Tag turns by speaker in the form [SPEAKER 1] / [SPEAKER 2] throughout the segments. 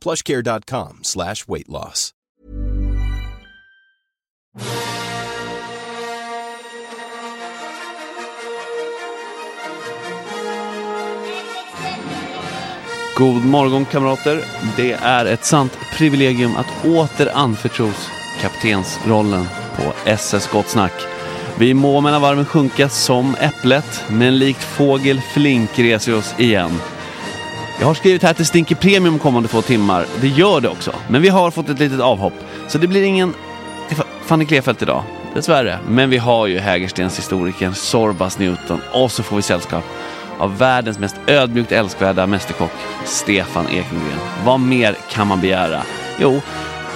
[SPEAKER 1] plushcare.com slash weight loss.
[SPEAKER 2] God morgon kamrater. Det är ett sant privilegium att åter anförtros kaptensrollen på SS Gottsnack. Vi må mellan varven sjunka som äpplet, men likt fågel flink reser vi oss igen. Jag har skrivit här att det stinker premium kommande två timmar. Det gör det också, men vi har fått ett litet avhopp. Så det blir ingen Fa- Fanny Klefelt idag, dessvärre. Men vi har ju Hägerstens historikern Sorbas Newton och så får vi sällskap av världens mest ödmjukt älskvärda mästerkock Stefan Ekengren. Vad mer kan man begära? Jo,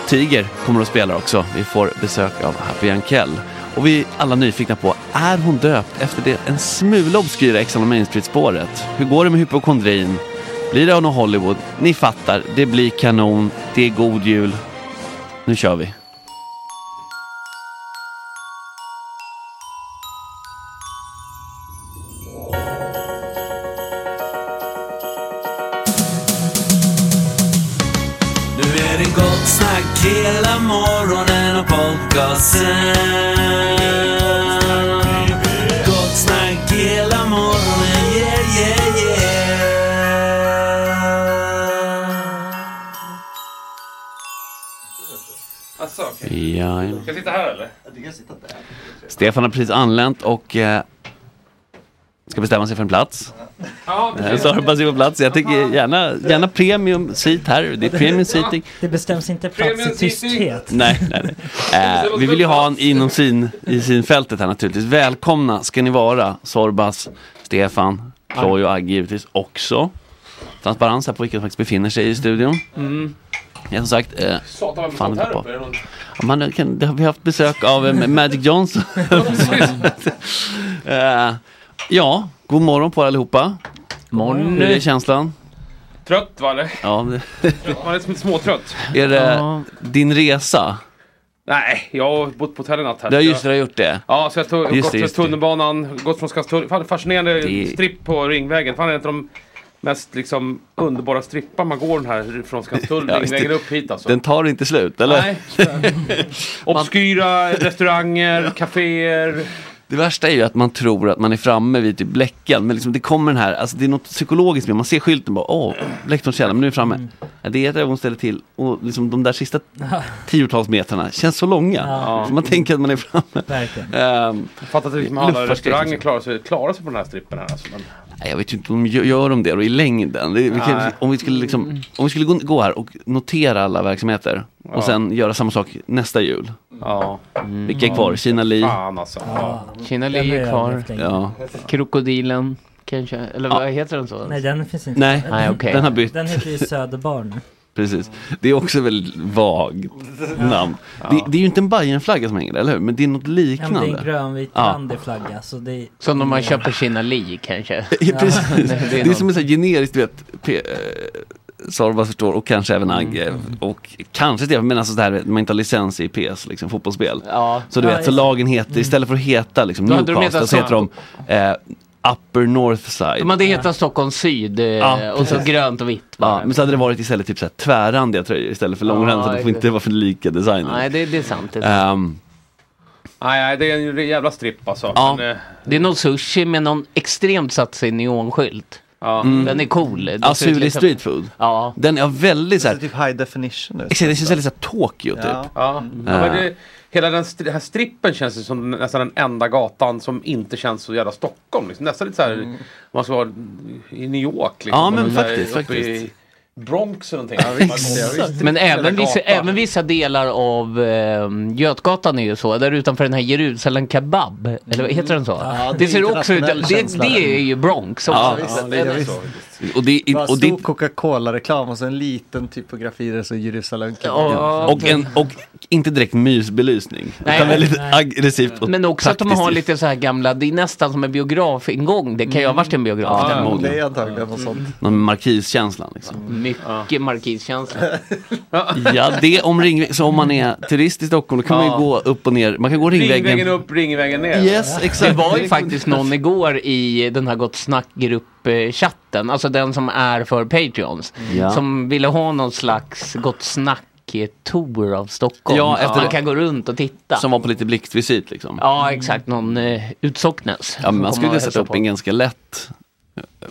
[SPEAKER 2] Tiger kommer att spela också. Vi får besök av Happy Jankell. Och vi är alla nyfikna på, är hon döpt efter det en smula obskyra Ex on Main Street-spåret? Hur går det med hypokondrin? Blir det av någon Hollywood? Ni fattar, det blir kanon, det är god jul. Nu kör vi.
[SPEAKER 3] Nu är det gott snack hela morgonen och podcasten. Gott snack hela morgonen, yeah, yeah, yeah.
[SPEAKER 4] Alltså, okej.
[SPEAKER 2] Ja, ja.
[SPEAKER 4] Ska jag sitta här eller?
[SPEAKER 2] Stefan har precis anlänt och eh, ska bestämma sig för en plats.
[SPEAKER 4] Ja,
[SPEAKER 2] Eh,
[SPEAKER 4] precis.
[SPEAKER 2] Så har han sig på plats. Jag tänker gärna, gärna premium seat här. Det är premium seating.
[SPEAKER 5] Det bestäms inte plats
[SPEAKER 4] Premium
[SPEAKER 5] i tysthet.
[SPEAKER 2] Nej, nej, nej. Eh, vi vill ju ha en inom sin, i synfältet här naturligtvis. Välkomna ska ni vara, Sorbas, Stefan, Ploy och Agge givetvis också. Transparens här på vilka som faktiskt befinner sig i studion. Ja, som sagt, eh,
[SPEAKER 4] Mm. Satan vad
[SPEAKER 2] Fan,
[SPEAKER 4] mycket sånt här
[SPEAKER 2] inte på.
[SPEAKER 4] uppe. Är det någon-
[SPEAKER 2] man kan, vi har haft besök av eh, Magic Johnson. Eh, ja, god morgon på er allihopa. Morgon. Hur är känslan?
[SPEAKER 4] Trött va eller?
[SPEAKER 2] Ja,
[SPEAKER 4] Man är liksom småtrött.
[SPEAKER 2] är det din resa?
[SPEAKER 4] Nej, jag har bott på hotell en natt här.
[SPEAKER 2] Du har
[SPEAKER 4] så
[SPEAKER 2] just det,
[SPEAKER 4] jag...
[SPEAKER 2] du har gjort det.
[SPEAKER 4] Ja, så jag tog,
[SPEAKER 2] Just
[SPEAKER 4] gått
[SPEAKER 2] det,
[SPEAKER 4] till
[SPEAKER 2] just det.
[SPEAKER 4] tunnelbanan, gått från Skanstull. Fan, fascinerande
[SPEAKER 2] Det-
[SPEAKER 4] stripp på Ringvägen. Fan, det är en av de mest liksom, underbara strippar man går den här från Skanstull,
[SPEAKER 2] Ja, visst,
[SPEAKER 4] Ringvägen
[SPEAKER 2] det-
[SPEAKER 4] upp hit alltså.
[SPEAKER 2] Den tar inte slut, eller?
[SPEAKER 4] Nej. Obskyra restauranger, kaféer.
[SPEAKER 2] Det värsta är ju att man tror att man är framme vid typ Bleckan, men liksom det kommer den här, alltså det är något psykologiskt med, man ser skylten och bara åh, Blecktorns källare, men nu är vi framme.
[SPEAKER 4] Mm.
[SPEAKER 2] Ja, det är ett ögonställe till och liksom de där sista tiotals metrarna känns så långa.
[SPEAKER 5] Ja.
[SPEAKER 2] Så man tänker att man är framme.
[SPEAKER 5] Verkligen.
[SPEAKER 2] Ehm,
[SPEAKER 4] Fattar att liksom alla
[SPEAKER 2] Luftfartsgrej,
[SPEAKER 4] restauranger
[SPEAKER 2] liksom.
[SPEAKER 4] klarar sig, klarar sig på den här strippen här alltså. Men,
[SPEAKER 2] nej, jag vet ju inte om de gö- gör de det då i längden. Det, vi kan,
[SPEAKER 4] Nej. Mm.
[SPEAKER 2] om vi skulle, liksom, om vi skulle gå, gå här och notera alla verksamheter och sen göra samma sak nästa jul. Mm.
[SPEAKER 4] ja, Mm.
[SPEAKER 2] Vilka är kvar? Kina Li?
[SPEAKER 4] fan alltså. Ja.
[SPEAKER 6] Kina
[SPEAKER 5] Den
[SPEAKER 6] Lee
[SPEAKER 5] har
[SPEAKER 6] är
[SPEAKER 5] jag
[SPEAKER 6] kvar.
[SPEAKER 5] överlevt länge.
[SPEAKER 2] Ja.
[SPEAKER 6] Krokodilen kanske. Eller vad heter den så?
[SPEAKER 5] Nej, den finns inte.
[SPEAKER 2] Nej,
[SPEAKER 6] Nej, okej.
[SPEAKER 2] den har bytt.
[SPEAKER 5] Den heter ju Söderbarn.
[SPEAKER 2] Precis. Det är också väldigt vagt namn. Det, det är ju inte en Bayernflagga som hänger där, eller hur? Men det är något
[SPEAKER 5] Ja, men det är en
[SPEAKER 2] liknande.
[SPEAKER 5] grönvit
[SPEAKER 2] Ja.
[SPEAKER 5] randig flagga. Så det
[SPEAKER 6] Som när man köper Kina Lee kanske.
[SPEAKER 2] Ja, precis.
[SPEAKER 6] Nej, det är
[SPEAKER 2] Det är
[SPEAKER 6] någon-
[SPEAKER 2] som en sån här generiskt, du vet, P- eh, Sorba förstår och kanske även Agge
[SPEAKER 6] Mm.
[SPEAKER 2] och kanske Stefan, men alltså det här att man inte har licens i PS, liksom fotbollsspel.
[SPEAKER 6] Ja. Mm.
[SPEAKER 2] Så du
[SPEAKER 5] Ja,
[SPEAKER 2] vet, så
[SPEAKER 5] just det.
[SPEAKER 2] lagen heter, istället för att heta liksom,
[SPEAKER 6] Då hade de
[SPEAKER 2] Newcastle
[SPEAKER 6] hetat
[SPEAKER 2] så heter de eh, Upper North Side.
[SPEAKER 6] De hade hetat Stockholm Syd eh,
[SPEAKER 2] Ja,
[SPEAKER 6] och så grönt och vitt
[SPEAKER 2] Ja,
[SPEAKER 6] bara.
[SPEAKER 2] men så hade det varit istället typ så här tvärrandiga tröjor istället för långrandiga, så det får
[SPEAKER 6] exakt.
[SPEAKER 2] inte vara för lika designer.
[SPEAKER 6] Nej, det, det är sant. Det är, sant.
[SPEAKER 2] Ehm,
[SPEAKER 4] Nej, nej, det är en jävla stripp alltså.
[SPEAKER 2] Ja.
[SPEAKER 4] Men, eh,
[SPEAKER 6] det är någon sushi med någon extremt satsig neonskylt.
[SPEAKER 4] ja.
[SPEAKER 6] Den är cool. Det ser ut
[SPEAKER 2] Asuli
[SPEAKER 6] liksom-
[SPEAKER 2] Mm. Street Food.
[SPEAKER 6] Ja.
[SPEAKER 2] Den är väldigt så
[SPEAKER 7] Det är
[SPEAKER 2] här,
[SPEAKER 4] Alltså,
[SPEAKER 7] typ high definition nu.
[SPEAKER 2] exakt, det känns väldigt så här Tokyo typ.
[SPEAKER 7] Ja.
[SPEAKER 4] Ja.
[SPEAKER 6] Mm.
[SPEAKER 4] Ja, men det, hela den stri- här strippen känns ju som nästan den enda gatan som inte känns så jävla Stockholm. Liksom. Nästan lite så här,
[SPEAKER 6] Mm.
[SPEAKER 4] om man ska vara i New York. Liksom.
[SPEAKER 2] Ja, men
[SPEAKER 4] Eller så här
[SPEAKER 2] faktiskt,
[SPEAKER 4] uppe
[SPEAKER 2] faktiskt.
[SPEAKER 4] I Bronx eller någonting. Man går en stripp
[SPEAKER 6] Men
[SPEAKER 4] på hela
[SPEAKER 6] även vissa,
[SPEAKER 4] gatan.
[SPEAKER 6] även vissa delar av eh, Götgatan är ju så. Där utanför den här Jerusalem Kebab. Eller vad heter den så?
[SPEAKER 7] det
[SPEAKER 6] det,
[SPEAKER 7] är
[SPEAKER 6] ser också ut...
[SPEAKER 7] internationell
[SPEAKER 6] Det,
[SPEAKER 7] känsla.
[SPEAKER 6] det är ju Bronx också.
[SPEAKER 2] Ja,
[SPEAKER 7] visst.
[SPEAKER 4] Ja, det är
[SPEAKER 7] Ja,
[SPEAKER 4] det
[SPEAKER 7] visst.
[SPEAKER 4] så.
[SPEAKER 2] Och, det,
[SPEAKER 7] Bara
[SPEAKER 2] och,
[SPEAKER 7] stor
[SPEAKER 2] det,
[SPEAKER 7] Coca-Cola-reklam och så en liten typografi där så Jerusalem kan
[SPEAKER 6] Ja.
[SPEAKER 2] och, en, och inte direkt mysbelysning.
[SPEAKER 6] Nej,
[SPEAKER 2] utan väldigt
[SPEAKER 5] nej.
[SPEAKER 2] aggressivt och
[SPEAKER 6] Men också att de
[SPEAKER 2] taktiskt.
[SPEAKER 6] har lite så här gamla, det är nästan som en biografingång. Det kan ju ha varit en biograf.
[SPEAKER 2] Ja,
[SPEAKER 6] den.
[SPEAKER 2] ja.
[SPEAKER 7] Mm. Det är antagligen något sånt.
[SPEAKER 2] Någon markiskänslan liksom.
[SPEAKER 6] Mycket markiskänsla.
[SPEAKER 2] Ja, det om ringvägen. Så om man är turist i Stockholm då kan man ju
[SPEAKER 4] Ja.
[SPEAKER 2] gå upp och ner. Man kan gå ringvägen.
[SPEAKER 4] Ringvägen upp, ringvägen ner.
[SPEAKER 2] Yes, exakt.
[SPEAKER 6] Det var ju faktiskt någon igår i den här Gott Snack-gruppchatten, alltså den som är för Patreons,
[SPEAKER 2] Ja.
[SPEAKER 6] som ville ha någon slags Gott Snack-tour av Stockholm.
[SPEAKER 2] Ja,
[SPEAKER 6] Ja,
[SPEAKER 2] efter-
[SPEAKER 6] Man kan gå runt och titta.
[SPEAKER 2] Som var på lite blixtvisit liksom.
[SPEAKER 6] Ja, exakt. Någon eh, utsocknes.
[SPEAKER 2] Ja, men man
[SPEAKER 6] Kommer
[SPEAKER 2] skulle kunna
[SPEAKER 6] och
[SPEAKER 2] sätta
[SPEAKER 6] hälsa
[SPEAKER 2] upp
[SPEAKER 6] på.
[SPEAKER 2] en ganska lätt,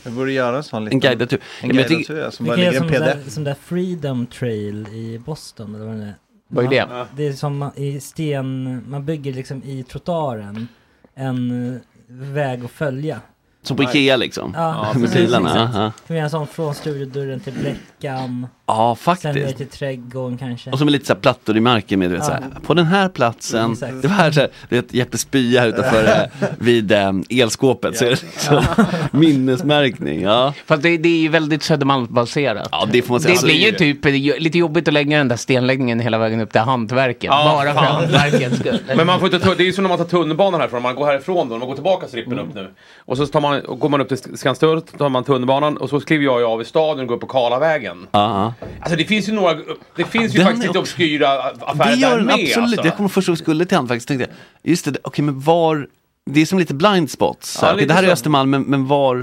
[SPEAKER 7] Vi borde göra en sån liten...
[SPEAKER 2] en guidad tur. Ja,
[SPEAKER 7] En
[SPEAKER 2] men jag
[SPEAKER 7] guidad
[SPEAKER 2] tycker-
[SPEAKER 7] tur ja, som
[SPEAKER 5] Vi
[SPEAKER 7] bara
[SPEAKER 5] kan göra
[SPEAKER 7] ligger en
[SPEAKER 5] som
[SPEAKER 7] pdf.
[SPEAKER 5] där, som där Freedom Trail i Boston eller vad det är.
[SPEAKER 6] Vad är det?
[SPEAKER 5] Man, det är som man, i sten, man bygger liksom i trottoaren en eh, väg att följa.
[SPEAKER 2] Som på Ikea liksom.
[SPEAKER 5] Ja,
[SPEAKER 2] Med
[SPEAKER 5] precis,
[SPEAKER 2] bilarna.
[SPEAKER 5] exakt.
[SPEAKER 2] aha.
[SPEAKER 5] Kan vi göra en sån från studiodörren till Bleckan, sen
[SPEAKER 2] Ja,
[SPEAKER 5] ner
[SPEAKER 2] faktiskt.
[SPEAKER 5] till trädgården kanske.
[SPEAKER 2] Och som är lite så här plattor i marken med, du vet, så här, på den här platsen,
[SPEAKER 5] Exakt.
[SPEAKER 2] det var här så här, du vet Jeppe Spya här utanför eh, vid eh, elskåpet, så är det liksom minnesmärkning. Ja.
[SPEAKER 6] Fast det, det är ju väldigt Södermalmsbaserat.
[SPEAKER 2] ja, det får man
[SPEAKER 6] Det
[SPEAKER 2] säga. Alltså,
[SPEAKER 6] blir ju typ eh, lite jobbigt att lägga den där stenläggningen hela vägen upp till hantverket. bara för hantverkets skull.
[SPEAKER 4] Men man får inte, ta- det är ju som när man tar tunnelbanan härifrån, man går härifrån då, när man går tillbaka strippen upp
[SPEAKER 6] Mm.
[SPEAKER 4] nu. Och så tar man, och går man upp till Skanstull, tar man tunnelbanan och så kliver jag ju av i staden och går upp på Karlavägen.
[SPEAKER 2] ja, ja.
[SPEAKER 4] Alltså det finns ju några, det finns ju
[SPEAKER 2] Den
[SPEAKER 4] faktiskt
[SPEAKER 2] är
[SPEAKER 4] lite
[SPEAKER 2] också-
[SPEAKER 4] obskyra affärer
[SPEAKER 2] Det gör
[SPEAKER 4] där
[SPEAKER 2] den
[SPEAKER 4] med
[SPEAKER 2] absolut.
[SPEAKER 4] alltså.
[SPEAKER 2] Jag kommer först och skulle till hantverket, så tänkte jag, just det, okej men var, det är som lite blind spots.
[SPEAKER 4] Ja,
[SPEAKER 2] Så här, okej,
[SPEAKER 4] lite
[SPEAKER 2] det här är
[SPEAKER 4] så.
[SPEAKER 2] Östermalm, men, men var,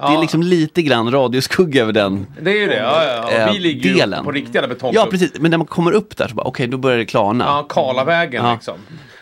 [SPEAKER 2] det är liksom lite grann radioskugga över den
[SPEAKER 4] Det är ju det, ja, ja. ja. Och vi
[SPEAKER 2] eh,
[SPEAKER 4] ligger ju
[SPEAKER 2] delen.
[SPEAKER 4] på riktiga betong.
[SPEAKER 2] Ja, precis. Men när man kommer upp där så bara, okej, då börjar det klarna.
[SPEAKER 4] Ja, Karlavägen
[SPEAKER 2] Ja.
[SPEAKER 4] liksom.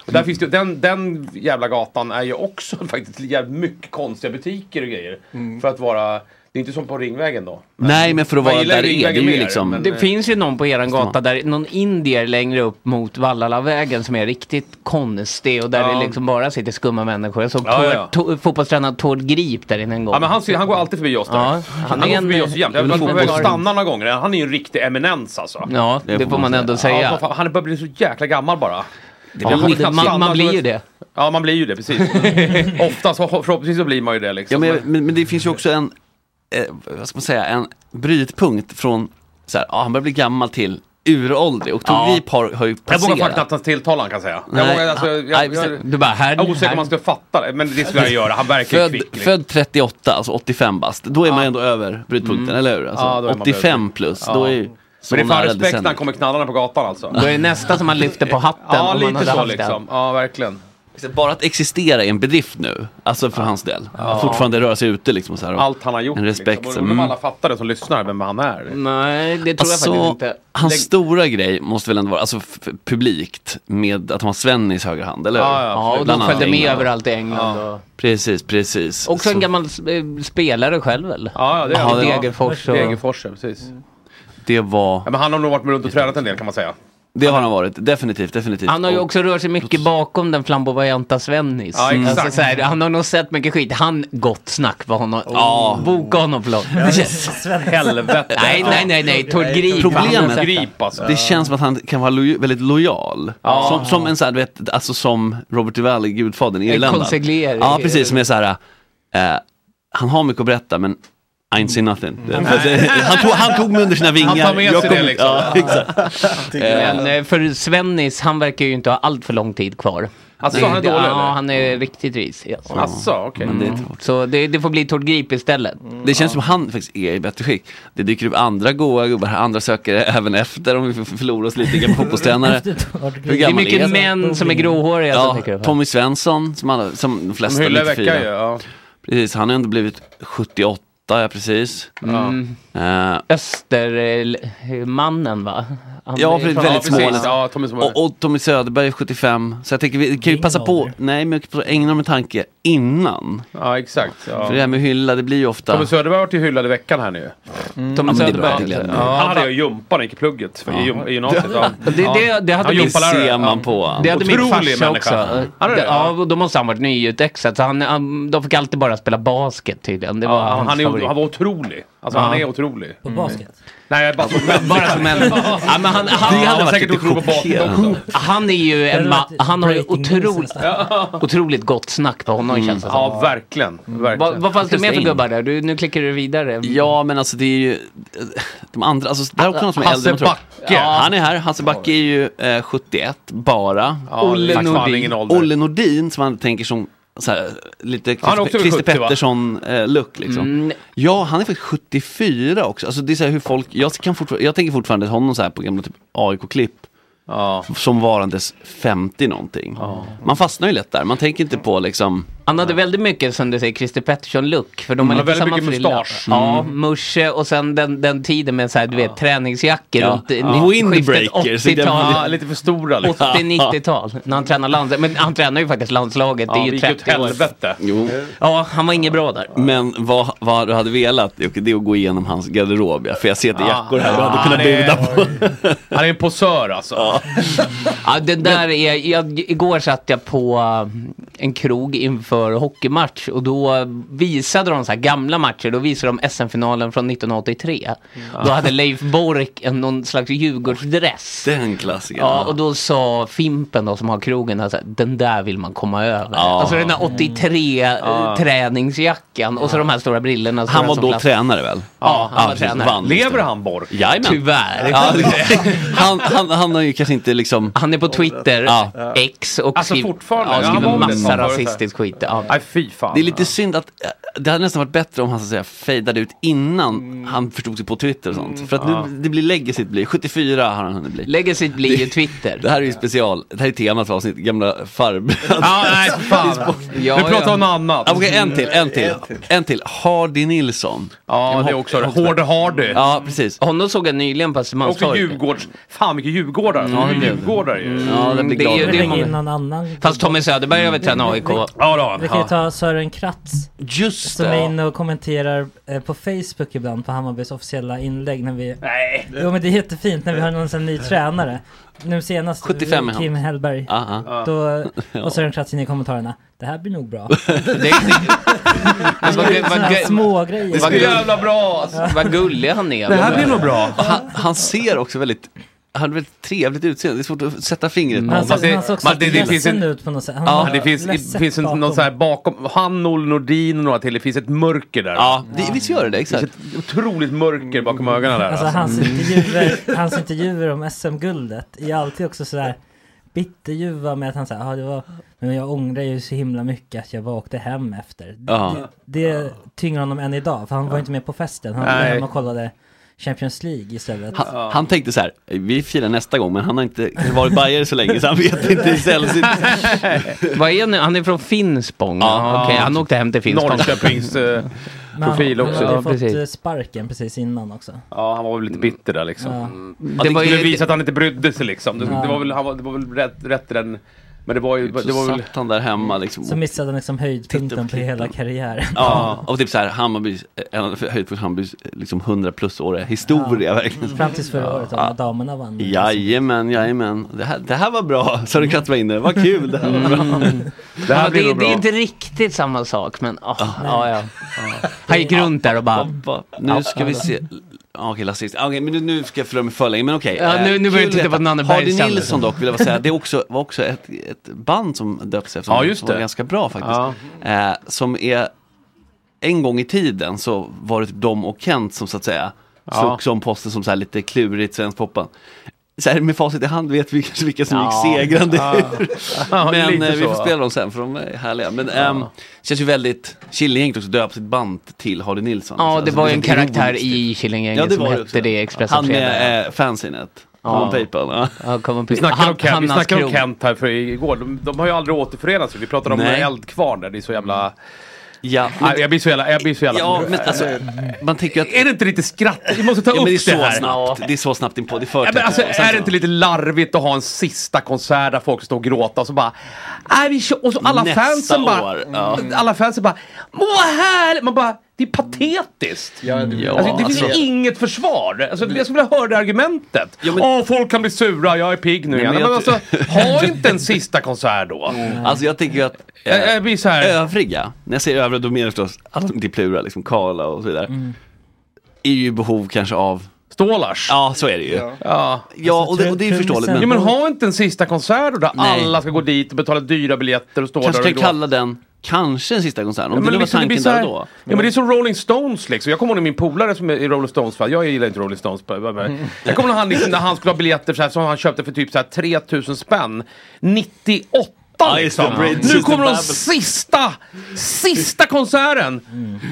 [SPEAKER 4] Och där finns det, ju- den, den jävla gatan är ju också faktiskt jävligt mycket konstiga butiker och grejer. För att vara, det är inte som på Ringvägen då.
[SPEAKER 2] Nej, men för att
[SPEAKER 4] Man
[SPEAKER 2] vara
[SPEAKER 4] gillar
[SPEAKER 2] där
[SPEAKER 4] ju
[SPEAKER 2] det är, det är ju
[SPEAKER 4] Ringvägen mer,
[SPEAKER 2] liksom...
[SPEAKER 4] men-
[SPEAKER 6] Det finns ju någon på eran gata där, någon indier längre upp mot Vallalavägen som är riktigt konstig och där
[SPEAKER 4] Ja.
[SPEAKER 6] det liksom bara sitter skumma människor. Jag såg
[SPEAKER 4] Ja, ja, ja.
[SPEAKER 6] Tord- To- fotbollstränaren Tord Grip där inne en gång.
[SPEAKER 4] Ja, men han, ser- han går alltid förbi oss där.
[SPEAKER 6] Ja,
[SPEAKER 4] han, går förbi oss jämt. Jag
[SPEAKER 6] en
[SPEAKER 4] var på väg att
[SPEAKER 6] fotbollsstjärna.
[SPEAKER 4] stanna några gånger. Han är ju en riktig eminens alltså.
[SPEAKER 6] Ja, det, får man ändå säga.
[SPEAKER 4] Ja, vad fan, han börjar bli så jäkla gammal bara.
[SPEAKER 6] Ja,
[SPEAKER 4] Jag
[SPEAKER 6] det-
[SPEAKER 4] kan
[SPEAKER 6] man,
[SPEAKER 4] stanna,
[SPEAKER 6] man blir ju
[SPEAKER 4] då-
[SPEAKER 6] det.
[SPEAKER 4] Ja, man blir ju det, precis. Ofta så, förhoppningsvis så blir man ju det liksom.
[SPEAKER 2] Ja, men, men, men det finns ju också en, eh, vad ska man säga, en brytpunkt från så här, ah, han börjar bli gammal till uråldrig. Och Tord
[SPEAKER 6] Ja.
[SPEAKER 2] Grip har, har ju
[SPEAKER 4] jag vågar
[SPEAKER 2] passerat.
[SPEAKER 4] fan knappt hans tilltal han kan säga. Jag,
[SPEAKER 2] Nej,
[SPEAKER 4] vågar, alltså, jag,
[SPEAKER 2] nej,
[SPEAKER 4] jag,
[SPEAKER 2] visst
[SPEAKER 4] jag,
[SPEAKER 2] är-
[SPEAKER 6] Du bara, här,
[SPEAKER 4] är osäker om
[SPEAKER 6] här,
[SPEAKER 4] man skulle fatta det, men det skulle jag göra. Han verkar ju
[SPEAKER 2] Född,
[SPEAKER 4] kvick. Liksom.
[SPEAKER 2] född 38, alltså 85 bast. Då är man ju ändå över brytpunkten, eller hur? Alltså,
[SPEAKER 4] Mm. Ja, då är man
[SPEAKER 2] 85 plus, då är ju så
[SPEAKER 4] Men det är fan
[SPEAKER 2] nära
[SPEAKER 4] respekt när han
[SPEAKER 2] decenniet.
[SPEAKER 4] kommer knallarna på gatan alltså.
[SPEAKER 6] då är det nästan som man lyfter på hatten.
[SPEAKER 4] Ja,
[SPEAKER 6] om man
[SPEAKER 4] lite
[SPEAKER 6] hade
[SPEAKER 4] så
[SPEAKER 6] haft den.
[SPEAKER 4] liksom. Ja, verkligen.
[SPEAKER 2] Bara att existera är en bedrift nu, alltså för hans del. Att Fortfarande röra sig ute liksom så här. och-
[SPEAKER 4] Allt han har gjort.
[SPEAKER 2] En respekt,
[SPEAKER 4] Liksom.
[SPEAKER 2] så,
[SPEAKER 4] Och undrar om
[SPEAKER 2] mm.
[SPEAKER 4] alla fattar det som lyssnar, vem han är.
[SPEAKER 6] Nej, det tror jag
[SPEAKER 2] Alltså,
[SPEAKER 6] faktiskt inte.
[SPEAKER 2] hans
[SPEAKER 6] Lägg-
[SPEAKER 2] stora grej måste väl ändå vara, alltså f- f- publikt, med att han har Svennis högra hand, eller hur?
[SPEAKER 4] Ja, ja.
[SPEAKER 6] Ja, och de
[SPEAKER 2] Bland annat
[SPEAKER 6] följde med
[SPEAKER 2] England.
[SPEAKER 6] överallt i England. Och...
[SPEAKER 2] Precis, precis.
[SPEAKER 6] Också en
[SPEAKER 2] Så
[SPEAKER 6] gammal eh, spelare själv väl?
[SPEAKER 4] Ja, ja, det
[SPEAKER 2] Ja,
[SPEAKER 4] är
[SPEAKER 2] det-
[SPEAKER 6] Degerfors och...
[SPEAKER 4] Degerfors, ja, precis.
[SPEAKER 2] det, var,
[SPEAKER 4] Ja, men han har nog varit med runt och tränat en del kan man säga.
[SPEAKER 2] det har han varit, definitivt, definitivt.
[SPEAKER 6] Han har ju
[SPEAKER 2] Typ Och-
[SPEAKER 6] också rört sig mycket bakom den flamboyanta Svennis.
[SPEAKER 4] Ja, exakt.
[SPEAKER 6] Alltså, så här, han har nog sett mycket skit. Han, gott snack för honom. Ja, boka honom förlåt.
[SPEAKER 4] Helvete.
[SPEAKER 6] Nej, nej, nej, nej. Tord Grip.
[SPEAKER 2] Problemet-
[SPEAKER 6] han har sett det.
[SPEAKER 4] Grip alltså.
[SPEAKER 2] Det känns som att han kan vara loj- väldigt lojal. Som, som en sån här, du vet, alltså som Robert Duvall i Gudfadern, irländaren.
[SPEAKER 6] konsigliere.
[SPEAKER 2] Ja, precis, som är så här, eh, han har mycket att berätta men I ain't seen nothing.
[SPEAKER 6] Mm.
[SPEAKER 2] han, tog, han tog mig under sina vingar.
[SPEAKER 4] Han tar med
[SPEAKER 2] Jag
[SPEAKER 4] sig det, liksom.
[SPEAKER 2] Ja, exakt.
[SPEAKER 6] Men eh, för Svennis, han verkar ju inte ha allt för lång tid kvar.
[SPEAKER 4] Alltså,
[SPEAKER 6] Det-
[SPEAKER 4] han är
[SPEAKER 6] det-
[SPEAKER 4] dålig
[SPEAKER 6] Ja,
[SPEAKER 4] eller?
[SPEAKER 6] han är riktigt risig. Alltså.
[SPEAKER 4] Asså, okej.
[SPEAKER 2] Men det är
[SPEAKER 6] Mm.
[SPEAKER 2] tråkigt.
[SPEAKER 6] Så det, det får bli Tord Grip istället.
[SPEAKER 2] Mm. Det känns som han faktiskt är i bättre skick. Det dyker upp andra goa gubbar, andra sökare även efter om vi f- förlorar oss lite gamla fotbollstränare. Hur
[SPEAKER 6] Det är
[SPEAKER 2] gammal
[SPEAKER 6] mycket
[SPEAKER 2] är
[SPEAKER 6] män som är gråhåriga som
[SPEAKER 2] Ja,
[SPEAKER 6] dyker upp här.
[SPEAKER 2] Tommy Svensson som, alla, som de
[SPEAKER 4] De
[SPEAKER 2] flesta
[SPEAKER 4] hyllar
[SPEAKER 2] lite
[SPEAKER 4] veckan ju.
[SPEAKER 2] fyra.
[SPEAKER 4] Ja.
[SPEAKER 2] Precis, han har ändå blivit 78 ja, precis.
[SPEAKER 6] Mm.
[SPEAKER 2] Eh,
[SPEAKER 6] Östermannen va? Han
[SPEAKER 2] Ja,
[SPEAKER 6] är
[SPEAKER 2] för-
[SPEAKER 6] från-
[SPEAKER 2] väldigt
[SPEAKER 4] ja,
[SPEAKER 2] små.
[SPEAKER 4] precis. Ja, Tommy Småland.
[SPEAKER 2] och, och Tommy Söderberg är 75. Så jag tänker vi kan ju
[SPEAKER 5] Ingen
[SPEAKER 2] passa på,
[SPEAKER 5] ålder.
[SPEAKER 2] nej men jag kan ägna dem en tanke innan.
[SPEAKER 4] Ja, exakt.
[SPEAKER 2] För det
[SPEAKER 4] Ja.
[SPEAKER 2] här med hylla, det blir ju ofta...
[SPEAKER 4] Tommy Söderberg har varit ju hyllad i veckan här nu.
[SPEAKER 6] Tommy
[SPEAKER 2] Ja, men det är bra, det
[SPEAKER 6] Söderberg.
[SPEAKER 2] gläder mig.
[SPEAKER 4] Ja, han hade ju jumpa när han gick i plugget för i gym- i gymnasiet. Ja.
[SPEAKER 6] Det, det, det hade
[SPEAKER 4] Han
[SPEAKER 6] min,
[SPEAKER 2] det
[SPEAKER 4] jobbade-
[SPEAKER 2] ser
[SPEAKER 4] Ja.
[SPEAKER 2] man på honom.
[SPEAKER 6] det hade min
[SPEAKER 4] Otrolig
[SPEAKER 6] farsa
[SPEAKER 4] människa.
[SPEAKER 6] också.
[SPEAKER 4] Han är det,
[SPEAKER 6] ja, och då måste han varit nyutexad. Så han, han, de fick alltid bara spela basket tydligen. Det var
[SPEAKER 4] Ja,
[SPEAKER 6] hans
[SPEAKER 4] han, är,
[SPEAKER 6] favorit.
[SPEAKER 4] han var otrolig. Alltså
[SPEAKER 6] Ja.
[SPEAKER 4] han är otrolig.
[SPEAKER 5] På basket.
[SPEAKER 4] Nej, jag bara som
[SPEAKER 6] Bara som en... ja, men han, han,
[SPEAKER 4] hade
[SPEAKER 6] han,
[SPEAKER 4] varit säkert otrolig på baken också.
[SPEAKER 6] han är ju en
[SPEAKER 5] hade
[SPEAKER 6] ma-
[SPEAKER 5] varit
[SPEAKER 6] Han har ju
[SPEAKER 5] breaking news
[SPEAKER 6] otroligt,
[SPEAKER 5] nästan.
[SPEAKER 6] otroligt gott snack på honom känns det som.
[SPEAKER 4] Ja, verkligen.
[SPEAKER 6] Vad
[SPEAKER 4] verkligen.
[SPEAKER 6] vad fanns det mer för
[SPEAKER 2] Kristin.
[SPEAKER 6] gubbar där? Du, nu klickar du vidare. Ah,
[SPEAKER 2] Ja, men alltså det är ju de andra, alltså det här är också någon som är
[SPEAKER 4] Hasse
[SPEAKER 2] äldre. än man tror.
[SPEAKER 4] Backe.
[SPEAKER 2] Ja, han är här, Hasse Backe är ju eh, 71 bara.
[SPEAKER 4] Ja, det är
[SPEAKER 6] Olle
[SPEAKER 4] faktiskt fan
[SPEAKER 6] Nordin.
[SPEAKER 4] ingen ålder.
[SPEAKER 2] Olle Nordin som man tänker som så här, lite
[SPEAKER 4] Han är också
[SPEAKER 2] Christer, Christer
[SPEAKER 4] 70, va?
[SPEAKER 2] Pettersson-look liksom.
[SPEAKER 6] Mm.
[SPEAKER 2] Ja, han är faktiskt 74 också. Alltså det är så här hur folk, jag, kan fortfarande, jag tänker fortfarande honom så här på gamla typ AIK-klipp
[SPEAKER 4] Ja.
[SPEAKER 2] som varandes 50 någonting. Man fastnar ju lätt där, man tänker inte på liksom,
[SPEAKER 6] Han hade väldigt mycket, som du säger, Christer Pettersson-look. För de har
[SPEAKER 4] Han
[SPEAKER 6] lite
[SPEAKER 4] har
[SPEAKER 6] samma
[SPEAKER 4] Mm. väldigt mycket
[SPEAKER 6] frilla.
[SPEAKER 4] mustasch. Mm.
[SPEAKER 6] Ja, musche och sen den, den tiden med så här, du vet, träningsjackor
[SPEAKER 2] Ja.
[SPEAKER 6] runt
[SPEAKER 2] Ja.
[SPEAKER 6] skiftet
[SPEAKER 2] Windbreaker, så det-
[SPEAKER 6] 80-tal.
[SPEAKER 4] Ja, lite för stora liksom.
[SPEAKER 6] 80-90-tal, när han tränar landslaget. Men han tränar ju faktiskt landslaget,
[SPEAKER 4] Ja,
[SPEAKER 6] det
[SPEAKER 4] det
[SPEAKER 6] är ju
[SPEAKER 4] gick ju åt
[SPEAKER 6] 30 år.
[SPEAKER 4] helvete. Eh,
[SPEAKER 2] jo.
[SPEAKER 6] Ja, han var inget bra där.
[SPEAKER 2] Men vad, vad du hade velat, Jocke, det är att gå igenom hans garderob. Ja. För jag ser inte
[SPEAKER 6] Ah,
[SPEAKER 2] jackor här du hade
[SPEAKER 4] Ja,
[SPEAKER 2] kunnat
[SPEAKER 4] han är-
[SPEAKER 2] bjuda på.
[SPEAKER 4] Ah. Han är en posör alltså.
[SPEAKER 6] Ja, det där är, jag, igår satt jag på eh, en krog inför hockeymatch och då visade de så här gamla matcher, då visade de SM-finalen från 1983. Då hade Leif Bork en, någon slags Djurgårdsdress.
[SPEAKER 2] Den klassikern.
[SPEAKER 6] Ja, och då sa Fimpen då som har krogen, alltså, den där vill man komma över.
[SPEAKER 2] Ja.
[SPEAKER 6] Alltså den här 83 träningsjackan och så de här stora brillorna. stora
[SPEAKER 2] han var
[SPEAKER 6] som
[SPEAKER 2] då
[SPEAKER 6] plast.
[SPEAKER 2] tränare väl?
[SPEAKER 6] Ja, han var
[SPEAKER 2] precis.
[SPEAKER 6] tränare.
[SPEAKER 2] Vann, just
[SPEAKER 4] Lever
[SPEAKER 2] det.
[SPEAKER 4] han Borg?
[SPEAKER 2] Jajamän.
[SPEAKER 6] Tyvärr.
[SPEAKER 2] Ja, det- han, han, han har ju kanske inte liksom...
[SPEAKER 6] Han är på Twitter,
[SPEAKER 2] Ja.
[SPEAKER 6] X och
[SPEAKER 4] Alltså,
[SPEAKER 6] skriv-
[SPEAKER 4] fortfarande?
[SPEAKER 6] ja,
[SPEAKER 4] Ja,
[SPEAKER 6] skriver
[SPEAKER 4] han var väl det
[SPEAKER 6] massa
[SPEAKER 4] som förut,
[SPEAKER 6] rasistisk skit. Ja.
[SPEAKER 4] Nej, fy fan.
[SPEAKER 2] Det är lite synd att eh, det hade nästan varit bättre om han så att säga fejdade ut innan
[SPEAKER 6] Mm.
[SPEAKER 2] han förstod sig på Twitter och sånt. För att nu, det blir legacyt blir, 74 har han hunnit bli.
[SPEAKER 6] Legacy blir ju Twitter.
[SPEAKER 2] Det här är ju special, det här är temat för avsnittet, gamla farbröder.
[SPEAKER 4] Ja, nej, fy fan.
[SPEAKER 6] Ja,
[SPEAKER 4] Nu pratar
[SPEAKER 6] ja.
[SPEAKER 4] vi om något annat.
[SPEAKER 2] Ja, Okej, en till, en till, en till. Hardy Nilsson.
[SPEAKER 4] Ja, det är också Hård Hardy.
[SPEAKER 2] Ja, precis.
[SPEAKER 6] Honom såg jag nyligen på
[SPEAKER 4] Också
[SPEAKER 6] Östermalmstorg.
[SPEAKER 4] Djurgårds... Fan vilka djurgårdare. Ja,
[SPEAKER 2] det
[SPEAKER 4] det
[SPEAKER 2] blev det.
[SPEAKER 4] djurgårdare ju.
[SPEAKER 2] Ja, det blir
[SPEAKER 6] det är
[SPEAKER 2] glad.
[SPEAKER 6] ju- det
[SPEAKER 5] Vi
[SPEAKER 6] är
[SPEAKER 5] lägger
[SPEAKER 6] många-
[SPEAKER 5] in någon annan.
[SPEAKER 6] Fast Tommy Söderberg har väl tränat AIK?
[SPEAKER 4] Ja, då.
[SPEAKER 5] Vi kan ju ta Sören Kratz
[SPEAKER 2] Just
[SPEAKER 5] som är
[SPEAKER 2] det.
[SPEAKER 5] inne och kommenterar eh, på Facebook ibland på Hammarbys officiella inlägg när vi...
[SPEAKER 4] Nej.
[SPEAKER 5] Jo men det är jättefint när vi har någon sån ny tränare. Nu senast
[SPEAKER 2] 75 är han.
[SPEAKER 5] Kim Hellberg.
[SPEAKER 2] Ah, ah.
[SPEAKER 5] Då, och Sören Kratz inne i kommentarerna. Det här blir nog bra.
[SPEAKER 6] Det, det, men vad, gu-
[SPEAKER 5] Såna
[SPEAKER 6] vad,
[SPEAKER 5] här
[SPEAKER 6] gu-
[SPEAKER 5] små grejer.
[SPEAKER 4] Så jävla bra alltså.
[SPEAKER 6] vad gullig han är.
[SPEAKER 4] Det här blir nog bra.
[SPEAKER 2] Han, han ser också väldigt, han har väldigt trevligt utseende. Det är svårt att sätta fingret på
[SPEAKER 5] Men han
[SPEAKER 2] honom.
[SPEAKER 5] såg,
[SPEAKER 4] Fast det-
[SPEAKER 5] han såg också
[SPEAKER 4] men det- det finns
[SPEAKER 5] ledsen
[SPEAKER 4] en-
[SPEAKER 5] ut på något sätt. Han
[SPEAKER 4] Ja,
[SPEAKER 5] var
[SPEAKER 4] det finns, det
[SPEAKER 5] ledset
[SPEAKER 4] finns en, någon
[SPEAKER 5] bakom.
[SPEAKER 4] så här bakom, han, Olle Nordin och några till, det finns ett mörker där.
[SPEAKER 2] Ja, det, visst gör det det, exakt.
[SPEAKER 4] Ett otroligt mörker bakom ögonen där.
[SPEAKER 5] Alltså
[SPEAKER 4] Alltså,
[SPEAKER 5] hans intervjuer, hans intervjuer om SM-guldet är alltid också sådär bitterljuva med att han säger ah, det var, men jag ångrar ju så himla mycket att jag bara åkte hem efter.
[SPEAKER 2] Ja.
[SPEAKER 5] Det, det tynger honom än idag, för han var inte med på festen. Han var
[SPEAKER 4] Nej.
[SPEAKER 5] hemma och kollade Champions League istället.
[SPEAKER 2] Han, han tänkte så här, vi firar nästa gång, men han har inte varit bajare så länge så han vet inte. Det är sällsynt.
[SPEAKER 6] Vad är han nu? Han är från Finspång. Ja, okej, han åkte hem till Finspång.
[SPEAKER 4] Norrköpings... eh,
[SPEAKER 5] Men han-
[SPEAKER 4] profil också.
[SPEAKER 5] Han hade
[SPEAKER 6] Ja,
[SPEAKER 5] fått
[SPEAKER 6] precis.
[SPEAKER 5] eh, sparken precis innan också.
[SPEAKER 4] ja, han var väl lite bitter där liksom. Att
[SPEAKER 2] Mm.
[SPEAKER 6] Det
[SPEAKER 4] det
[SPEAKER 6] var
[SPEAKER 4] skulle
[SPEAKER 6] ju-
[SPEAKER 4] visa att han inte brydde sig liksom. Det, det var väl, han var, det var väl rätt, rätt i den... Men det var ju... Det
[SPEAKER 2] Så
[SPEAKER 4] var väl,
[SPEAKER 2] satt han där hemma liksom.
[SPEAKER 5] Så missade han liksom höjdpunkten på
[SPEAKER 2] klippen.
[SPEAKER 5] hela karriären.
[SPEAKER 2] Ja, och typ så här, Hammarbys, en av höjdpunkts Hammarbys liksom 100 plus åriga historia verkligen.
[SPEAKER 5] Fram tills förra året då när damerna vann.
[SPEAKER 2] Jajamän, jajamän. Det här, det här var bra, sa Kratt var inne. Vad kul, det här var bra.
[SPEAKER 5] Mm.
[SPEAKER 4] det
[SPEAKER 6] Ja,
[SPEAKER 4] här
[SPEAKER 6] det,
[SPEAKER 4] blir
[SPEAKER 6] är-
[SPEAKER 4] nog
[SPEAKER 6] det är
[SPEAKER 4] bra.
[SPEAKER 6] inte riktigt samma sak, men ah, ja, ja. Han gick runt där och bara...
[SPEAKER 2] Ba- Nu ska vi se. Ja, Okej, Lasse Ekström. Ja, Okej, men nu, nu ska jag förlora mig för länge, men okej. eh,
[SPEAKER 6] Ja, nu- nu
[SPEAKER 2] kul
[SPEAKER 6] börjar jag titta
[SPEAKER 2] detta.
[SPEAKER 6] på Nanne
[SPEAKER 2] Hardy
[SPEAKER 6] Bergstrand.
[SPEAKER 2] Nilsson dock, vill jag bara säga. Det är också, var också ett, ett band som döptes efter
[SPEAKER 4] Ja,
[SPEAKER 2] honom,
[SPEAKER 4] just
[SPEAKER 2] som var
[SPEAKER 4] det.
[SPEAKER 2] ganska bra faktiskt. Eh, som är, en gång i tiden så var det typ de och Kent som så att säga slogs om posten som så här lite klurigt svensk popband. så här med facit i hand vet vi kanske vilka som
[SPEAKER 6] Ja.
[SPEAKER 2] gick segrande
[SPEAKER 4] Ja.
[SPEAKER 2] ur.
[SPEAKER 4] Ja,
[SPEAKER 2] Men
[SPEAKER 4] lite
[SPEAKER 2] eh, vi får
[SPEAKER 4] så.
[SPEAKER 2] spela dem sen för de är härliga. Men ehm, känns ju väldigt, Killinggänget också döpt sitt band till Hardy Nilsson.
[SPEAKER 6] Ja, det
[SPEAKER 2] Alltså,
[SPEAKER 6] var ju en
[SPEAKER 2] är lite
[SPEAKER 6] karaktär
[SPEAKER 2] ironiskt.
[SPEAKER 6] i
[SPEAKER 2] Ja,
[SPEAKER 6] Killinggänget
[SPEAKER 2] det
[SPEAKER 6] som
[SPEAKER 2] var
[SPEAKER 6] hette
[SPEAKER 2] också.
[SPEAKER 6] det i Expressen
[SPEAKER 2] Han
[SPEAKER 6] Fredag.
[SPEAKER 2] med eh, fansinet.
[SPEAKER 6] Ja.
[SPEAKER 2] Ja. Paypal. Ja.
[SPEAKER 6] Ja, kom och-
[SPEAKER 4] Vi snackade om,
[SPEAKER 6] Han-
[SPEAKER 4] Kent, vi
[SPEAKER 6] Hannas
[SPEAKER 4] snackade om
[SPEAKER 6] krog.
[SPEAKER 4] Kent här för igår. De, de har ju aldrig återförenats. Vi pratade om
[SPEAKER 2] Nej.
[SPEAKER 4] Eldkvarn där. Det är så jävla...
[SPEAKER 2] ja.
[SPEAKER 4] Nej, jag blir så jävla... Jag blir så jävla
[SPEAKER 2] Ja, men alltså, man tänker ju att...
[SPEAKER 4] Är det inte lite skratt? Vi måste ta
[SPEAKER 2] Ja,
[SPEAKER 4] upp
[SPEAKER 2] men det
[SPEAKER 4] det,
[SPEAKER 2] är så
[SPEAKER 4] här.
[SPEAKER 2] snabbt, det är så snabbt in på, det är för
[SPEAKER 4] Ja, men alltså,
[SPEAKER 2] tätt på. Sen
[SPEAKER 4] är
[SPEAKER 2] så-
[SPEAKER 4] det inte lite larvigt att ha en sista konsert där folk står och gråter och så bara... Nej, vi kör, och så alla
[SPEAKER 2] Nästa
[SPEAKER 4] fansen bara...
[SPEAKER 2] år, ja.
[SPEAKER 4] Alla fansen bara... "Åh, Vad härligt! Man bara... Det är patetiskt!
[SPEAKER 7] Ja, det,
[SPEAKER 2] Ja.
[SPEAKER 4] Alltså, det finns
[SPEAKER 2] alltså-
[SPEAKER 4] inget försvar. Alltså, jag skulle vilja höra det argumentet.
[SPEAKER 2] Ja, men-
[SPEAKER 4] Åh, folk kan bli sura, jag är pigg nu
[SPEAKER 2] Nej,
[SPEAKER 4] igen.
[SPEAKER 2] men
[SPEAKER 4] Men
[SPEAKER 2] jag
[SPEAKER 4] alltså, ha inte en sista konsert då.
[SPEAKER 2] Alltså jag tänker ju att... eh,
[SPEAKER 4] Jag, jag blir så här...
[SPEAKER 2] övriga, när jag säger övriga då menar jag förstås alla som till Plura, liksom Karla och så vidare. Är ju i behov kanske av,
[SPEAKER 4] Mm. Stålars.
[SPEAKER 2] ja så är det ju. Ja,
[SPEAKER 4] Ja.
[SPEAKER 2] och, det, och det är ju förståeligt
[SPEAKER 4] Jo
[SPEAKER 2] men,
[SPEAKER 4] men ha inte en sista konsert då, där
[SPEAKER 2] Nej.
[SPEAKER 4] alla ska gå dit och betala dyra biljetter och stå där
[SPEAKER 2] kanske
[SPEAKER 4] och
[SPEAKER 2] kan
[SPEAKER 4] gråta.
[SPEAKER 2] kalla den kanske en sista konsert, om
[SPEAKER 4] Ja,
[SPEAKER 2] det
[SPEAKER 4] men
[SPEAKER 2] nu var
[SPEAKER 4] liksom, det blir
[SPEAKER 2] tanken
[SPEAKER 4] så
[SPEAKER 2] där
[SPEAKER 4] här-
[SPEAKER 2] och då.
[SPEAKER 4] Ja men det är som Rolling Stones liksom. Jag kommer ihåg när min polare som är i Rolling Stones fan, jag gillar inte Rolling Stones. men- Jag kommer ihåg han, liksom, när han skulle ha biljetter så här, som han köpte för typ så här 3000 spänn. 98!
[SPEAKER 2] Ja, just det,
[SPEAKER 4] Liksom.
[SPEAKER 2] Bridges
[SPEAKER 4] Nu
[SPEAKER 2] to
[SPEAKER 4] kommer de
[SPEAKER 2] Babel.
[SPEAKER 4] sista, sista konserten!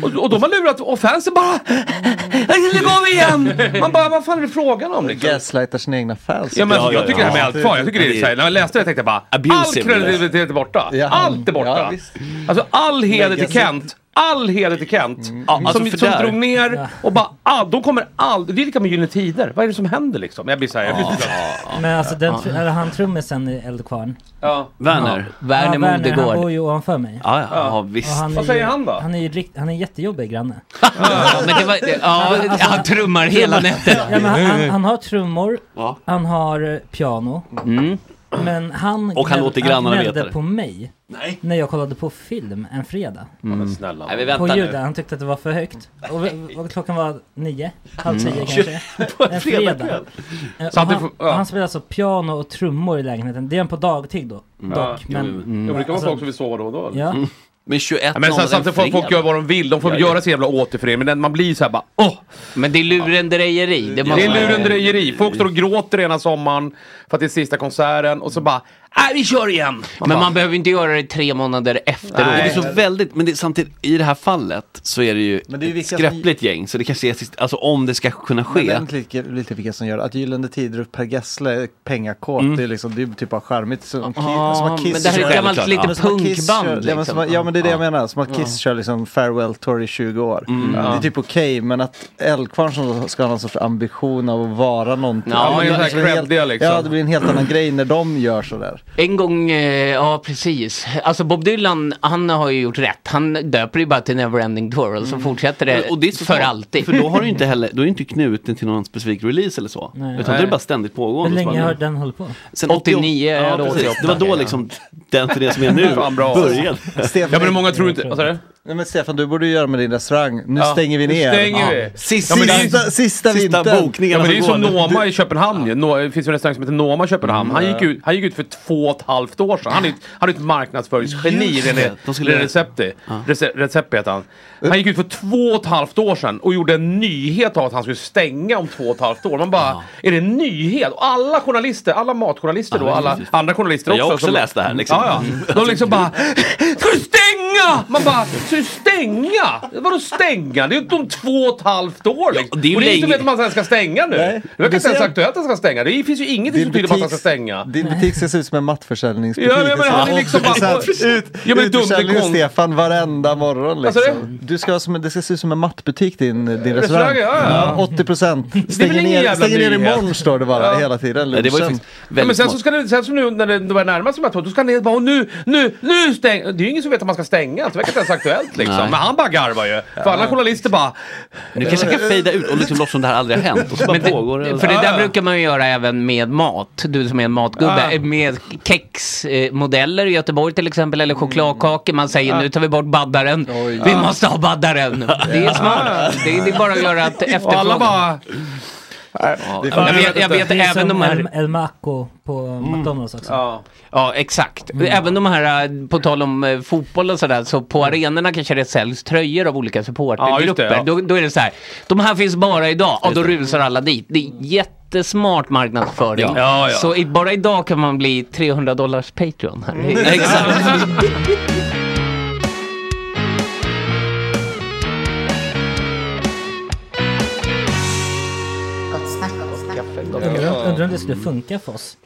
[SPEAKER 4] Och, och de har lurat, och fansen bara... Nu går vi igen! Man bara, vad fan är det frågan om liksom?
[SPEAKER 7] gaslightar sina egna fans.
[SPEAKER 4] Ja, men
[SPEAKER 2] Ja,
[SPEAKER 4] alltså,
[SPEAKER 2] ja,
[SPEAKER 4] jag tycker
[SPEAKER 2] ja.
[SPEAKER 4] det här med allt kvar, jag tycker det är såhär, när jag läste det tänkte jag bara,
[SPEAKER 2] Abusive,
[SPEAKER 4] all kreativitet är borta.
[SPEAKER 7] Ja.
[SPEAKER 4] Allt är
[SPEAKER 7] Ja,
[SPEAKER 4] borta.
[SPEAKER 7] visst.
[SPEAKER 4] alltså all heder till
[SPEAKER 7] Legacy.
[SPEAKER 4] Kent. All heder till Kent.
[SPEAKER 2] Ja, alltså,
[SPEAKER 4] som
[SPEAKER 2] för
[SPEAKER 4] som
[SPEAKER 2] där-
[SPEAKER 4] drog ner och bara, ah, de kommer aldrig, det är lika med Gyllene Tider. Vad är det som händer liksom? Jag blir såhär, jag blir såhär.
[SPEAKER 5] Men alltså den, eller han trummisen i Eldkvarn.
[SPEAKER 4] Ja.
[SPEAKER 2] Werner?
[SPEAKER 6] Werner
[SPEAKER 5] Ja, Werner, han bor
[SPEAKER 6] Modegård.
[SPEAKER 5] ju ovanför mig.
[SPEAKER 2] Ja, ja, ja visst.
[SPEAKER 5] Och han
[SPEAKER 4] Vad
[SPEAKER 5] är
[SPEAKER 4] säger
[SPEAKER 5] ju-
[SPEAKER 4] han då?
[SPEAKER 5] Han är ju rikt, han är en jättejobbig granne.
[SPEAKER 6] Ja, men det var, det- ja, han trummar hela nätet.
[SPEAKER 5] alltså- Ja, men han, han, han har trummor,
[SPEAKER 2] Ja. Mm.
[SPEAKER 5] han har eh, piano. Men han,
[SPEAKER 2] Och han låter grannarna
[SPEAKER 5] han
[SPEAKER 2] veta
[SPEAKER 5] gnällde
[SPEAKER 2] det.
[SPEAKER 5] på mig när jag kollade på film en fredag.
[SPEAKER 4] Men snälla.
[SPEAKER 2] Mm. Nej, vi
[SPEAKER 5] På
[SPEAKER 2] väntar
[SPEAKER 5] ljudet,
[SPEAKER 2] nu.
[SPEAKER 5] han tyckte att det var för högt. Och, v- och klockan var nio, halv
[SPEAKER 2] Mm.
[SPEAKER 5] tio kanske. En fredag. Eh, och
[SPEAKER 4] Så att du
[SPEAKER 5] han,
[SPEAKER 4] får- ja.
[SPEAKER 5] han spelade alltså piano och trummor i lägenheten. Det är en på dagtid då,
[SPEAKER 2] Mm.
[SPEAKER 5] dock.
[SPEAKER 4] Ja,
[SPEAKER 5] men,
[SPEAKER 4] Det brukar vara
[SPEAKER 5] Alltså-
[SPEAKER 4] folk som vill sova då och då. eller?
[SPEAKER 5] ja.
[SPEAKER 2] Men 21
[SPEAKER 4] Ja, Men sen,
[SPEAKER 2] någon
[SPEAKER 4] samtidigt får folk gör vad de vill, de får
[SPEAKER 2] Ja, ja.
[SPEAKER 4] göra sin jävla återförening, men den- man blir såhär bara åh!
[SPEAKER 6] Men det är lurendrejeri. Det,
[SPEAKER 4] Det
[SPEAKER 6] måste
[SPEAKER 4] är
[SPEAKER 6] man-
[SPEAKER 4] lurendrejeri, folk står och gråter ena sommaren för att det är sista konserten och så bara, nej vi kör igen!
[SPEAKER 6] Men man behöver inte göra det tre månader efteråt.
[SPEAKER 2] Och det
[SPEAKER 4] Nej.
[SPEAKER 2] är så väldigt, men det, samtidigt i det här fallet så är det ju
[SPEAKER 7] Men det är ju
[SPEAKER 2] ett
[SPEAKER 7] vilka som-
[SPEAKER 2] skräppligt gäng. Så det kanske är, sist- alltså om det ska kunna ske.
[SPEAKER 7] Men det är lite, lite vilka som gör det. Att Gyllene Tider och Per Gessle är pengakåt. Det är liksom, det är typ bara charmigt. Som, ki- som att Kiss
[SPEAKER 6] Ah, men det här är
[SPEAKER 7] kör-
[SPEAKER 6] ett gammalt
[SPEAKER 2] Självklart,
[SPEAKER 7] men
[SPEAKER 6] litet
[SPEAKER 7] som att Kiss kör-
[SPEAKER 6] punkband.
[SPEAKER 7] ja, men, som,
[SPEAKER 6] liksom.
[SPEAKER 7] ja men det är det jag menar, som att Kiss kör liksom farewell tour i 20 år. Det är typ okej, men att Eldkvarn som ska ha någon sorts ambition av att vara någonting.
[SPEAKER 6] Ja,
[SPEAKER 4] men
[SPEAKER 7] det
[SPEAKER 4] så här
[SPEAKER 7] blir en helt-
[SPEAKER 4] creddiga liksom.
[SPEAKER 7] Ja, det blir en helt annan grej när de gör sådär.
[SPEAKER 6] En gång, eh, ja precis. Alltså Bob Dylan, han har ju gjort rätt. Han döper ju bara till Neverending Tour och så fortsätter det,
[SPEAKER 2] Mm. Och det är så
[SPEAKER 6] för
[SPEAKER 2] svårt,
[SPEAKER 6] alltid.
[SPEAKER 2] För då har du ju inte heller, då är du inte knuten till någon specifik release eller så.
[SPEAKER 5] Nej.
[SPEAKER 2] Utan det är bara ständigt
[SPEAKER 5] Hur
[SPEAKER 2] pågående. Så
[SPEAKER 5] länge
[SPEAKER 2] bara,
[SPEAKER 5] har den hållit på?
[SPEAKER 2] Mm. Sen
[SPEAKER 6] 89
[SPEAKER 2] ja,
[SPEAKER 6] eller
[SPEAKER 2] precis.
[SPEAKER 6] 88,
[SPEAKER 2] Det var då
[SPEAKER 6] ja.
[SPEAKER 2] liksom den turnén som är nu
[SPEAKER 4] Fan, bra.
[SPEAKER 2] började.
[SPEAKER 7] Stefan,
[SPEAKER 4] Ja men hur många tror inte... Vad sa du?
[SPEAKER 7] Nej, men Stefan, du borde ju göra med din restaurang. Nu
[SPEAKER 4] Ja,
[SPEAKER 7] stänger vi
[SPEAKER 4] nu
[SPEAKER 7] ner.
[SPEAKER 4] stänger
[SPEAKER 7] ja.
[SPEAKER 4] vi.
[SPEAKER 7] Sista,
[SPEAKER 4] Ja, men det är ju-
[SPEAKER 7] sista, sista
[SPEAKER 2] Sista
[SPEAKER 7] vintern.
[SPEAKER 4] Ja,
[SPEAKER 2] bokningarna
[SPEAKER 4] men det är ju
[SPEAKER 2] som
[SPEAKER 4] som
[SPEAKER 2] går nu.
[SPEAKER 4] Noma i Köpenhamn ju. Nå- Det finns ju en restaurang som heter Noma i Köpenhamn. Han gick ut, han gick ut för två och ett halvt år sedan. Han är ju ett- han är ett marknadsföringsgeni,
[SPEAKER 2] Just det.
[SPEAKER 4] René
[SPEAKER 2] De skulle-
[SPEAKER 4] René Recepti. Rece- Recepti heter han. Han gick ut för två och ett halvt år sedan och gjorde en nyhet av att han skulle stänga om två och ett halvt år. Man bara, är det en nyhet? Och alla journalister, alla matjournalister då,
[SPEAKER 2] Ja,
[SPEAKER 4] alla
[SPEAKER 2] precis.
[SPEAKER 4] andra journalister också.
[SPEAKER 2] Jag har också
[SPEAKER 4] som-
[SPEAKER 2] läst det här liksom.
[SPEAKER 4] Ja, ja. De liksom bara Ska du stänga? Man bara, ska du stänga? Vadå stänga? Det är ju inte om två och ett halvt år liksom.
[SPEAKER 2] och det är ju
[SPEAKER 4] och det är inte
[SPEAKER 2] länge-
[SPEAKER 4] vet man sen ska stänga nu.
[SPEAKER 7] Nej.
[SPEAKER 4] Det verkar
[SPEAKER 7] Du
[SPEAKER 4] inte ens
[SPEAKER 7] ser-
[SPEAKER 4] aktuellt att han ska stänga. Det finns ju ingenting som tyder på att han ska stänga.
[SPEAKER 7] Din butik ska se ut som en mattförsäljningsbutik.
[SPEAKER 4] Ja, men han är liksom bara-
[SPEAKER 7] 80% ut,
[SPEAKER 4] Ja, men dum,
[SPEAKER 7] utförsäljning
[SPEAKER 4] det
[SPEAKER 7] hos
[SPEAKER 4] kom-
[SPEAKER 7] Stefan varenda morgon
[SPEAKER 4] Vad sa
[SPEAKER 7] liksom. Du ska ha som, en- det ska se ut som en mattbutik din, din restaurang.
[SPEAKER 4] ja, ja.
[SPEAKER 7] 80 procent. Stänger,
[SPEAKER 4] ingen
[SPEAKER 7] ner,
[SPEAKER 4] jävla
[SPEAKER 7] stänger ner
[SPEAKER 4] nyhet.
[SPEAKER 7] imorgon står det bara
[SPEAKER 4] Ja.
[SPEAKER 7] hela tiden.
[SPEAKER 2] Nej, det var ju
[SPEAKER 7] lunchen.
[SPEAKER 2] faktiskt
[SPEAKER 4] Ja, men
[SPEAKER 2] väldigt
[SPEAKER 4] sen
[SPEAKER 2] smart.
[SPEAKER 4] så ska det, sen som nu när det det börjar närma sig de här två, då ska han bara och nu, nu, nu stäng! Det är ju ingen som vet att man ska stänga, så det verkar inte ens aktuellt liksom.
[SPEAKER 2] Nej.
[SPEAKER 4] Men han bara garvar ju. För alla journalister bara,
[SPEAKER 2] Nu kanske jag kan fejda ut och liksom låtsas som det här aldrig har hänt. Och så bara
[SPEAKER 6] Men det-
[SPEAKER 2] pågår det. Ah.
[SPEAKER 6] För det
[SPEAKER 4] Ja,
[SPEAKER 6] där
[SPEAKER 4] ja.
[SPEAKER 6] brukar man ju göra även med mat. Du som är en matgubbe.
[SPEAKER 4] Ja.
[SPEAKER 2] Ah.
[SPEAKER 6] Eh, Med kexmodeller i Göteborg till exempel. Eller chokladkakor. Man säger
[SPEAKER 2] Ah.
[SPEAKER 6] nu tar vi bort baddaren. Vi måste ha baddaren. Det är smart. Det, är- det är bara att göra att
[SPEAKER 4] och alla
[SPEAKER 6] efterfrågan.
[SPEAKER 4] bara...
[SPEAKER 6] det är- Jag vet- jag vet
[SPEAKER 5] Det är
[SPEAKER 6] även
[SPEAKER 5] som
[SPEAKER 6] de här-
[SPEAKER 5] El, El Maco på McDonalds också.
[SPEAKER 4] Ja.
[SPEAKER 6] Ja, exakt. Även de här, eh, på tal om eh, fotboll och sådär, så på arenorna kanske det säljs tröjor av olika
[SPEAKER 4] Ja, just
[SPEAKER 6] supportergrupper.
[SPEAKER 4] det, ja.
[SPEAKER 6] då, då är det så här, de här finns bara idag, ja, då rusar alla dit. Det är jättesmart marknadsföring.
[SPEAKER 2] Ja. Ja, ja.
[SPEAKER 6] Så i, bara idag kan man bli 300 dollars Patreon här.
[SPEAKER 4] Mm.
[SPEAKER 2] Exakt.
[SPEAKER 5] Undrar om det skulle funka för oss.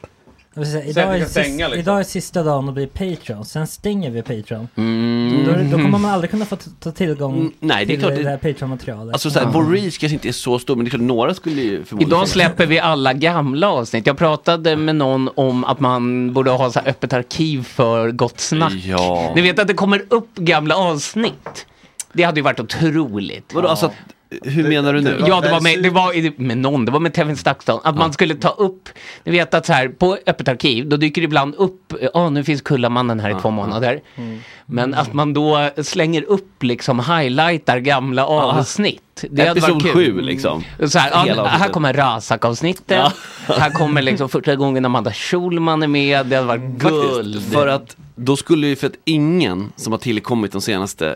[SPEAKER 5] Jag vill säga,
[SPEAKER 4] Så att vi
[SPEAKER 5] idag, är
[SPEAKER 4] kan
[SPEAKER 5] sista,
[SPEAKER 4] stänga, liksom.
[SPEAKER 5] idag är sista dagen att bli Patreon, sen stänger vi Patreon.
[SPEAKER 6] Mm.
[SPEAKER 5] Då, då kommer man aldrig kunna få t- ta tillgång
[SPEAKER 2] Mm, nej, det är
[SPEAKER 5] till
[SPEAKER 2] klart
[SPEAKER 5] det
[SPEAKER 2] det-
[SPEAKER 5] där Patreon-materialet.
[SPEAKER 2] Alltså såhär, vår reach kanske inte är så stor, men det är klart, några skulle ju förmodligen...
[SPEAKER 6] Idag släpper vi alla gamla avsnitt. Jag pratade med någon om att man borde ha så här öppet arkiv för gott snack.
[SPEAKER 2] Ja.
[SPEAKER 6] Ni vet att det kommer upp gamla avsnitt. Det hade ju varit otroligt.
[SPEAKER 2] Vadå, alltså, att- hur menar du nu?
[SPEAKER 6] Ja, det var, med, det var i- med någon, det var med Tevin Stakston. Att man skulle ta upp, ni vet att så här, på Öppet arkiv, då dyker det ibland upp, ja nu finns Kullamannen här i två månader.
[SPEAKER 2] Mm.
[SPEAKER 6] Men att man då slänger upp, liksom highlightar gamla avsnitt. Det hade
[SPEAKER 2] Episod
[SPEAKER 6] varit kul. Mm.
[SPEAKER 2] sju, liksom.
[SPEAKER 6] Så här,
[SPEAKER 2] Hela
[SPEAKER 6] ja, här
[SPEAKER 2] avsnittet.
[SPEAKER 6] kommer Razak-avsnittet, här kommer liksom första gången Amanda Schulman är med, det hade varit guld.
[SPEAKER 2] Mm. Faktiskt, för att då skulle ju för att ingen som har tillkommit de senaste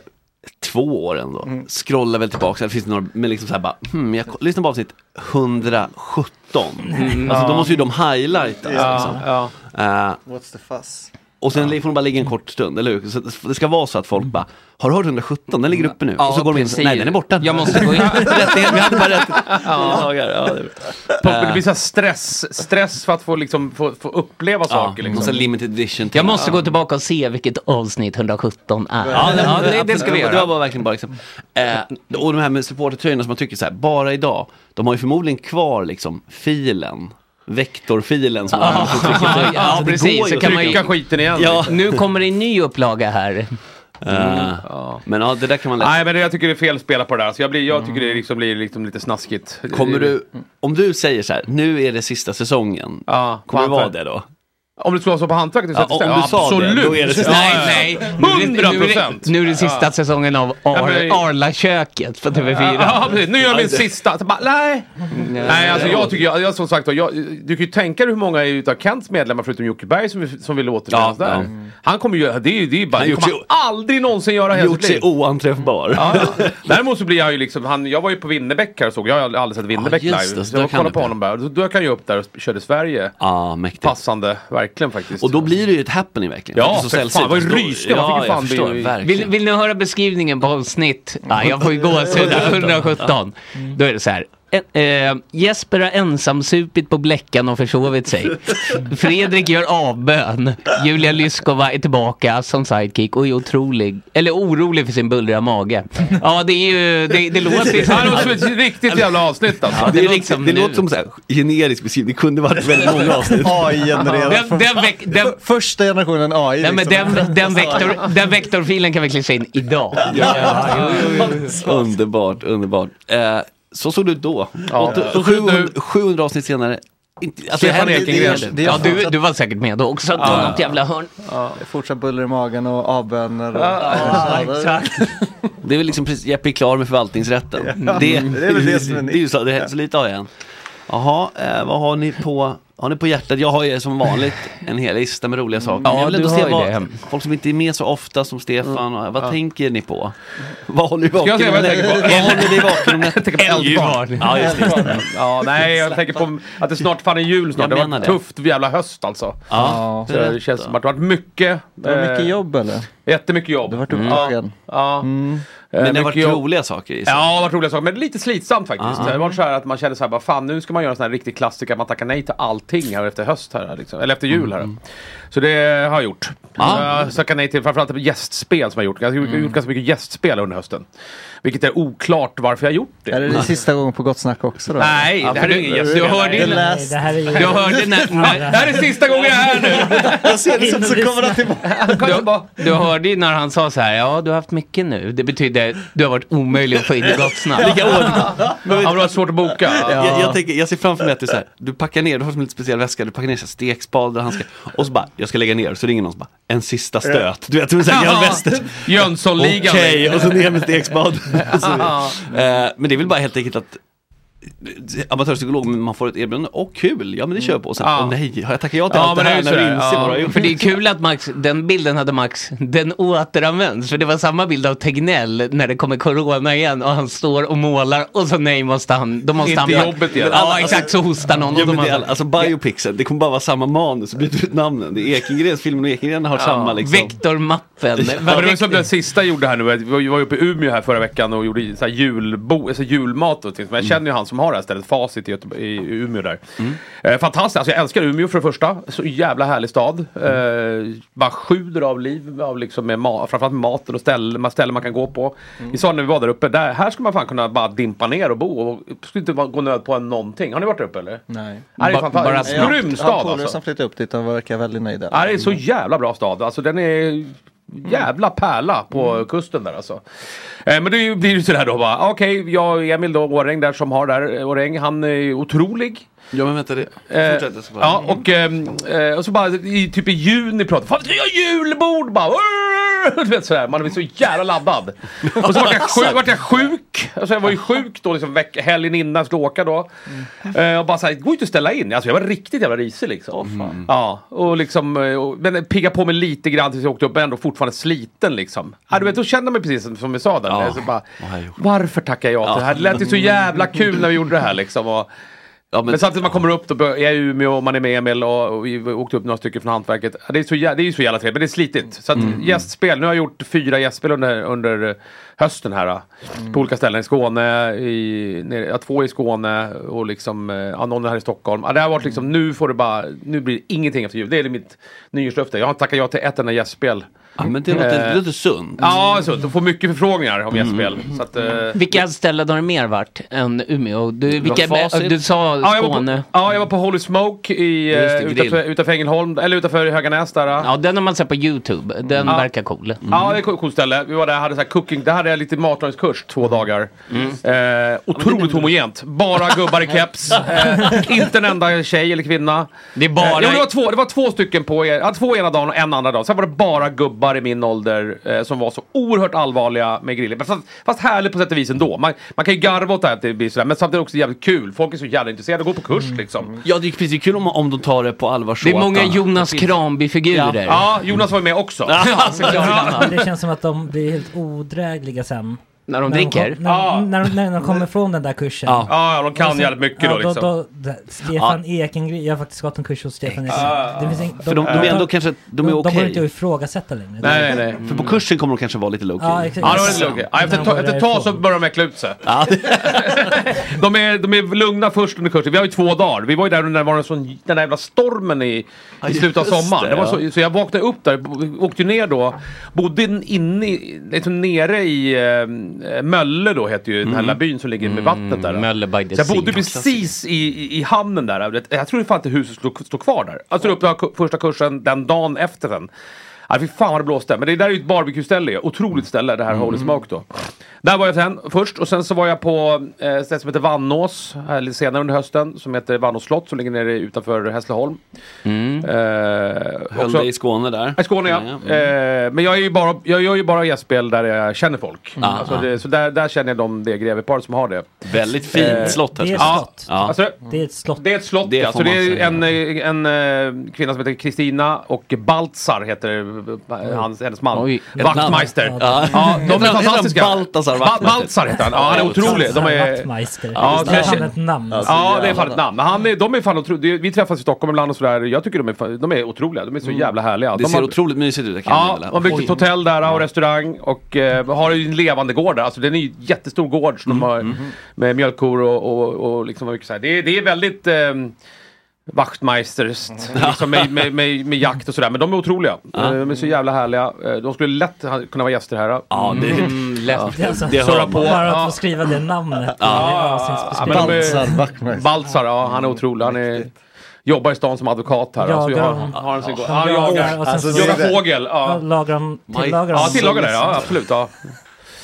[SPEAKER 2] två åren då,
[SPEAKER 6] Mm.
[SPEAKER 2] scrollar väl tillbaka, det finns några, men liksom såhär bara, hmm, jag ko- lyssnar på avsnitt 117.
[SPEAKER 6] Mm.
[SPEAKER 2] Alltså då måste ju de highlightas liksom.
[SPEAKER 4] Ja.
[SPEAKER 2] Eh,
[SPEAKER 7] What's the fuss?
[SPEAKER 2] och sen får de bara ligga en kort stund, eller hur? Så det ska vara så att folk bara, har du hört 117? Den ligger uppe nu.
[SPEAKER 6] Mm. Ja,
[SPEAKER 2] och så går de in, och
[SPEAKER 6] precis.
[SPEAKER 2] så, nej den är borta.
[SPEAKER 6] Jag måste gå in.
[SPEAKER 2] Rättighet, vi hade bara rätt. Ja, ja, det är bra. Eh,
[SPEAKER 4] Pop- Det blir så här stress, stress för att få, liksom, få, få uppleva
[SPEAKER 2] ja,
[SPEAKER 4] saker. Liksom.
[SPEAKER 2] massa limited edition.
[SPEAKER 6] Jag måste gå tillbaka och se vilket avsnitt 117 är.
[SPEAKER 2] Ja, det, ja, det, det
[SPEAKER 6] ska vi
[SPEAKER 2] Det var
[SPEAKER 6] göra.
[SPEAKER 2] bara, verkligen bara exempel. Eh, och de här med supportertröjorna som man tycker så här, bara idag, de har ju förmodligen kvar liksom filen, vektorfilen som man använder för att trycka tröjor.
[SPEAKER 6] ja,
[SPEAKER 2] Alltså, det
[SPEAKER 6] precis,
[SPEAKER 2] går ju
[SPEAKER 6] så
[SPEAKER 2] att
[SPEAKER 6] kan man ju-
[SPEAKER 2] trycka.
[SPEAKER 4] Trycka skiten igen.
[SPEAKER 2] Ja.
[SPEAKER 6] Nu kommer det en ny upplaga här. Mm.
[SPEAKER 2] Eh, Men ja, det där kan man lätt.
[SPEAKER 4] Nej, men det- jag tycker det är fel att spela på det där. Så jag, blir, jag tycker det liksom blir liksom lite snaskigt.
[SPEAKER 2] Kommer du, om du säger så här, nu är det sista säsongen,
[SPEAKER 4] Ja,
[SPEAKER 2] kommer det
[SPEAKER 4] fan
[SPEAKER 2] vara
[SPEAKER 4] för-
[SPEAKER 2] det då?
[SPEAKER 4] Om det skulle vara så på hantverket,
[SPEAKER 2] Ja, om du sa det,
[SPEAKER 4] absolut.
[SPEAKER 2] då är det så.
[SPEAKER 6] Nej, nej. Nu är det- nu är det-
[SPEAKER 4] 100%.
[SPEAKER 6] Nu är det sista säsongen av Ar-
[SPEAKER 4] Ja, men-
[SPEAKER 6] Arla-köket på TV4.
[SPEAKER 4] Ja, precis. Nu gör jag min sista. Så bara, nej.
[SPEAKER 2] Mm.
[SPEAKER 4] Nej, alltså jag tycker, jag, jag, som sagt jag, du kan ju tänka dig hur många utav Kents medlemmar förutom Jocke Berg som, vi- som vill återförenas
[SPEAKER 2] Ja,
[SPEAKER 4] där.
[SPEAKER 2] ja.
[SPEAKER 4] Han kommer ju, det är ju, det är ju bara,
[SPEAKER 2] Han
[SPEAKER 4] det
[SPEAKER 2] gjort
[SPEAKER 4] kommer
[SPEAKER 2] sig-
[SPEAKER 4] han aldrig någonsin göra i hela
[SPEAKER 2] Gjort
[SPEAKER 4] sitt
[SPEAKER 2] sig
[SPEAKER 4] liv.
[SPEAKER 2] oanträffbar.
[SPEAKER 4] Ja, ja. Däremot så blir jag ju liksom, han, jag var ju på Winnerbäck här och såg, jag har aldrig sett Winnerbäck
[SPEAKER 2] Ja, just det,
[SPEAKER 4] live.
[SPEAKER 2] så
[SPEAKER 4] Så
[SPEAKER 2] där
[SPEAKER 4] jag
[SPEAKER 2] kan
[SPEAKER 4] kollade
[SPEAKER 2] du
[SPEAKER 4] på
[SPEAKER 2] bli.
[SPEAKER 4] honom bara, då dök han ju upp där och sp- körde Sverige.
[SPEAKER 2] Ah, mäktigt.
[SPEAKER 4] Passande, verkligen faktiskt.
[SPEAKER 2] Och då blir det ju ett happening verkligen.
[SPEAKER 4] Ja,
[SPEAKER 2] Det är
[SPEAKER 4] för fan, det var ju
[SPEAKER 2] Då-
[SPEAKER 4] rysningar. Man fick
[SPEAKER 2] Ja,
[SPEAKER 4] ju
[SPEAKER 2] jag
[SPEAKER 4] fan
[SPEAKER 2] förstår,
[SPEAKER 4] bli-
[SPEAKER 6] Vill,
[SPEAKER 2] verkligen.
[SPEAKER 6] vill ni höra beskrivningen på avsnitt? Ja, jag får ju gåshud. här. 117.
[SPEAKER 4] Mm.
[SPEAKER 6] Då är det så här. Eh, eh, Jesper har ensamsupit på bläckan och försovit sig. Fredrik gör avbön. Julia Lyskova är tillbaka som sidekick och är otrolig, eller orolig för sin bullriga mage. Ja, det är ju, det, det låter ju...
[SPEAKER 4] det var som ett riktigt jävla avsnitt alltså.
[SPEAKER 2] Det,
[SPEAKER 6] Det
[SPEAKER 2] låter-
[SPEAKER 6] är liksom
[SPEAKER 2] det
[SPEAKER 6] nu.
[SPEAKER 2] låter som så här, generisk beskrivning, det kunde varit väldigt många avsnitt.
[SPEAKER 7] AI-genererad.
[SPEAKER 6] Den, den, veck- den,
[SPEAKER 7] Första generationen liksom. AI.
[SPEAKER 6] Nej, men
[SPEAKER 4] liksom-
[SPEAKER 6] den, den, vektor, den vektorfilen kan vi klippa in idag.
[SPEAKER 2] Underbart, underbart. Eh, så såg du ut då.
[SPEAKER 4] Ja.
[SPEAKER 2] Åtta-
[SPEAKER 4] Så såg du
[SPEAKER 2] 700,
[SPEAKER 4] nu.
[SPEAKER 2] 700 avsnitt senare. Inte, alltså,
[SPEAKER 4] Stefan
[SPEAKER 2] det här-
[SPEAKER 4] Ekengren.
[SPEAKER 2] det- det-
[SPEAKER 6] Ja, du, du var säkert med då också. att Det var något jävla hörn.
[SPEAKER 7] Fortsatt buller i magen och avböner. Och...
[SPEAKER 2] Det är väl liksom precis, Jeppe är klar med förvaltningsrätten. Det,
[SPEAKER 7] det är väl det som är nytt.
[SPEAKER 2] ju så, det, så lite har jag än. Jaha, eh, vad har ni på, har ni på hjärtat? Jag har ju som vanligt en hel lista med roliga saker. Men
[SPEAKER 6] Ja,
[SPEAKER 2] jag vill
[SPEAKER 6] du
[SPEAKER 2] ändå
[SPEAKER 6] har
[SPEAKER 2] se
[SPEAKER 6] ju
[SPEAKER 2] vad,
[SPEAKER 6] det.
[SPEAKER 2] folk som inte är med så ofta som Stefan, och, vad tänker ni på? Vad håller ni
[SPEAKER 4] Ska jag
[SPEAKER 2] vaken
[SPEAKER 4] säga
[SPEAKER 2] om?
[SPEAKER 4] vad jag
[SPEAKER 2] nätterna?
[SPEAKER 4] tänker på?
[SPEAKER 2] Vad håller ni vaken om? nätterna?
[SPEAKER 4] tänker på eldbarn.
[SPEAKER 2] Ja, just det.
[SPEAKER 4] Ja, nej, jag tänker på att det snart fan är jul snart.
[SPEAKER 2] Jag
[SPEAKER 4] Det har
[SPEAKER 2] menar
[SPEAKER 4] varit
[SPEAKER 2] det.
[SPEAKER 4] tufft jävla höst alltså.
[SPEAKER 2] Ja,
[SPEAKER 4] Så det känns som att det har varit mycket.
[SPEAKER 7] Det var mycket
[SPEAKER 4] eh,
[SPEAKER 7] jobb eller?
[SPEAKER 4] Jättemycket jobb. Mm.
[SPEAKER 7] Du har varit upptagen. Mm.
[SPEAKER 4] Ja. Eh,
[SPEAKER 2] Men det har
[SPEAKER 4] mycket
[SPEAKER 2] varit liksom.
[SPEAKER 4] jobb.
[SPEAKER 2] roliga saker i sig.
[SPEAKER 4] Ja, det har varit roliga saker. Men lite slitsamt faktiskt. Det var så här att man kände så här, bara, fan nu ska man göra en sån här riktig klassiker. Att man tackar nej till allting här efter höst här. Liksom. Eller efter jul här.
[SPEAKER 7] Mm.
[SPEAKER 4] Så det har jag gjort.
[SPEAKER 2] Ja.
[SPEAKER 4] Jag har tackat nej till framförallt till gästspel som jag har gjort. Jag har gjort
[SPEAKER 7] Mm.
[SPEAKER 4] gjort ganska mycket gästspel under hösten. Vilket är oklart varför jag har gjort det.
[SPEAKER 7] Är det, det sista gången på Gott Snack också då?
[SPEAKER 4] Nej, det här är ju ingen gästspel.
[SPEAKER 6] du hörde ju-
[SPEAKER 4] Nej,
[SPEAKER 5] Nej, det här är ju...
[SPEAKER 6] Jag hörde
[SPEAKER 4] Nej,
[SPEAKER 6] när,
[SPEAKER 4] det här är sista gången jag är här nu!
[SPEAKER 7] Jag ser det som så kommer han
[SPEAKER 6] du, du hörde ju när han sa så här, ja du har haft mycket nu. Det betyder du har varit omöjlig att få in i gott snack.
[SPEAKER 2] Vilka år?
[SPEAKER 4] Ja, men det var svårt att boka.
[SPEAKER 2] Jag, jag, tänker, jag ser framför mig att det är så här, du packar ner, du har som en lite speciell väska, du packar ner så här stekspadar, handskar och så bara, jag ska lägga ner, så ringer någon som bara, en
[SPEAKER 4] Eh.
[SPEAKER 2] sista stöt. Du vet, hon säger, jag väster.
[SPEAKER 4] Jönssonligan.
[SPEAKER 2] Okej, och så ner med stekspad. Och så vidare. Eh, Men det är väl bara helt enkelt att amatörpsykolog men man får ett erbjudande och kul, ja men det kör jag på. Och sen,
[SPEAKER 6] Ja.
[SPEAKER 2] åh nej, har jag tackat ja till allt det här när du inser vad du har gjort?
[SPEAKER 6] För det är kul att Max, den bilden hade Max, den återanvänds. För det var samma bild av Tegnell när det kommer corona igen och han står och målar och så nej måste han, då måste
[SPEAKER 4] Inte
[SPEAKER 6] han...
[SPEAKER 4] jobbet igen.
[SPEAKER 6] Ja exakt, så hostar någon
[SPEAKER 2] Ja,
[SPEAKER 6] och
[SPEAKER 2] men
[SPEAKER 6] de
[SPEAKER 2] det, är-
[SPEAKER 6] andra.
[SPEAKER 2] alltså biopixen, det kommer bara vara samma manus, byt ut namnen. Det är Ekengrens, filmen och Ekengren har samma liksom.
[SPEAKER 6] Vektormappen.
[SPEAKER 4] Ja, men det var ju som den sista jag gjorde här nu. Vi var ju uppe i Umeå här förra veckan och gjorde så här julbo, alltså julmat och ting. Men jag känner ju han som har det här stället, Facit i, Göteborg, i Umeå där. Eh, fantastiskt, alltså jag älskar Umeå för det första. Så jävla härlig stad. Eh, bara sjuder av liv, av liksom med ma- framförallt med maten och ställ, ma- ställen man kan gå på. Vi sa när vi var där uppe, där, här skulle man fan kunna bara dimpa ner och bo. Och skulle inte vara- gå nöd på en någonting. Har ni varit där uppe eller?
[SPEAKER 7] Nej.
[SPEAKER 4] Ja, det är
[SPEAKER 6] Ba- bara
[SPEAKER 4] fantastiskt.
[SPEAKER 6] snabbt.
[SPEAKER 4] Grym
[SPEAKER 7] Jag har
[SPEAKER 4] stad
[SPEAKER 7] polare
[SPEAKER 4] alltså.
[SPEAKER 7] som flyttade upp dit och verkar väldigt nöjda.
[SPEAKER 4] Ja, det är så jävla bra stad. Alltså den är jävla pärla på kusten där alltså. Eh, men det blir ju sådär då bara, okej, jag och Emil då, Åräng där som har där, eh, Åräng, han är otrolig.
[SPEAKER 2] Ja men vänta, det...
[SPEAKER 4] Eh,
[SPEAKER 2] Fortsätt. jag ska bara-
[SPEAKER 4] ja, och, ehm, eh, och så bara i, typ i juni pratar fan vi gör julbord! Bara, "Urr!" du vet sådär, man blir så jävla laddad. Och så vart jag sjuk, vart jag, sjuk. Alltså, jag var ju sjuk då liksom veck, helgen innan jag skulle åka då. Eh, och bara såhär, det går ju inte att ställa in. Alltså jag var riktigt jävla risig liksom. Ja, och liksom, eh, och, men pigga på mig lite grann tills jag åkte upp, men ändå fortfarande sliten liksom. Ja, du vet, då kände jag mig precis som, som vi sa där.
[SPEAKER 2] Ja.
[SPEAKER 4] Så bara,
[SPEAKER 2] Vad har jag gjort?
[SPEAKER 4] varför tackar jag till det här? Det lät ju så jävla kul när vi gjorde det här liksom. Och,
[SPEAKER 2] Ja, men,
[SPEAKER 4] men samtidigt man kommer upp, då bör- jag är i Umeå och man är med Emil och, och vi åkte upp några stycken från hantverket. Ja, Det är, så jä- det är ju så jävla trevligt, men det är slitigt. Så att
[SPEAKER 2] Mm.
[SPEAKER 4] gästspel, nu har jag gjort fyra gästspel under, under hösten här. då.
[SPEAKER 2] Mm.
[SPEAKER 4] På olika ställen, i Skåne, i, nere, ja, två i Skåne och liksom, eh, ja, någon här i Stockholm. Ja, det har varit
[SPEAKER 2] Mm.
[SPEAKER 4] liksom, nu får det bara, nu blir det ingenting efter jul. Det är mitt nyårslöfte. Jag tackar ja till ett enda gästspel. Eh,
[SPEAKER 2] ja, men det låter, det låter sunt. Mm.
[SPEAKER 4] Ja, så, de får mycket förfrågningar om gästspel. Så att, eh,
[SPEAKER 6] Vilka ställen har det mer varit än Umeå? Du, vilka,
[SPEAKER 2] Facit.
[SPEAKER 6] du sa
[SPEAKER 4] Ja, jag var
[SPEAKER 6] Skåne.
[SPEAKER 4] på, ja, jag var på Holy Smoke i, eh,
[SPEAKER 2] Just det, grill.
[SPEAKER 4] utanför, utanför Ängelholm, eller utanför Höganäs där. eh.
[SPEAKER 6] Ja, den har man sett på YouTube. Den verkar cool.
[SPEAKER 2] Mm.
[SPEAKER 4] Ja, det är ett coolt ställe. Vi var där, hade så här cooking, där hade jag lite matlagningskurs två
[SPEAKER 2] Mm.
[SPEAKER 4] dagar. Eh, otroligt homogent. Bara gubbar i keps. Eh, inte en enda tjej eller kvinna.
[SPEAKER 6] Det är bara-
[SPEAKER 4] Eh, jo, det, var två, det var två stycken på er, ja, två ena dagen och en andra dag. Sen var det bara gubbar i min ålder eh, som var så oerhört allvarliga med grillen. Men Fast, fast härligt på sätt och vis ändå. Man, man kan ju garva åt det här att det blir sådär, men samtidigt också jävligt kul. Folk är så jävla intresserade och går på kurs liksom.
[SPEAKER 2] Mm. Ja, det är precis kul om, om de tar det på allvar så
[SPEAKER 6] Det är
[SPEAKER 2] att
[SPEAKER 6] många
[SPEAKER 2] han-
[SPEAKER 6] Jonas Kranby-figurer.
[SPEAKER 4] Ja, Jonas var ju med också.
[SPEAKER 6] Ja, såklart.
[SPEAKER 5] Det känns som att de blir helt odrägliga sen.
[SPEAKER 6] När de
[SPEAKER 5] När
[SPEAKER 6] dricker.
[SPEAKER 5] kom, när,
[SPEAKER 4] Ja.
[SPEAKER 5] när, de- när de kommer från den där kursen.
[SPEAKER 2] Ja.
[SPEAKER 4] Ah. Ja, de kan jävligt mycket då
[SPEAKER 5] Ja,
[SPEAKER 4] liksom.
[SPEAKER 5] då, då, Stefan Ekengren, jag har faktiskt gått en kurs hos Stefan
[SPEAKER 4] Ah.
[SPEAKER 5] Ekengren. Det finns ingen-
[SPEAKER 2] För de, de är ändå kanske,
[SPEAKER 5] de,
[SPEAKER 2] de är
[SPEAKER 5] de går
[SPEAKER 2] okej.
[SPEAKER 5] inte att ifrågasätta längre.
[SPEAKER 4] Nej, nej, nej.
[SPEAKER 2] För på kursen kommer de kanske vara lite low
[SPEAKER 5] Ja,
[SPEAKER 2] key.
[SPEAKER 5] exakt.
[SPEAKER 4] Ja, det var lite lugnt. Ja, efter, ett tag- efter ett tag så börjar de äckla ut sig. de, är, de är lugna först under kursen. Vi har ju två dagar. Vi var ju där under var en sån, den där jävla stormen i, i
[SPEAKER 2] just
[SPEAKER 4] slutet av sommaren. Det var
[SPEAKER 2] det,
[SPEAKER 4] så, så jag vaknade upp där, bo- åkte ju ner då. Bodde in- inne, i- liksom nere i eh, Mölle då, heter ju den
[SPEAKER 6] Mm.
[SPEAKER 4] här lilla byn som ligger med vattnet där.
[SPEAKER 6] Mölle Mm. by the
[SPEAKER 4] så jag
[SPEAKER 6] sea.
[SPEAKER 4] bodde precis i, i, i hamnen där. Jag tror fan inte huset stod, stod kvar där. Alltså upp den här ku- första kursen den dagen efter den. Ja, fy fan vad det blåste. Men det där är ju ett barbecue-ställe ju. Otroligt ställe det här
[SPEAKER 2] Mm.
[SPEAKER 4] Holy Smoke då. Där var jag sen, först och sen så var jag på eh, ett ställe som heter Vannås. Här lite senare under hösten. Som heter Vannås slott som ligger nere utanför Hässleholm. Eh,
[SPEAKER 2] Mm. Höll
[SPEAKER 4] också-
[SPEAKER 2] dig i Skåne där.
[SPEAKER 4] i Skåne ja.
[SPEAKER 2] Mm.
[SPEAKER 4] Eh, men jag, är ju bara, jag gör ju bara gästspel där jag känner folk.
[SPEAKER 2] Mm. Ah,
[SPEAKER 4] Alltså, det, så där, där känner jag de, det grevepar som har det. Eh,
[SPEAKER 2] Väldigt fint slott här.
[SPEAKER 5] det är
[SPEAKER 2] ska jag säga.
[SPEAKER 5] slott.
[SPEAKER 2] Ja.
[SPEAKER 4] Alltså,
[SPEAKER 5] Det är ett slott.
[SPEAKER 4] det är ett slott
[SPEAKER 2] Det
[SPEAKER 4] ja.
[SPEAKER 2] får
[SPEAKER 4] Så det
[SPEAKER 2] man
[SPEAKER 4] är
[SPEAKER 2] säga.
[SPEAKER 4] en, eh, en, eh, kvinna som heter Kristina och Baltzar heter eh, hans, hennes man.
[SPEAKER 6] Oj, ett
[SPEAKER 4] Wachtmeister.
[SPEAKER 5] namn.
[SPEAKER 4] Ja. de är
[SPEAKER 2] Heter han
[SPEAKER 4] fantastiska.
[SPEAKER 2] Balthazar
[SPEAKER 4] Ba-
[SPEAKER 2] Wachtmeister?
[SPEAKER 4] Baltzar heter han. Ja, han är otrolig. De är,
[SPEAKER 5] Wachtmeister.
[SPEAKER 4] Ja,
[SPEAKER 5] det är
[SPEAKER 4] kanske-
[SPEAKER 5] fan ett namn.
[SPEAKER 4] Ja, det är fan ett namn. Men Han är, de är fan otroliga. Vi träffas i Stockholm ibland och sådär. Jag tycker de är, fan- de är otroliga. De är så jävla härliga.
[SPEAKER 2] Mm. Det
[SPEAKER 4] de
[SPEAKER 2] ser
[SPEAKER 4] har-
[SPEAKER 2] otroligt mysigt ut. jag kan
[SPEAKER 4] Ja,
[SPEAKER 2] meddela.
[SPEAKER 4] de har byggt ett hotell där och restaurang och eh, har ju en levande gård där. Alltså det är en jättestor gård som de har med mjölkkor och, och, och liksom mycket så här. Det, är- det är väldigt eh, Wachtmeisterskt, liksom med, med, med, med jakt och sådär. Men de är otroliga. Eh, De är så jävla härliga. Eh, De skulle lätt ha- kunna vara gäster här.
[SPEAKER 2] Ja, det,
[SPEAKER 6] Mm, lätt.
[SPEAKER 5] Det är alltså,
[SPEAKER 2] Det hör man.
[SPEAKER 5] Bara
[SPEAKER 4] Ja.
[SPEAKER 5] att få skriva det namnet. det är
[SPEAKER 4] ja, men
[SPEAKER 5] avsnittsbeskrivning.
[SPEAKER 4] de är-
[SPEAKER 7] Baltzar Wachtmeister.
[SPEAKER 4] Baltzar, ja han är otrolig. Han är, jobbar i stan som advokat här.
[SPEAKER 5] Jagar
[SPEAKER 4] Alltså, jag har,
[SPEAKER 5] de?
[SPEAKER 4] har en sin gård.
[SPEAKER 5] De
[SPEAKER 4] Ja,
[SPEAKER 5] jagar
[SPEAKER 4] jagar.
[SPEAKER 5] och sen
[SPEAKER 2] Alltså,
[SPEAKER 5] så
[SPEAKER 4] Jagar fågel. Ja.
[SPEAKER 5] lagar de, tillagar de.
[SPEAKER 4] Ja, tillagar det. Ja, absolut. Ja.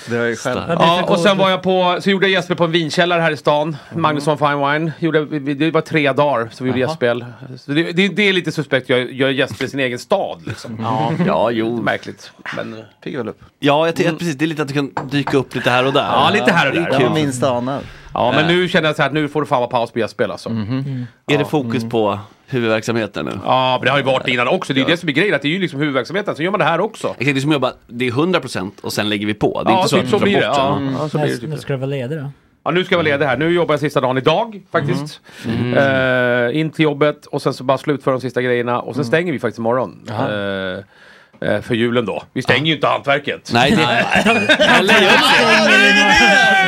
[SPEAKER 7] Det var ju själv.
[SPEAKER 5] Ja, det är
[SPEAKER 4] Ja,
[SPEAKER 5] för
[SPEAKER 4] och sen
[SPEAKER 5] god-
[SPEAKER 4] var jag på, så gjorde jag gästspel på en vinkällare här i stan. Magnusson Fine Wine. Gjorde, vi- vi- det var tre dagar som vi gjorde gästspel. Så det, det, det är lite suspekt, jag gör gästspel i sin egen stad liksom.
[SPEAKER 2] ja, ja, jo.
[SPEAKER 4] Märkligt. Men, eh,
[SPEAKER 7] Pigg väl upp.
[SPEAKER 2] Ja, jag, ty- precis. Det är lite att du kan dyka upp lite här och där.
[SPEAKER 4] ja, lite här och
[SPEAKER 7] Det
[SPEAKER 4] där.
[SPEAKER 7] var minsta anar. Eh,
[SPEAKER 4] Ja, men nu känner jag så här att nu får det fan vara paus på gästspel alltså.
[SPEAKER 2] Mhm. Mm. Är det fokus på
[SPEAKER 5] mm.
[SPEAKER 2] huvudverksamheten nu?
[SPEAKER 4] Ja, men det har ju varit innan också. Det är ju det som är grejen, att det är ju liksom huvudverksamheten. Så gör man det här också.
[SPEAKER 2] Exakt, det är som att jobba, det är 100% och sen lägger vi på. Det är
[SPEAKER 4] Ja,
[SPEAKER 2] inte så
[SPEAKER 4] typ
[SPEAKER 2] att vi
[SPEAKER 4] så
[SPEAKER 2] drar
[SPEAKER 4] blir det.
[SPEAKER 2] bort
[SPEAKER 4] Ja,
[SPEAKER 5] Mm.
[SPEAKER 2] den.
[SPEAKER 4] ja, så blir det
[SPEAKER 5] Men
[SPEAKER 4] typ.
[SPEAKER 5] ska du vara ledig då?
[SPEAKER 4] Ja, nu ska jag vara ledig här. Nu jobbar jag sista dagen idag faktiskt.
[SPEAKER 2] Mm.
[SPEAKER 4] Eh, in till jobbet och sen så bara slutföra de sista grejerna och sen stänger vi faktiskt imorgon. Eh, eh, för julen då. Vi stänger ju inte hantverket.
[SPEAKER 2] Nej, det... Eller gör man det?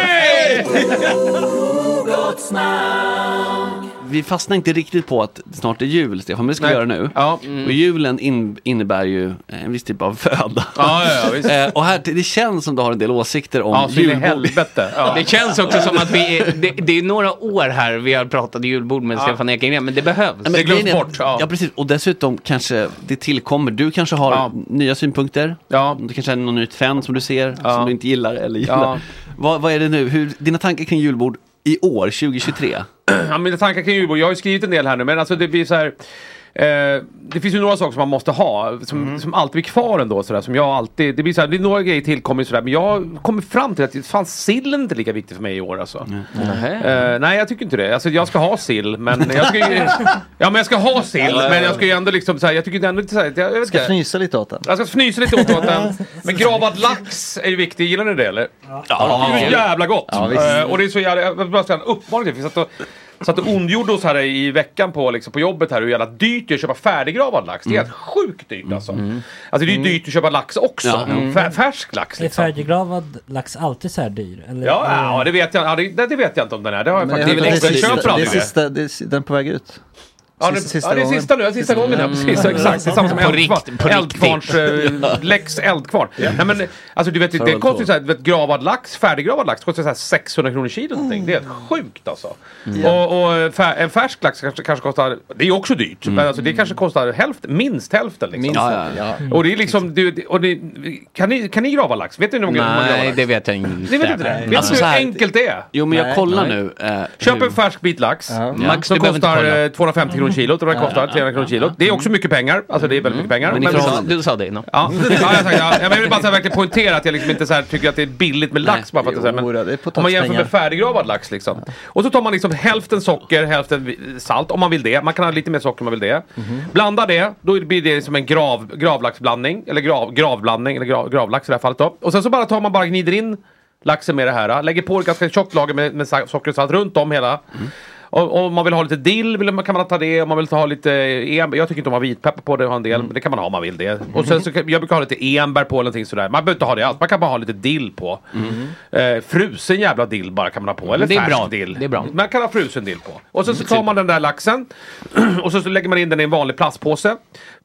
[SPEAKER 2] Vi fastnar inte riktigt på att det snart är jul, Stefan, men det ska vi
[SPEAKER 4] Nej.
[SPEAKER 2] göra nu.
[SPEAKER 4] Ja.
[SPEAKER 2] Och julen in, innebär ju en viss typ av föda.
[SPEAKER 4] Ja, ja, ja, visst.
[SPEAKER 2] Eh, och här, det känns som du har en del åsikter om
[SPEAKER 4] Ja, så in i
[SPEAKER 2] julbord.
[SPEAKER 4] helvete. Ja.
[SPEAKER 6] Det känns också som att vi är, det, det är några år här vi har pratat julbord med Stefan Ekengren, men det behövs.
[SPEAKER 2] Nej, men
[SPEAKER 4] Det glöms
[SPEAKER 2] grejen är-
[SPEAKER 4] bort, ja.
[SPEAKER 2] Ja, precis. Och dessutom kanske det tillkommer. Du kanske har
[SPEAKER 4] Ja.
[SPEAKER 2] nya synpunkter.
[SPEAKER 4] Ja.
[SPEAKER 2] Det kanske är något nytt fan som du ser, som du inte gillar eller gillar.
[SPEAKER 4] Ja.
[SPEAKER 2] Vad, vad är det nu? Hur, dina tankar kring julbord i år, 2023?
[SPEAKER 4] Ja, mina tankar kring julbord. Jag har ju skrivit en del här nu, men alltså det blir så här. Eh, det finns ju några saker som man måste ha, som,
[SPEAKER 7] Mm.
[SPEAKER 4] som alltid blir kvar ändå. Sådär, som jag alltid, det blir så här, det är några grejer tillkommer ju sådär, men jag har kommit fram till att det fanns sillen inte är lika viktig för mig i år alltså. Eh, nej, jag tycker inte det. Alltså, jag ska ha sill, men jag ska ju... Ja, men jag ska ha sill, men jag ska ju ändå liksom så här, jag tycker ändå inte så här, jag, jag vet
[SPEAKER 7] Ska
[SPEAKER 4] inte.
[SPEAKER 7] fnysa lite åt den.
[SPEAKER 4] Jag ska fnysa lite åt åt den. Men gravad lax är ju viktig. Gillar ni det eller? Ja. det är så jävla gott. Eh, och det är så jävla... Jag vill bara säga en uppmaning till. för Vi satt och, satt och ondgjorde oss här i veckan på, liksom, på jobbet här hur jävla dyrt det är att köpa färdiggravad lax. Det
[SPEAKER 7] Mm.
[SPEAKER 4] är helt sjukt dyrt alltså. Alltså det är ju dyrt att köpa lax också.
[SPEAKER 2] Ja.
[SPEAKER 7] Mm.
[SPEAKER 4] Fär, färsk lax
[SPEAKER 5] Är
[SPEAKER 4] liksom.
[SPEAKER 5] färdiggravad lax alltid så här dyr? Eller?
[SPEAKER 4] Ja, ja, det vet jag, ja, det, det- det vet jag inte om den är. Det har jag
[SPEAKER 7] Men
[SPEAKER 4] faktiskt
[SPEAKER 7] det, är
[SPEAKER 4] inte.
[SPEAKER 7] sista,
[SPEAKER 4] Jag köper
[SPEAKER 7] det, är
[SPEAKER 4] aldrig mer.
[SPEAKER 7] sista, det är si- den är på väg ut.
[SPEAKER 4] Ja, det,
[SPEAKER 7] Sista- sista
[SPEAKER 4] ja, det är
[SPEAKER 7] gången.
[SPEAKER 4] sista nu, sista gången ja, precis, så exakt. Det är samma som
[SPEAKER 6] På
[SPEAKER 4] eldkvarn,
[SPEAKER 6] rikt- på riktigt.
[SPEAKER 4] eldkvarns, eh, lex eldkvarn. Nej men, alltså du vet, det
[SPEAKER 2] Farväl
[SPEAKER 4] kostar ju
[SPEAKER 2] tå.
[SPEAKER 4] såhär, du vet gravad lax, färdiggravad lax kostar såhär 600 kronor kilo någonting. Det är helt sjukt alltså. Och, och fär, en färsk lax kanske, kanske kostar, det är ju också dyrt, men alltså det kanske kostar hälften, minst hälften liksom.
[SPEAKER 7] Minst
[SPEAKER 2] Ja,
[SPEAKER 7] ja, ja.
[SPEAKER 4] Och det är liksom, du, och det, kan, ni, kan ni grava lax? Vet ni hur många hur man gravar
[SPEAKER 6] Nej,
[SPEAKER 4] lax?
[SPEAKER 6] det vet jag inte.
[SPEAKER 4] Ni vet inte det? Vet ni
[SPEAKER 2] Alltså,
[SPEAKER 4] hur
[SPEAKER 2] så här-
[SPEAKER 4] enkelt det är?
[SPEAKER 2] Jo, men jag
[SPEAKER 7] Nej.
[SPEAKER 2] kollar nu. eh,
[SPEAKER 4] Köp
[SPEAKER 2] hur-
[SPEAKER 4] en färsk bit lax.
[SPEAKER 6] Max,
[SPEAKER 4] Som
[SPEAKER 6] du behöver inte
[SPEAKER 4] kostar
[SPEAKER 6] kolla.
[SPEAKER 4] eh, 250 kronor kilot och den kostar 300 kronor kilot. Det är också mycket pengar. Alltså det är
[SPEAKER 6] Mm.
[SPEAKER 4] väldigt mycket pengar.
[SPEAKER 2] Men i
[SPEAKER 6] Du
[SPEAKER 4] vi-
[SPEAKER 6] sa, du sa det innan.
[SPEAKER 4] Ja, ja, jag, sagt, ja, Ja, men jag vill bara så här, verkligen poängtera att jag liksom inte så här, tycker att det är billigt med lax bara för att det är så här,
[SPEAKER 7] Jodå, det är
[SPEAKER 4] men Om man jämför med
[SPEAKER 7] potatispengar.
[SPEAKER 4] färdiggravad lax liksom. Och så tar man liksom hälften socker, hälften vi- salt om man vill det. Man kan ha lite mer socker om man vill det. Blanda det, då blir det som en grav, gravlaxblandning. Eller grav, gravblandning, eller grav, gravlax i det här fallet då. Och sen så bara tar man bara gnider in laxen med det här. Lägger på ett ganska tjockt lager med, med sa- socker och salt runt om hela. Och, och om man vill ha lite dill vill man- kan man ta det. Om man vill ha lite enbär. Jag tycker inte om att ha vitpeppar på det. Har en del, men det kan man ha om man vill det. Och sen så, kan- jag brukar ha lite enbär på eller någonting sådär. Man behöver inte ha det alls. Man kan bara ha lite dill på. Eh, frusen jävla dill bara kan man ha på. Eller
[SPEAKER 6] Det är
[SPEAKER 4] färsk
[SPEAKER 6] bra.
[SPEAKER 4] dill.
[SPEAKER 6] Det är bra. Mm, typ.
[SPEAKER 4] Man kan ha frusen dill på. Och sen så tar man den där laxen. Och så, så lägger man in den i en vanlig plastpåse.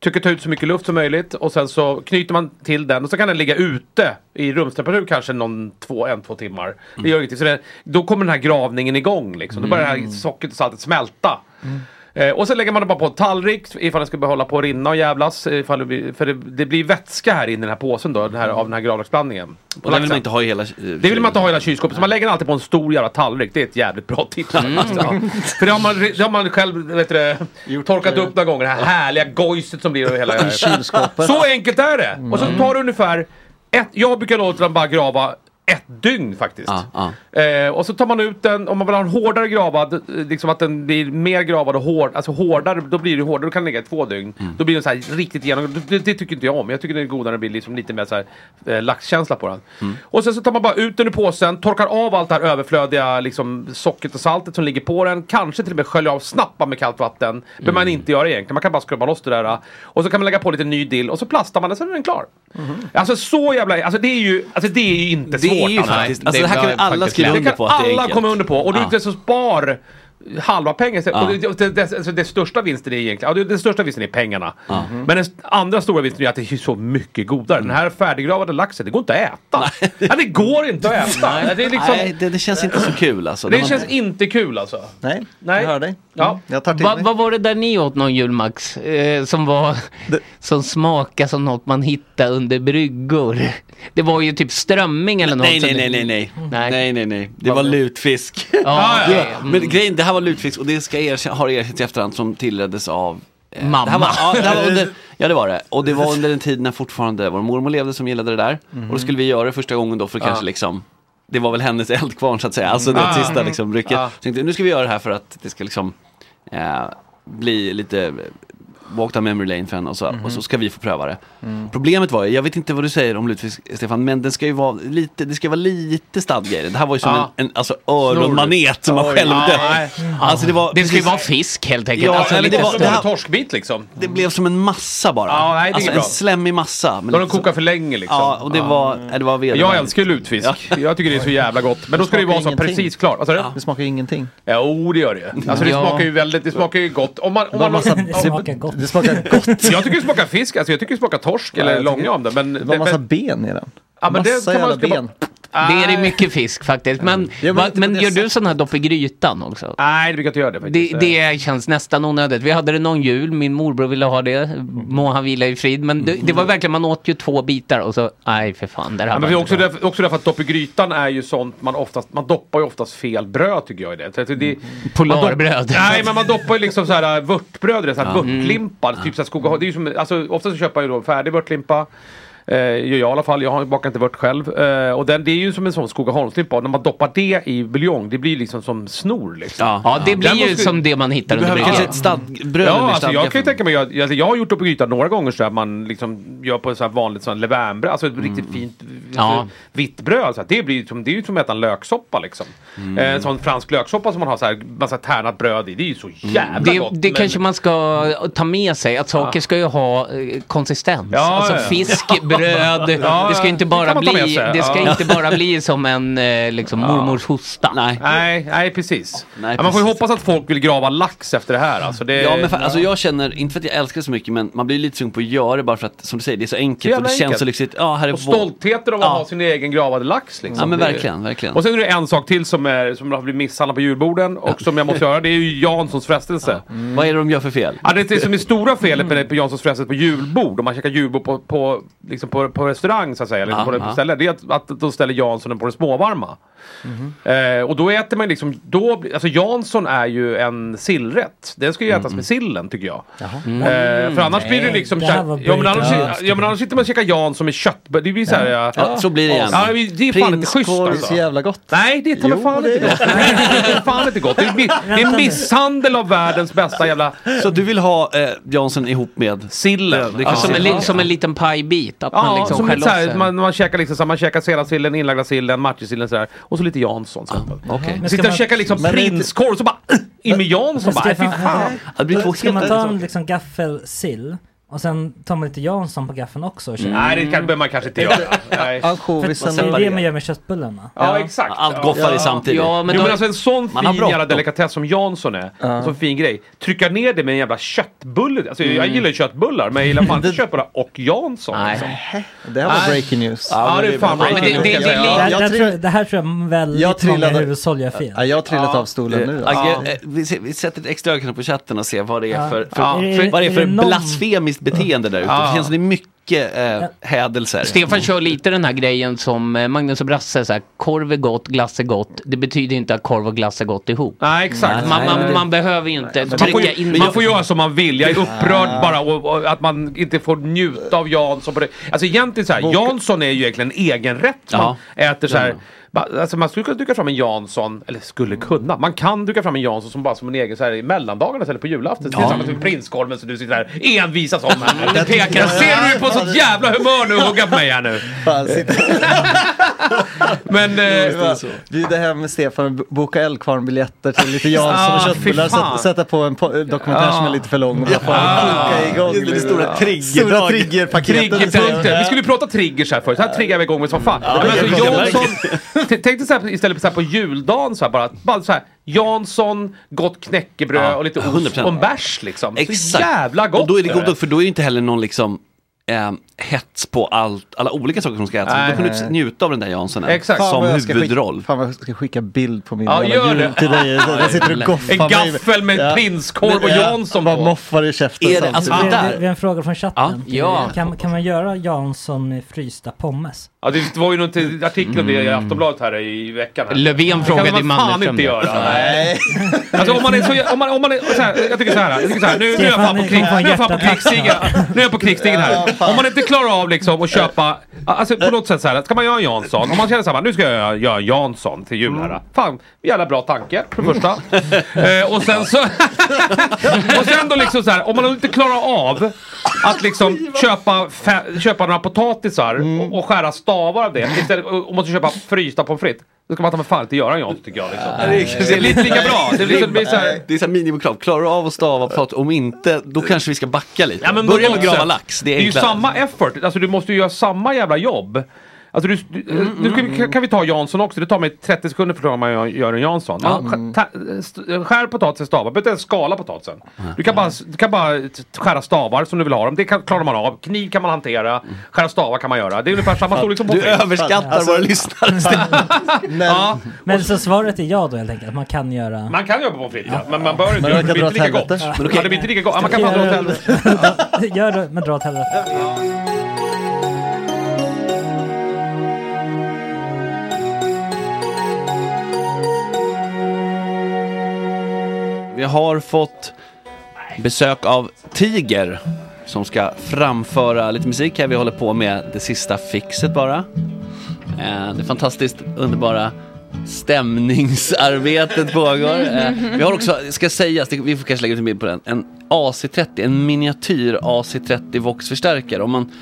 [SPEAKER 4] Tycker ta ut så mycket luft som möjligt. Och sen så knyter man till den. Och så kan den ligga ute i rumstemperatur kanske någon två, en, två timmar. Det gör ingenting. Så det, då kommer den här gravningen igång liksom. Då börjar det
[SPEAKER 6] Mm.
[SPEAKER 4] här sockret och saltet smälta. Eh, och så lägger man det bara på en tallrik ifall den ska behålla på att rinna och jävlas. Ifall det blir, för det, det blir vätska här inne i den här påsen då, den här, av den här gravlaxblandningen.
[SPEAKER 2] Och den vill man inte ha i hela...
[SPEAKER 4] Det vill man inte ha i hela kylskåpet, så man lägger den alltid på en stor jävla tallrik. Det är ett jävligt bra tips.
[SPEAKER 2] Mm.
[SPEAKER 4] Ja. För det har man, det har man själv vet du, det, torkat upp några gånger, det här härliga gojset som blir över hela...
[SPEAKER 7] Kylskåpet.
[SPEAKER 4] Så enkelt är det! Och så tar det ungefär ett, jag brukar låta den bara grava ett dygn faktiskt.
[SPEAKER 2] Ja,
[SPEAKER 4] Eh, och så tar man ut den, om man vill ha en hårdare gravad, eh, liksom att den blir mer gravad och hård, alltså hårdare, då blir det hårdare, då kan den ligga i två dygn. Då blir den så här riktigt genom, det, det tycker inte jag om. Jag tycker det är godare när det blir liksom lite mer så här, eh, laxkänsla på den.
[SPEAKER 2] Mm.
[SPEAKER 4] Och sen så tar man bara ut den ur påsen, torkar av allt det här överflödiga liksom, sockret och saltet som ligger på den. Kanske till och med skölja av snappa med kallt vatten. behöver man inte göra egentligen, man kan bara skrubba loss det där. eh. Och så kan man lägga på lite ny dill och så plastar man den, sen är den klar. Alltså så jävla, alltså det är ju, alltså det är ju inte
[SPEAKER 2] Det
[SPEAKER 4] svårt.
[SPEAKER 2] är ju
[SPEAKER 4] Anna.
[SPEAKER 2] faktiskt...
[SPEAKER 6] det
[SPEAKER 2] Alltså det här
[SPEAKER 6] var
[SPEAKER 2] kan vi alla
[SPEAKER 6] faktiskt lätt.
[SPEAKER 2] skriva
[SPEAKER 4] Det
[SPEAKER 2] under
[SPEAKER 4] kan
[SPEAKER 2] på att det är
[SPEAKER 4] alla
[SPEAKER 2] enkelt.
[SPEAKER 4] komma under på. Och du
[SPEAKER 2] Ja.
[SPEAKER 4] ja. så spar halva pengen.
[SPEAKER 2] Ja.
[SPEAKER 4] Och det, och det, det, alltså det största vinsten är egentligen, ja, det- den största vinsten är pengarna. Mm. Men den andra stora vinsten är att det är så mycket godare. Den här färdiggravade laxen, det går inte att äta. Ja, det går inte att äta. Det, är liksom,
[SPEAKER 2] Nej, det, det känns inte så kul alltså.
[SPEAKER 4] det
[SPEAKER 2] När man-
[SPEAKER 4] känns inte kul alltså.
[SPEAKER 7] Nej,
[SPEAKER 4] Nej.
[SPEAKER 7] jag hör dig.
[SPEAKER 4] Ja.
[SPEAKER 7] Jag tar till
[SPEAKER 6] Va-
[SPEAKER 7] mig.
[SPEAKER 6] Vad var det där ni åt någon jul Max? Eh, som var, som smakade som något man hittade under bryggor. Det var ju typ strömming eller något.
[SPEAKER 2] Nej, nej,
[SPEAKER 6] som-
[SPEAKER 2] nej, nej, nej.
[SPEAKER 6] Nej.
[SPEAKER 2] Nej, nej, nej. Det var lutfisk.
[SPEAKER 6] Ja, mm.
[SPEAKER 4] Ja,
[SPEAKER 6] ja,
[SPEAKER 4] ja.
[SPEAKER 2] Men grejen, det här var lutfisk och det ska erkänna, har erkänts i efterhand som tillreddes av eh,
[SPEAKER 6] Mamma.
[SPEAKER 2] Det här var, ja, det här var under, ja det var det. Och det var under en tid när fortfarande vår mormor levde som gillade det där. Och då skulle vi göra det första gången då för kanske liksom det var väl hennes eldkvarn så att säga. Alltså det
[SPEAKER 4] Ah.
[SPEAKER 2] sista liksom, rycket.
[SPEAKER 4] Ah.
[SPEAKER 2] Så tänkte, jag, nu ska vi göra det här för att det ska liksom eh, bli lite eh, walk down memory lane för henne och så, och så ska vi få pröva det.
[SPEAKER 4] Mm.
[SPEAKER 2] Problemet var ju, jag vet inte vad du säger om Lutvis, Stefan, men den ska ju vara lite, det ska vara lite stadga i den. Det här var ju som
[SPEAKER 4] Ah.
[SPEAKER 2] en, en alltså, öronmanet som man
[SPEAKER 7] Oj.
[SPEAKER 2] skälvde.
[SPEAKER 4] Ah, nej.
[SPEAKER 2] Alltså det var...
[SPEAKER 6] Det ska ju
[SPEAKER 2] precis-
[SPEAKER 6] vara fisk helt enkelt.
[SPEAKER 2] Ja,
[SPEAKER 6] alltså,
[SPEAKER 2] eller
[SPEAKER 6] lite
[SPEAKER 2] det var-
[SPEAKER 6] större.
[SPEAKER 4] Det här...
[SPEAKER 2] här-
[SPEAKER 4] En torskbit liksom.
[SPEAKER 2] Det blev som en massa bara.
[SPEAKER 4] Ja, nej, det är
[SPEAKER 2] alltså en
[SPEAKER 4] bra.
[SPEAKER 2] slemmig massa.
[SPEAKER 4] Då
[SPEAKER 2] Men
[SPEAKER 4] har de
[SPEAKER 2] lite så-
[SPEAKER 4] kokat för länge liksom.
[SPEAKER 2] Ja, och det var, nej, det var
[SPEAKER 4] Jag
[SPEAKER 2] vedervärdigt.
[SPEAKER 4] älskar ju lutfisk. Jag tycker det är så jävla gott. Men då ska det ju vara så
[SPEAKER 7] smakar ingenting.
[SPEAKER 4] precis klart. Vad sa du?
[SPEAKER 7] Det smakar ju ingenting.
[SPEAKER 4] Jo, det gör det ju. Alltså det
[SPEAKER 6] Ja.
[SPEAKER 4] smakar ju väldigt, det smakar ju gott. Om man, om
[SPEAKER 7] var
[SPEAKER 4] man
[SPEAKER 7] massa-
[SPEAKER 5] Det smakar gott.
[SPEAKER 7] Det smakar gott.
[SPEAKER 4] Jag tycker det smakar fisk, alltså jag tycker det smakar torsk
[SPEAKER 7] Ja,
[SPEAKER 4] eller
[SPEAKER 7] jag tycker-
[SPEAKER 4] långam. där, Men,
[SPEAKER 7] Det var massa
[SPEAKER 4] men,
[SPEAKER 7] ben i den.
[SPEAKER 4] Ja, men det
[SPEAKER 7] massa
[SPEAKER 4] kan man
[SPEAKER 7] jävla
[SPEAKER 4] ska bara-
[SPEAKER 7] ben.
[SPEAKER 6] Det är
[SPEAKER 4] Ah.
[SPEAKER 6] det mycket fisk faktiskt. Men,
[SPEAKER 7] Ja, men
[SPEAKER 6] va,
[SPEAKER 7] inte på
[SPEAKER 6] men
[SPEAKER 7] det
[SPEAKER 6] gör du
[SPEAKER 7] sättet.
[SPEAKER 6] sån här dopp i grytan också?
[SPEAKER 4] nej, det brukar jag inte göra det
[SPEAKER 6] Det,
[SPEAKER 4] faktiskt.
[SPEAKER 6] det känns nästan onödigt. Vi hade det någon jul, min morbror ville ha det. Må han vila i frid. Men det, det var verkligen, man åt ju två bitar och så, nej för fan, det här
[SPEAKER 4] Ja,
[SPEAKER 6] var
[SPEAKER 4] men det är
[SPEAKER 6] inte
[SPEAKER 4] också,
[SPEAKER 6] bra.
[SPEAKER 4] därför, också därför att dopp i grytan är ju sånt man oftast, man doppar ju oftast fel bröd tycker jag i det. Så att det man
[SPEAKER 6] Mm. Polarbröd. Mm.
[SPEAKER 4] dopp- nej men man doppar ju liksom så här äh, vörtbröd i det, så här vörtlimpa. Typ så här skog, det är ju som, alltså oftast så köper jag ju då färdig vörtlimpa. Eh, gör jag i alla fall, jag har- bakar inte vört själv. Eh, och den, det är ju som en sån Skogaholmslimpa och när man doppar det i buljong det blir liksom som snor liksom.
[SPEAKER 2] Ja,
[SPEAKER 6] Ja, det blir
[SPEAKER 4] Den
[SPEAKER 6] ju
[SPEAKER 4] måste-
[SPEAKER 6] som det man hittar
[SPEAKER 2] Du
[SPEAKER 6] under
[SPEAKER 2] behöver
[SPEAKER 6] bryggan.
[SPEAKER 2] kanske ett stadbröd
[SPEAKER 4] Ja,
[SPEAKER 2] eller
[SPEAKER 4] alltså
[SPEAKER 2] stadga
[SPEAKER 4] jag kan ju
[SPEAKER 2] för-
[SPEAKER 4] tänka mig, jag, alltså jag har gjort det på grytan några gånger så att man liksom gör på så här vanligt sån levainbröd, alltså ett
[SPEAKER 2] Mm.
[SPEAKER 4] riktigt fint alltså,
[SPEAKER 6] Ja.
[SPEAKER 4] vitt bröd. Så här. det, blir ju som, det är ju som att äta en löksoppa liksom.
[SPEAKER 2] Mm.
[SPEAKER 4] Eh, en sån fransk löksoppa som man har så här massa tärnat bröd i, det är ju
[SPEAKER 2] Mm.
[SPEAKER 4] så jävla
[SPEAKER 6] Det,
[SPEAKER 4] gott.
[SPEAKER 6] det kanske man ska eh, ta med sig, att saker ska ju ha eh, konsistens.
[SPEAKER 4] Ja,
[SPEAKER 6] alltså
[SPEAKER 4] ja, ja.
[SPEAKER 6] fisk, bröd.
[SPEAKER 4] ja.
[SPEAKER 6] Det ska ju inte
[SPEAKER 4] Det kan
[SPEAKER 6] bara,
[SPEAKER 4] man ta med
[SPEAKER 6] bli,
[SPEAKER 4] sig.
[SPEAKER 6] det ska
[SPEAKER 4] Ja.
[SPEAKER 6] inte bara bli som en eh, liksom, mormors hosta.
[SPEAKER 2] Nej.
[SPEAKER 4] Nej, nej precis.
[SPEAKER 2] Nej,
[SPEAKER 4] ja, man får ju
[SPEAKER 2] precis.
[SPEAKER 4] hoppas att folk vill grava lax efter det här alltså. Det,
[SPEAKER 2] Ja, men fan, alltså jag känner, inte för att jag älskar det så mycket, men man blir lite sugen på att göra det bara för att, som du säger, det är så enkelt
[SPEAKER 4] jävla
[SPEAKER 2] och det känns
[SPEAKER 4] enkelt.
[SPEAKER 2] så lyxigt. Ja, här är
[SPEAKER 4] och
[SPEAKER 2] vår-
[SPEAKER 4] stoltheten av att
[SPEAKER 2] Ja.
[SPEAKER 4] ha sin egen gravade lax liksom.
[SPEAKER 2] Ja, men
[SPEAKER 4] Det-
[SPEAKER 2] verkligen, verkligen.
[SPEAKER 4] Och sen är det en sak till som, är, som har blivit misshandlad på julborden och som jag måste göra, det är ju Janssons frestelse.
[SPEAKER 2] Vad är det de gör för fel?
[SPEAKER 4] Ja, det är det som är stora felet med på Janssons frestelse på julbord, om man käkar julbord på, på, liksom på, på restaurang så att säga, eller
[SPEAKER 2] Ja,
[SPEAKER 4] på,
[SPEAKER 2] ja.
[SPEAKER 4] på ställe, det är att, att de ställer Janssonen på det småvarma.
[SPEAKER 8] Mm-hmm.
[SPEAKER 4] Eh, och då äter man liksom, då, blir- alltså Jansson är ju en sillrätt. Den ska ju
[SPEAKER 2] Mm.
[SPEAKER 4] ätas med sillen tycker jag. Eh, för annars blir det liksom...
[SPEAKER 5] Mm. det här
[SPEAKER 4] så
[SPEAKER 5] var
[SPEAKER 4] här- Ja men annars,
[SPEAKER 5] bra.
[SPEAKER 4] ja, men annars sitter man och käkar Jansson med köttbullar, det blir såhär... Ja.
[SPEAKER 2] Ja, så blir det igen.
[SPEAKER 4] Ja, men det är fan inte schysst
[SPEAKER 7] Det är så
[SPEAKER 4] alltså.
[SPEAKER 7] jävla gott.
[SPEAKER 4] Nej, det är ta mig
[SPEAKER 7] Jo,
[SPEAKER 4] fan
[SPEAKER 7] det
[SPEAKER 4] inte
[SPEAKER 7] är
[SPEAKER 4] gott. Nej, det är fan inte gott. Det är, mi- det är misshandel av världens bästa jävla
[SPEAKER 2] Så du vill ha eh, Jansson ihop med?
[SPEAKER 4] sillen. Alltså,
[SPEAKER 2] Ja, det
[SPEAKER 6] Ja,
[SPEAKER 2] kan
[SPEAKER 6] som,
[SPEAKER 2] jag
[SPEAKER 6] en,
[SPEAKER 2] se.
[SPEAKER 6] li- som en liten pajbit, att man
[SPEAKER 4] Ja,
[SPEAKER 6] liksom
[SPEAKER 4] som
[SPEAKER 6] skär
[SPEAKER 4] lite såhär,
[SPEAKER 6] loss
[SPEAKER 4] man, man käkar liksom såhär, man käkar selasillen, inlagda sillen, matjessillen sådär. Och så lite Jansson. Så.
[SPEAKER 2] Okej.
[SPEAKER 5] Men
[SPEAKER 4] Sitter
[SPEAKER 5] ska
[SPEAKER 4] och
[SPEAKER 5] man-
[SPEAKER 4] käkar liksom
[SPEAKER 7] Men det är inte-
[SPEAKER 4] prinskorv så bara äh, in med Jansson bara, "Äh, fy
[SPEAKER 5] Stefan,
[SPEAKER 4] fan.
[SPEAKER 2] Det blir två
[SPEAKER 5] Ska
[SPEAKER 2] helt
[SPEAKER 5] man ta en
[SPEAKER 2] andra
[SPEAKER 5] liksom gaffelsill och sen tar man lite Jansson på gaffeln också och kör?
[SPEAKER 4] Mm. Nej, det kan, behöver man kanske inte göra. Nej.
[SPEAKER 5] För det är
[SPEAKER 7] Ansjovisen.
[SPEAKER 5] det man gör med köttbullarna.
[SPEAKER 4] Ja, exakt.
[SPEAKER 2] Allt goffar i samtidigt.
[SPEAKER 6] Ja, men
[SPEAKER 4] jo,
[SPEAKER 6] då,
[SPEAKER 4] men alltså en sån
[SPEAKER 2] Man har
[SPEAKER 4] fin jävla
[SPEAKER 2] bråttom.
[SPEAKER 4] delikatess som Jansson är, en sån fin grej. Trycka ner det med en jävla köttbulle. Alltså, jag gillar ju köttbullar, men jag gillar fan inte köttbullar och Jansson.
[SPEAKER 6] Nej.
[SPEAKER 4] Liksom.
[SPEAKER 7] Det här var breaking news.
[SPEAKER 4] Ja, det är fan
[SPEAKER 6] men det-
[SPEAKER 4] breaking
[SPEAKER 6] det-
[SPEAKER 4] news.
[SPEAKER 6] det-
[SPEAKER 4] Ja.
[SPEAKER 5] Det här,
[SPEAKER 7] jag
[SPEAKER 5] det här
[SPEAKER 7] tror-
[SPEAKER 5] tror, det här tror jag väldigt
[SPEAKER 7] Jag trillade-
[SPEAKER 5] många hushåll gör fel.
[SPEAKER 7] Ja, jag har trillat av stolen nu.
[SPEAKER 2] Eh,
[SPEAKER 7] alltså.
[SPEAKER 2] Agge, eh, vi, ser- vi sätter ett extra öga på chatten och ser vad det är
[SPEAKER 5] Ja.
[SPEAKER 2] för, för,
[SPEAKER 5] Ja.
[SPEAKER 2] för, vad det är för
[SPEAKER 5] Är det någon-
[SPEAKER 2] blasfemiskt beteende där ute. Det känns som det är mycket eh, hädelser.
[SPEAKER 6] Stefan kör lite den här grejen som eh, Magnus och Brasse, så här, korv är gott, glass är gott. Det betyder inte att korv och glass är gott ihop.
[SPEAKER 4] Nej, exakt.
[SPEAKER 6] Man, man, man behöver ju inte
[SPEAKER 4] Man får,
[SPEAKER 6] trycka in...
[SPEAKER 4] ju, man får göra som man vill. Jag är upprörd bara och, och att man inte får njuta av Jansson på det. Alltså egentligen så här, Jansson är ju egentligen en egenrätt. Man äter så här. ba- Alltså man skulle kunna duka fram en Jansson, eller skulle kunna, man kan duka fram en Jansson som bara som en egen så här i mellandagarna eller på julafton. Tillsammans med prinskorven som du sitter här envisas
[SPEAKER 6] Mm.
[SPEAKER 4] om. här. Pekar, ser du på sånt jävla humör nu och hugga på mig här nu?
[SPEAKER 7] Fan, sitter-
[SPEAKER 4] Men... Eh,
[SPEAKER 7] Det är det här med Stefan, boka eldkvarnbiljetter till lite Jansson och
[SPEAKER 4] Ah,
[SPEAKER 7] köttbullar.
[SPEAKER 4] fy fan.
[SPEAKER 7] Sätt, sätta på en po- dokumentär som är lite för lång och bara få koka igång.
[SPEAKER 2] Det är det stora
[SPEAKER 7] Stora
[SPEAKER 2] triggerdrag.
[SPEAKER 7] triggerpaketet.
[SPEAKER 4] Triggerpunkter. Vi skulle ju prata triggers här förut, här triggar vi igång med som fan. men
[SPEAKER 2] det
[SPEAKER 4] alltså,
[SPEAKER 2] gör vi.
[SPEAKER 4] Jansson, t- tänk dig så här, istället för så här på juldagen så här bara, bara så här, Jansson, gott knäckebröd
[SPEAKER 2] Ja,
[SPEAKER 4] eh, och lite ost
[SPEAKER 2] 100%.
[SPEAKER 4] och en bärs liksom. Så
[SPEAKER 2] Exakt.
[SPEAKER 4] jävla gott!
[SPEAKER 2] Och då är det
[SPEAKER 4] är det.
[SPEAKER 2] gott, för då är det inte heller någon liksom eh, hets på allt, alla olika saker som ska ätas.
[SPEAKER 4] Nej.
[SPEAKER 2] då kan du njuta av den där Janssonen
[SPEAKER 4] Exakt.
[SPEAKER 7] Fan,
[SPEAKER 2] som
[SPEAKER 7] vad jag ska
[SPEAKER 2] huvudroll.
[SPEAKER 7] Skicka, fan vad jag ska skicka bild på min
[SPEAKER 4] Ja,
[SPEAKER 7] jävla
[SPEAKER 4] gör
[SPEAKER 7] jul
[SPEAKER 4] det.
[SPEAKER 7] till dig. Jag sitter och goffar
[SPEAKER 4] En gaffel med prinskorv och Jansson
[SPEAKER 7] på. Bara
[SPEAKER 4] på.
[SPEAKER 7] moffar i käften
[SPEAKER 2] Är det-
[SPEAKER 7] samtidigt.
[SPEAKER 2] alltså,
[SPEAKER 5] Vi,
[SPEAKER 2] det- där.
[SPEAKER 5] vi, vi har en fråga från chatten.
[SPEAKER 6] ja.
[SPEAKER 5] Kan, kan man göra Jansson med frysta pommes?
[SPEAKER 4] Ja, det var ju någon artikel om det i
[SPEAKER 7] Mm.
[SPEAKER 4] Aftonbladet här i veckan. Här.
[SPEAKER 6] Löfven
[SPEAKER 4] Det kan
[SPEAKER 6] frågade
[SPEAKER 4] man fan
[SPEAKER 6] Mannerström.
[SPEAKER 4] inte
[SPEAKER 6] det.
[SPEAKER 4] göra.
[SPEAKER 7] Nej.
[SPEAKER 4] Alltså om man är så, om man, om man är, så här, jag tycker så här, jag tycker så här nu, nu är jag
[SPEAKER 5] Stefan,
[SPEAKER 4] fan på,
[SPEAKER 5] nu
[SPEAKER 4] krig,
[SPEAKER 5] kommer
[SPEAKER 4] nu är jag fan på
[SPEAKER 5] hjärtattack.
[SPEAKER 4] krigsstigen, nu är jag på krigsstigen här. Om man inte klarar av liksom att köpa, alltså på något sätt så här, ska man göra en Jansson, om man känner såhär, nu ska jag göra- göra en Jansson till jul här. Fan, jävla bra tanke, för det första. eh, och sen så, och sen då liksom så här, om man inte klarar av att liksom köpa, fe- köpa några potatisar och, och skära stavar av det, istället, och, och måste köpa frysta pommes frites. Då ska man ta med fan inte göra en Jansson tycker jag. Liksom. Det är lite lika bra. Det blir, det blir så här,
[SPEAKER 2] Det är så här minimikrav. Klarar du av att stava potatis? Om inte, då kanske vi ska backa lite.
[SPEAKER 4] Ja, men
[SPEAKER 2] Börja
[SPEAKER 4] på
[SPEAKER 2] med
[SPEAKER 4] något
[SPEAKER 2] grava
[SPEAKER 4] sätt.
[SPEAKER 2] lax. Det är,
[SPEAKER 4] Det är ju
[SPEAKER 2] enklare.
[SPEAKER 4] samma effort, alltså du måste ju göra samma jävla jobb. Alltså du,
[SPEAKER 2] Mm,
[SPEAKER 4] du, nu kan, vi- kan vi ta Jansson också, det tar mig 30 sekunder för att förklara hur man gör en Jansson.
[SPEAKER 2] Mm.
[SPEAKER 4] Man skär- ta- st- Skär potatisen i stavar, behöver inte ens skala potatisen. Du kan, bara, du kan bara t- skära stavar som du vill ha dem, det kan, klarar man av. Kniv kan man hantera, skära stavar kan man göra. Det är ungefär samma storlek som på
[SPEAKER 2] Mm. Du överskattar
[SPEAKER 7] Alltså-
[SPEAKER 2] våra lyssnare.
[SPEAKER 4] Ja,
[SPEAKER 5] Men så svaret är ja då helt enkelt, att man kan göra...
[SPEAKER 4] man kan göra på pommes frites ja. men man bör inte
[SPEAKER 7] Men
[SPEAKER 4] göra
[SPEAKER 7] man
[SPEAKER 4] det.
[SPEAKER 7] kan
[SPEAKER 4] blir
[SPEAKER 7] dra
[SPEAKER 4] inte lika
[SPEAKER 7] åt
[SPEAKER 4] gott.
[SPEAKER 7] helvete.
[SPEAKER 4] Men det blir inte lika gott. Ja, Man kan fan dra åt
[SPEAKER 5] Gör,
[SPEAKER 4] helvete.
[SPEAKER 5] gör det, men dra åt helvete.
[SPEAKER 2] Vi har fått besök av Tiger som ska framföra lite musik här. Vi håller på med det sista fixet bara. Eh, Det fantastiskt underbara stämningsarbetet pågår. Eh, Vi har också, ska sägas, det- vi får kanske lägga ut en bild på den, en AC30, en miniatyr AC30 Vox-förstärkare. Om man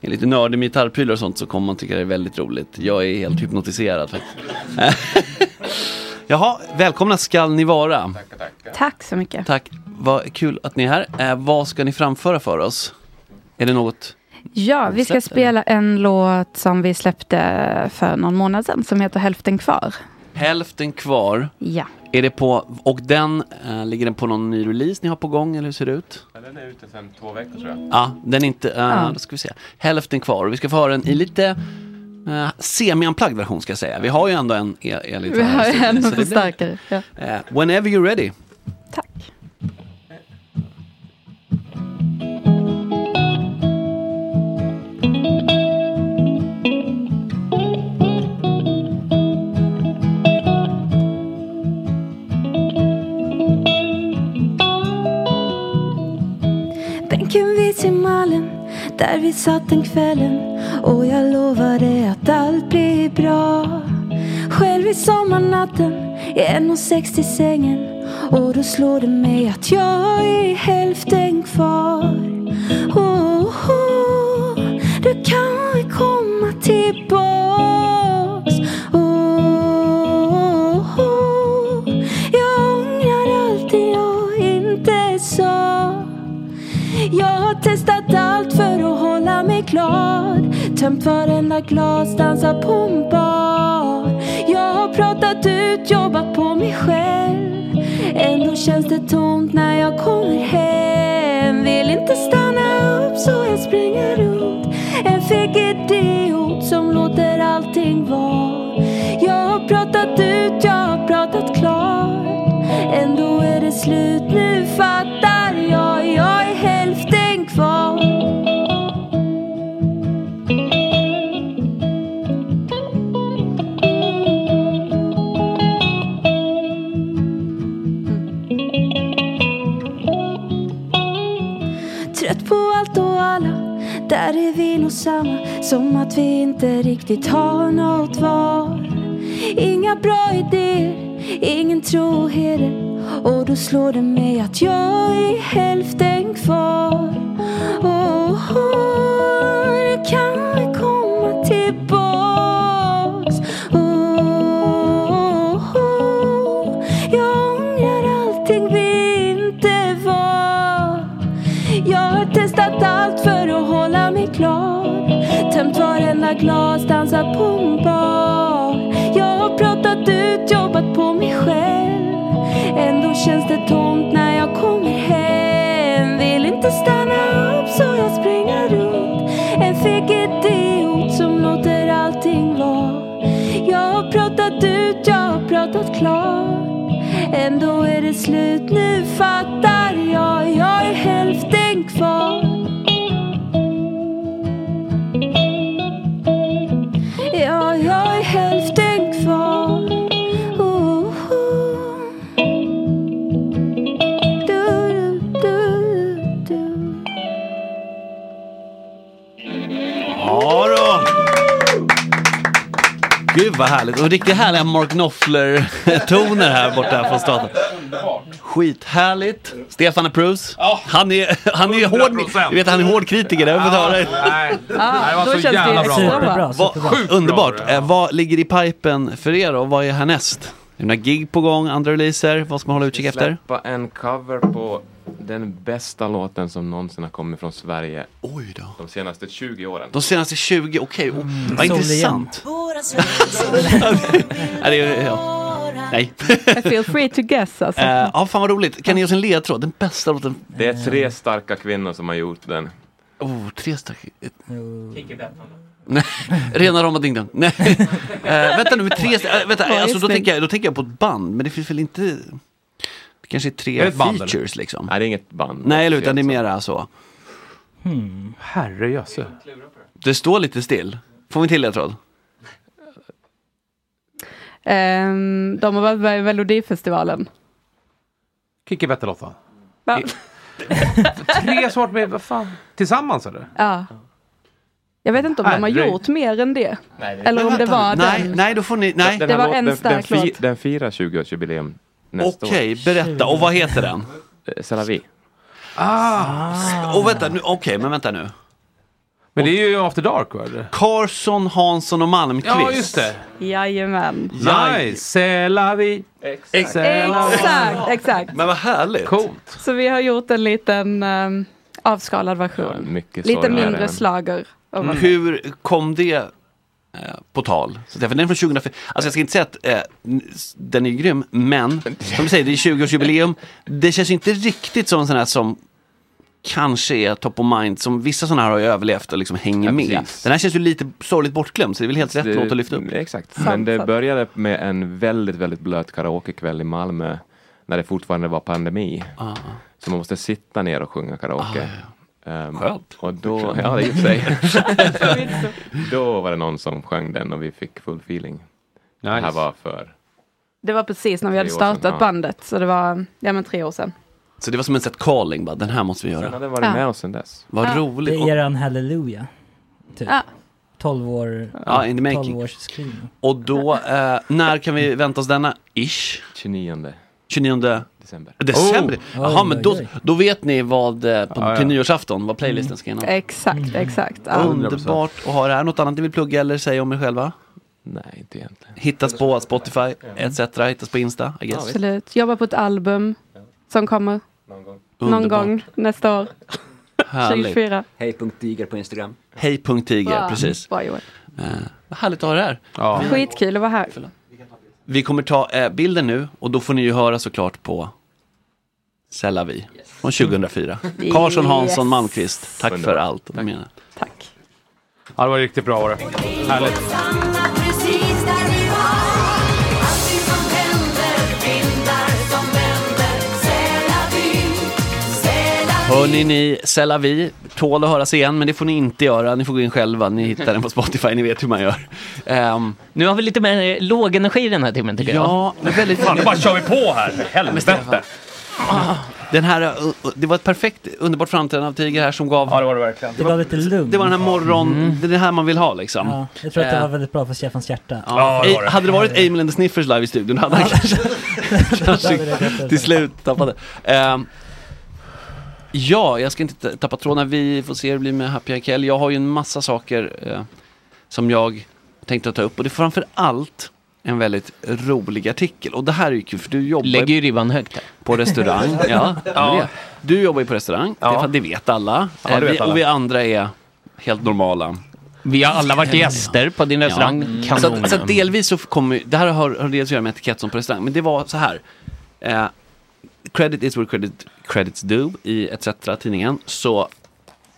[SPEAKER 2] är lite nördig med gitarrprylar och sånt så kommer man tycka det är väldigt roligt. Jag är helt hypnotiserad faktiskt. Jaha, välkomna skall ni vara.
[SPEAKER 9] Tack så mycket.
[SPEAKER 2] Tack, vad kul att ni är här. Eh, vad ska ni framföra för oss? Är det något?
[SPEAKER 9] Ja, vi ska
[SPEAKER 2] Släppte
[SPEAKER 9] spela en låt som vi släppte för någon månad sedan som heter Hälften kvar.
[SPEAKER 2] Hälften kvar.
[SPEAKER 9] Ja.
[SPEAKER 2] Är det på, och den, eh, ligger den på någon ny release ni har på gång eller hur ser det ut?
[SPEAKER 4] Den är ute sedan två veckor tror jag.
[SPEAKER 2] Ja, den är inte, eh,
[SPEAKER 9] Ja.
[SPEAKER 2] då ska vi se. Hälften kvar. Vi ska få höra den i lite eh, semi-unplugged version ska jag säga. Vi har ju ändå en el- elgitarr.
[SPEAKER 9] Vi har
[SPEAKER 2] här i studion,
[SPEAKER 9] en
[SPEAKER 2] så det blir-
[SPEAKER 9] förstärkare. Ja.
[SPEAKER 2] eh, Whenever you're ready.
[SPEAKER 9] Tack. Bänken vid till mallen där vi satt den kvällen och jag lovade att allt blir bra. Själv i sommarnatten i 1,60 sängen och då slår det mig att jag är hälften kvar. Oh, oh, du kan komma tillbaks. Oh, oh, jag ångrar allt det jag inte sa. Jag har testat allt för att hålla mig glad Tömt varenda glas, dansat på en bar Jag har pratat ut, jobbat på mig själv Ändå känns det tomt när jag kommer hem Vill inte stanna upp så jag springer runt En feg idiot som låter allting vara Jag har pratat ut, jag har pratat klart Ändå är det slut, nu fattar jag Jag är hälften kvar Trött på allt och alla Där är vi nog samma Som att vi inte riktigt har något val Inga bra idéer Ingen tro och heder Och då slår det mig att jag är hälften kvar oh, oh, Det kan vi komma tillbaks oh, oh, Jag ångrar allting vi inte var jag har testat allt för att hålla mig glad Tömt varenda glas, dansat på en bar Jag har pratat ut, jobbat på mig själv Ändå känns det tomt när jag kommer hem Vill inte stanna upp så jag springer runt En feg idiot som låter allting vara Jag har pratat ut, jag har pratat klart Ändå är det slut, nu fattar jag Jag är hälften kvar Ja, jag är hälften kvar oh, oh. Du, du.
[SPEAKER 2] Ja då! Gud vad härligt. Och riktigt härliga Mark Knopfler-toner här borta från staten. Skithärligt. Stefan approves. Han är, han är hård, du vet, han är hård kritiker, det har vi fått höra.
[SPEAKER 4] Nej, det var
[SPEAKER 10] Ah,
[SPEAKER 4] så
[SPEAKER 10] då känns det
[SPEAKER 4] jävla bra.
[SPEAKER 10] superbra,
[SPEAKER 2] Vad- Underbart. Eh, Vad ligger i pipen för er och vad är härnäst? Är det några gig på gång, andra releaser? Vad ska man hålla utkik efter?
[SPEAKER 8] Släppa en cover på den bästa låten som någonsin har kommit från Sverige.
[SPEAKER 2] Oj då.
[SPEAKER 8] De senaste 20 åren.
[SPEAKER 2] De senaste 20, okej, okay. vad
[SPEAKER 8] Sol
[SPEAKER 2] intressant. Nej, det är- ja. Nej.
[SPEAKER 10] Feel free to guess alltså.
[SPEAKER 2] Eh, Ja, fan vad roligt. Kan ni ge oss en ledtråd? Den bästa låten. Eh,
[SPEAKER 8] Det är tre starka kvinnor som har gjort den.
[SPEAKER 2] Oh, tre stack.
[SPEAKER 8] Eh.
[SPEAKER 2] Nej, Rena rama ding dong. Nej. Eh, vänta nu, med tre st- eh, vänta,
[SPEAKER 8] Ja,
[SPEAKER 2] alltså,
[SPEAKER 8] just
[SPEAKER 2] då,
[SPEAKER 8] det.
[SPEAKER 2] tänker jag, då tänker jag på ett band, men det finns väl inte... Det kanske är tre
[SPEAKER 8] Är det ett band,
[SPEAKER 2] features
[SPEAKER 8] eller?
[SPEAKER 2] liksom.
[SPEAKER 8] Nej, det är inget band.
[SPEAKER 2] Nej, eller utan det är mera så.
[SPEAKER 4] Herrejösse.
[SPEAKER 2] Det står lite still. Får vi en till ledtråd?
[SPEAKER 10] Ehm, de har varit med i Melodifestivalen.
[SPEAKER 4] Kikki Vetterlotta.
[SPEAKER 10] Va?
[SPEAKER 4] Tre svårt med, vad fan? Tillsammans eller?
[SPEAKER 10] Ja. Jag vet inte om de har
[SPEAKER 4] Herregud.
[SPEAKER 10] gjort mer än det.
[SPEAKER 4] Nej,
[SPEAKER 10] Eller om det var den.
[SPEAKER 2] nej, då får ni... Nej.
[SPEAKER 10] Det var en
[SPEAKER 8] den,
[SPEAKER 10] stark låt.
[SPEAKER 8] den firar 20-årsjubileum nästa år. Eh,
[SPEAKER 2] Okej, berätta. Och vad heter den?
[SPEAKER 8] Salavi.
[SPEAKER 2] Ah. Och vänta, nu- okej, men vänta nu.
[SPEAKER 4] Men det är ju After Dark va? eller?
[SPEAKER 2] Carson, Hansson och Malmqvist.
[SPEAKER 4] Ja, just det.
[SPEAKER 10] Jajamän.
[SPEAKER 4] Nice! C'est la vie.
[SPEAKER 10] Exakt. Exakt, exakt.
[SPEAKER 2] Men vad härligt.
[SPEAKER 4] Coolt.
[SPEAKER 10] Så vi har gjort en liten ehm, avskalad version.
[SPEAKER 2] mycket
[SPEAKER 10] Lite
[SPEAKER 2] sorgligare
[SPEAKER 10] mindre
[SPEAKER 2] än-
[SPEAKER 10] slager.
[SPEAKER 2] Mm. Hur kom det eh, på tal? Så därför, den är från 2004. Alltså jag ska inte säga att eh, n- s- den är grym, men som du säger, det är 20-årsjubileum. Det känns ju inte riktigt som en sån här som kanske är top of mind, som vissa sådana här har ju överlevt och liksom hänger med. Den här känns ju lite sorgligt bortglömd, så det är väl helt rätt
[SPEAKER 8] Det-
[SPEAKER 2] låt att lyfta upp.
[SPEAKER 8] Exakt. Men det började med en väldigt, väldigt blöt karaokekväll i Malmö när det fortfarande var pandemi.
[SPEAKER 2] Ah.
[SPEAKER 8] Så man måste sitta ner och sjunga karaoke. Ehm,
[SPEAKER 2] Skönt.
[SPEAKER 8] Och då, ja, det är i och för sig. då var det någon som sjöng den och vi fick full feeling. Det här var för...
[SPEAKER 10] Det var precis när vi hade
[SPEAKER 8] Tre år sedan,
[SPEAKER 10] startat
[SPEAKER 8] ja.
[SPEAKER 10] bandet. Så det var ja, men tre år sedan.
[SPEAKER 2] Så det var som en sätt calling, bara, den här måste vi göra.
[SPEAKER 8] Den
[SPEAKER 10] hade varit Ja. med
[SPEAKER 8] oss sedan dess.
[SPEAKER 2] Vad
[SPEAKER 10] Ja.
[SPEAKER 5] Det
[SPEAKER 2] roligt.
[SPEAKER 5] är eran halleluja. Typ.
[SPEAKER 10] Ja.
[SPEAKER 5] 12 år,
[SPEAKER 2] Ja, in the making.
[SPEAKER 5] 12 års screen.
[SPEAKER 2] Och då, eh, när kan vi vänta oss denna? Ish?
[SPEAKER 8] 29.
[SPEAKER 2] 29
[SPEAKER 8] december.
[SPEAKER 2] December?
[SPEAKER 10] Oh.
[SPEAKER 2] Jaha, men då,
[SPEAKER 10] Oj, oj,
[SPEAKER 2] då vet ni vad eh, på,
[SPEAKER 8] Ja, ja.
[SPEAKER 2] till nyårsafton, vad playlisten ska innehålla.
[SPEAKER 10] Exakt, exakt. Ja.
[SPEAKER 2] Underbart. Och har det här något annat ni vill plugga eller säga om er själva?
[SPEAKER 8] Nej, inte egentligen.
[SPEAKER 2] Hittas på Spotify etc. Hittas på Insta, I guess.
[SPEAKER 10] Absolut. Jobba på ett album som kommer. Någon gång. Någon
[SPEAKER 2] Underbart.
[SPEAKER 10] gång nästa år.
[SPEAKER 2] Härligt.
[SPEAKER 10] 24.
[SPEAKER 11] Hej.tiger på Instagram.
[SPEAKER 2] Hej punkt tiger,
[SPEAKER 10] Bra.
[SPEAKER 2] precis.
[SPEAKER 10] Bra jobbat.
[SPEAKER 2] Eh, vad härligt att ha det här.
[SPEAKER 10] Skitkul att vara här.
[SPEAKER 2] Vi kommer ta eh, bilden nu och då får ni ju höra såklart på Sellavi från 2004.
[SPEAKER 10] Yes.
[SPEAKER 2] Karlsson, Hansson, Malmqvist. Tack för allt. Tack.
[SPEAKER 4] Ja, det var riktigt bra var det. Härligt.
[SPEAKER 9] Precis där vi var Allting som händer Vindar som vänder Sälavy
[SPEAKER 2] Hörni ni, Sellavi tål att höras igen, men det får ni inte göra. Ni får gå in själva. Ni hittar den på Spotify, ni vet hur man gör. Ehm,
[SPEAKER 6] Nu har vi lite mer eh, låg energi den här timmen tycker jag.
[SPEAKER 2] Ja, men väldigt- Fan, nu bara kör vi på här, för helvete. Den här, uh, uh, det var ett perfekt, underbart framträdande av Tiger här som gav... Ja, det var det verkligen.
[SPEAKER 5] Det var lite lugn.
[SPEAKER 2] Det var den här morgon, det är det här man vill ha liksom.
[SPEAKER 5] Ja, jag tror att det
[SPEAKER 2] Eh,
[SPEAKER 5] var väldigt bra för Stefans hjärta.
[SPEAKER 2] ja. Eh, Hade det varit
[SPEAKER 6] Mm.
[SPEAKER 2] Emil and the Sniffers live i studion hade han kanske, kanske till slut tappat det. Ehm, ja, jag ska inte ta- tappa tråden. Vi får se hur det blir med Happy Hour Jag har ju en massa saker eh, som jag tänkte ta upp och det är framför allt en väldigt rolig artikel. Och det här är ju kul för du jobbar
[SPEAKER 6] Lägger ju ribban högt här.
[SPEAKER 2] på restaurang. Ja, men det- Du jobbar ju på restaurang,
[SPEAKER 6] Ja.
[SPEAKER 2] det, det vet alla.
[SPEAKER 6] Ja, det
[SPEAKER 2] Eh,
[SPEAKER 6] vet
[SPEAKER 2] vi,
[SPEAKER 6] alla.
[SPEAKER 2] Och vi andra är helt normala. Eh,
[SPEAKER 6] Vi har alla varit gäster på din restaurang.
[SPEAKER 2] Ja. Mm. Så,
[SPEAKER 6] Kanon.
[SPEAKER 2] att- så att delvis så kommer, det här har, har dels att göra med etikett som på restaurang, men det var så här. Eh, credit is what credit, credits do i etc. tidningen så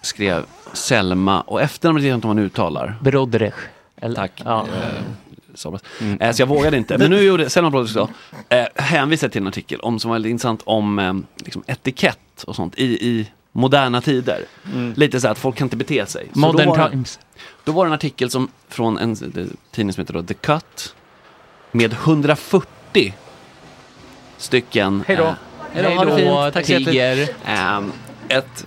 [SPEAKER 2] skrev Selma och efternamnet vet jag inte om man uttalar.
[SPEAKER 6] Brodrej.
[SPEAKER 2] Tack. Eh, somras. Eh, så jag vågade inte. Men nu gjorde Selma Brodrej så, eh, hänvisade till en artikel om, som var lite intressant om eh, liksom etikett och sånt i, i moderna tider. Lite så här att folk kan inte bete sig. Så
[SPEAKER 6] Modern
[SPEAKER 2] då var det-
[SPEAKER 6] times.
[SPEAKER 2] Då var det en artikel som, från en s- de- tidning som heter då The Cut med 140 stycken.
[SPEAKER 6] Hej då.
[SPEAKER 2] eh, hej då, ha det
[SPEAKER 6] Hej då,
[SPEAKER 2] fint. Tack så
[SPEAKER 6] tiger.
[SPEAKER 2] jättemycket. Ehm, ett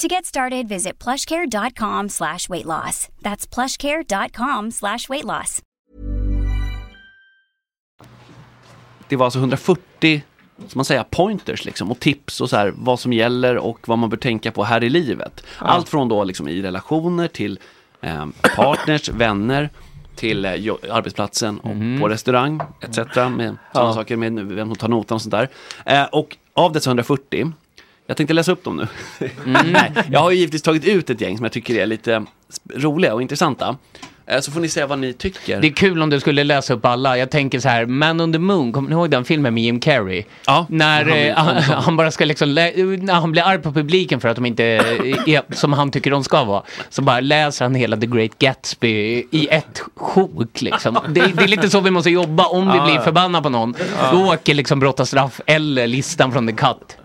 [SPEAKER 11] To get started, visit plushcare.com slash weight loss. That's plushcare.com slash weight loss.
[SPEAKER 2] Det var alltså 140 som man säger, pointers liksom, och tips och så här, vad som gäller och vad man bör tänka på här i livet. Allt från då liksom i relationer till eh, partners, vänner, till eh, jo- arbetsplatsen och på restaurang etc. Med sådana
[SPEAKER 12] Mhm. Ja.
[SPEAKER 2] saker, med nu- vem som tar notan och sånt där. Eh, och av dessa 140, jag tänkte läsa upp dem nu.
[SPEAKER 12] Mm.
[SPEAKER 2] Nej, jag har ju givetvis tagit ut ett gäng som jag tycker är lite eh, roliga och intressanta. Eh, så får ni säga vad ni tycker.
[SPEAKER 6] Det är kul om du skulle läsa upp alla. Jag tänker så här, Man on the Moon, kommer ni ihåg den filmen med Jim Carrey?
[SPEAKER 2] Ja.
[SPEAKER 6] När
[SPEAKER 2] Han blir
[SPEAKER 6] eh, han,
[SPEAKER 2] omkommen.
[SPEAKER 6] han bara ska liksom, lä- när han blir arg på publiken för att de inte är som han tycker de ska vara. Så bara läser han hela The Great Gatsby i- i ett sjok liksom. Det, det är lite så vi måste jobba om vi
[SPEAKER 4] Ah,
[SPEAKER 2] Ja,
[SPEAKER 6] blir
[SPEAKER 2] ja.
[SPEAKER 6] förbannade på någon.
[SPEAKER 2] Ja.
[SPEAKER 6] Då åker liksom Brotta Straff eller listan från The Cut.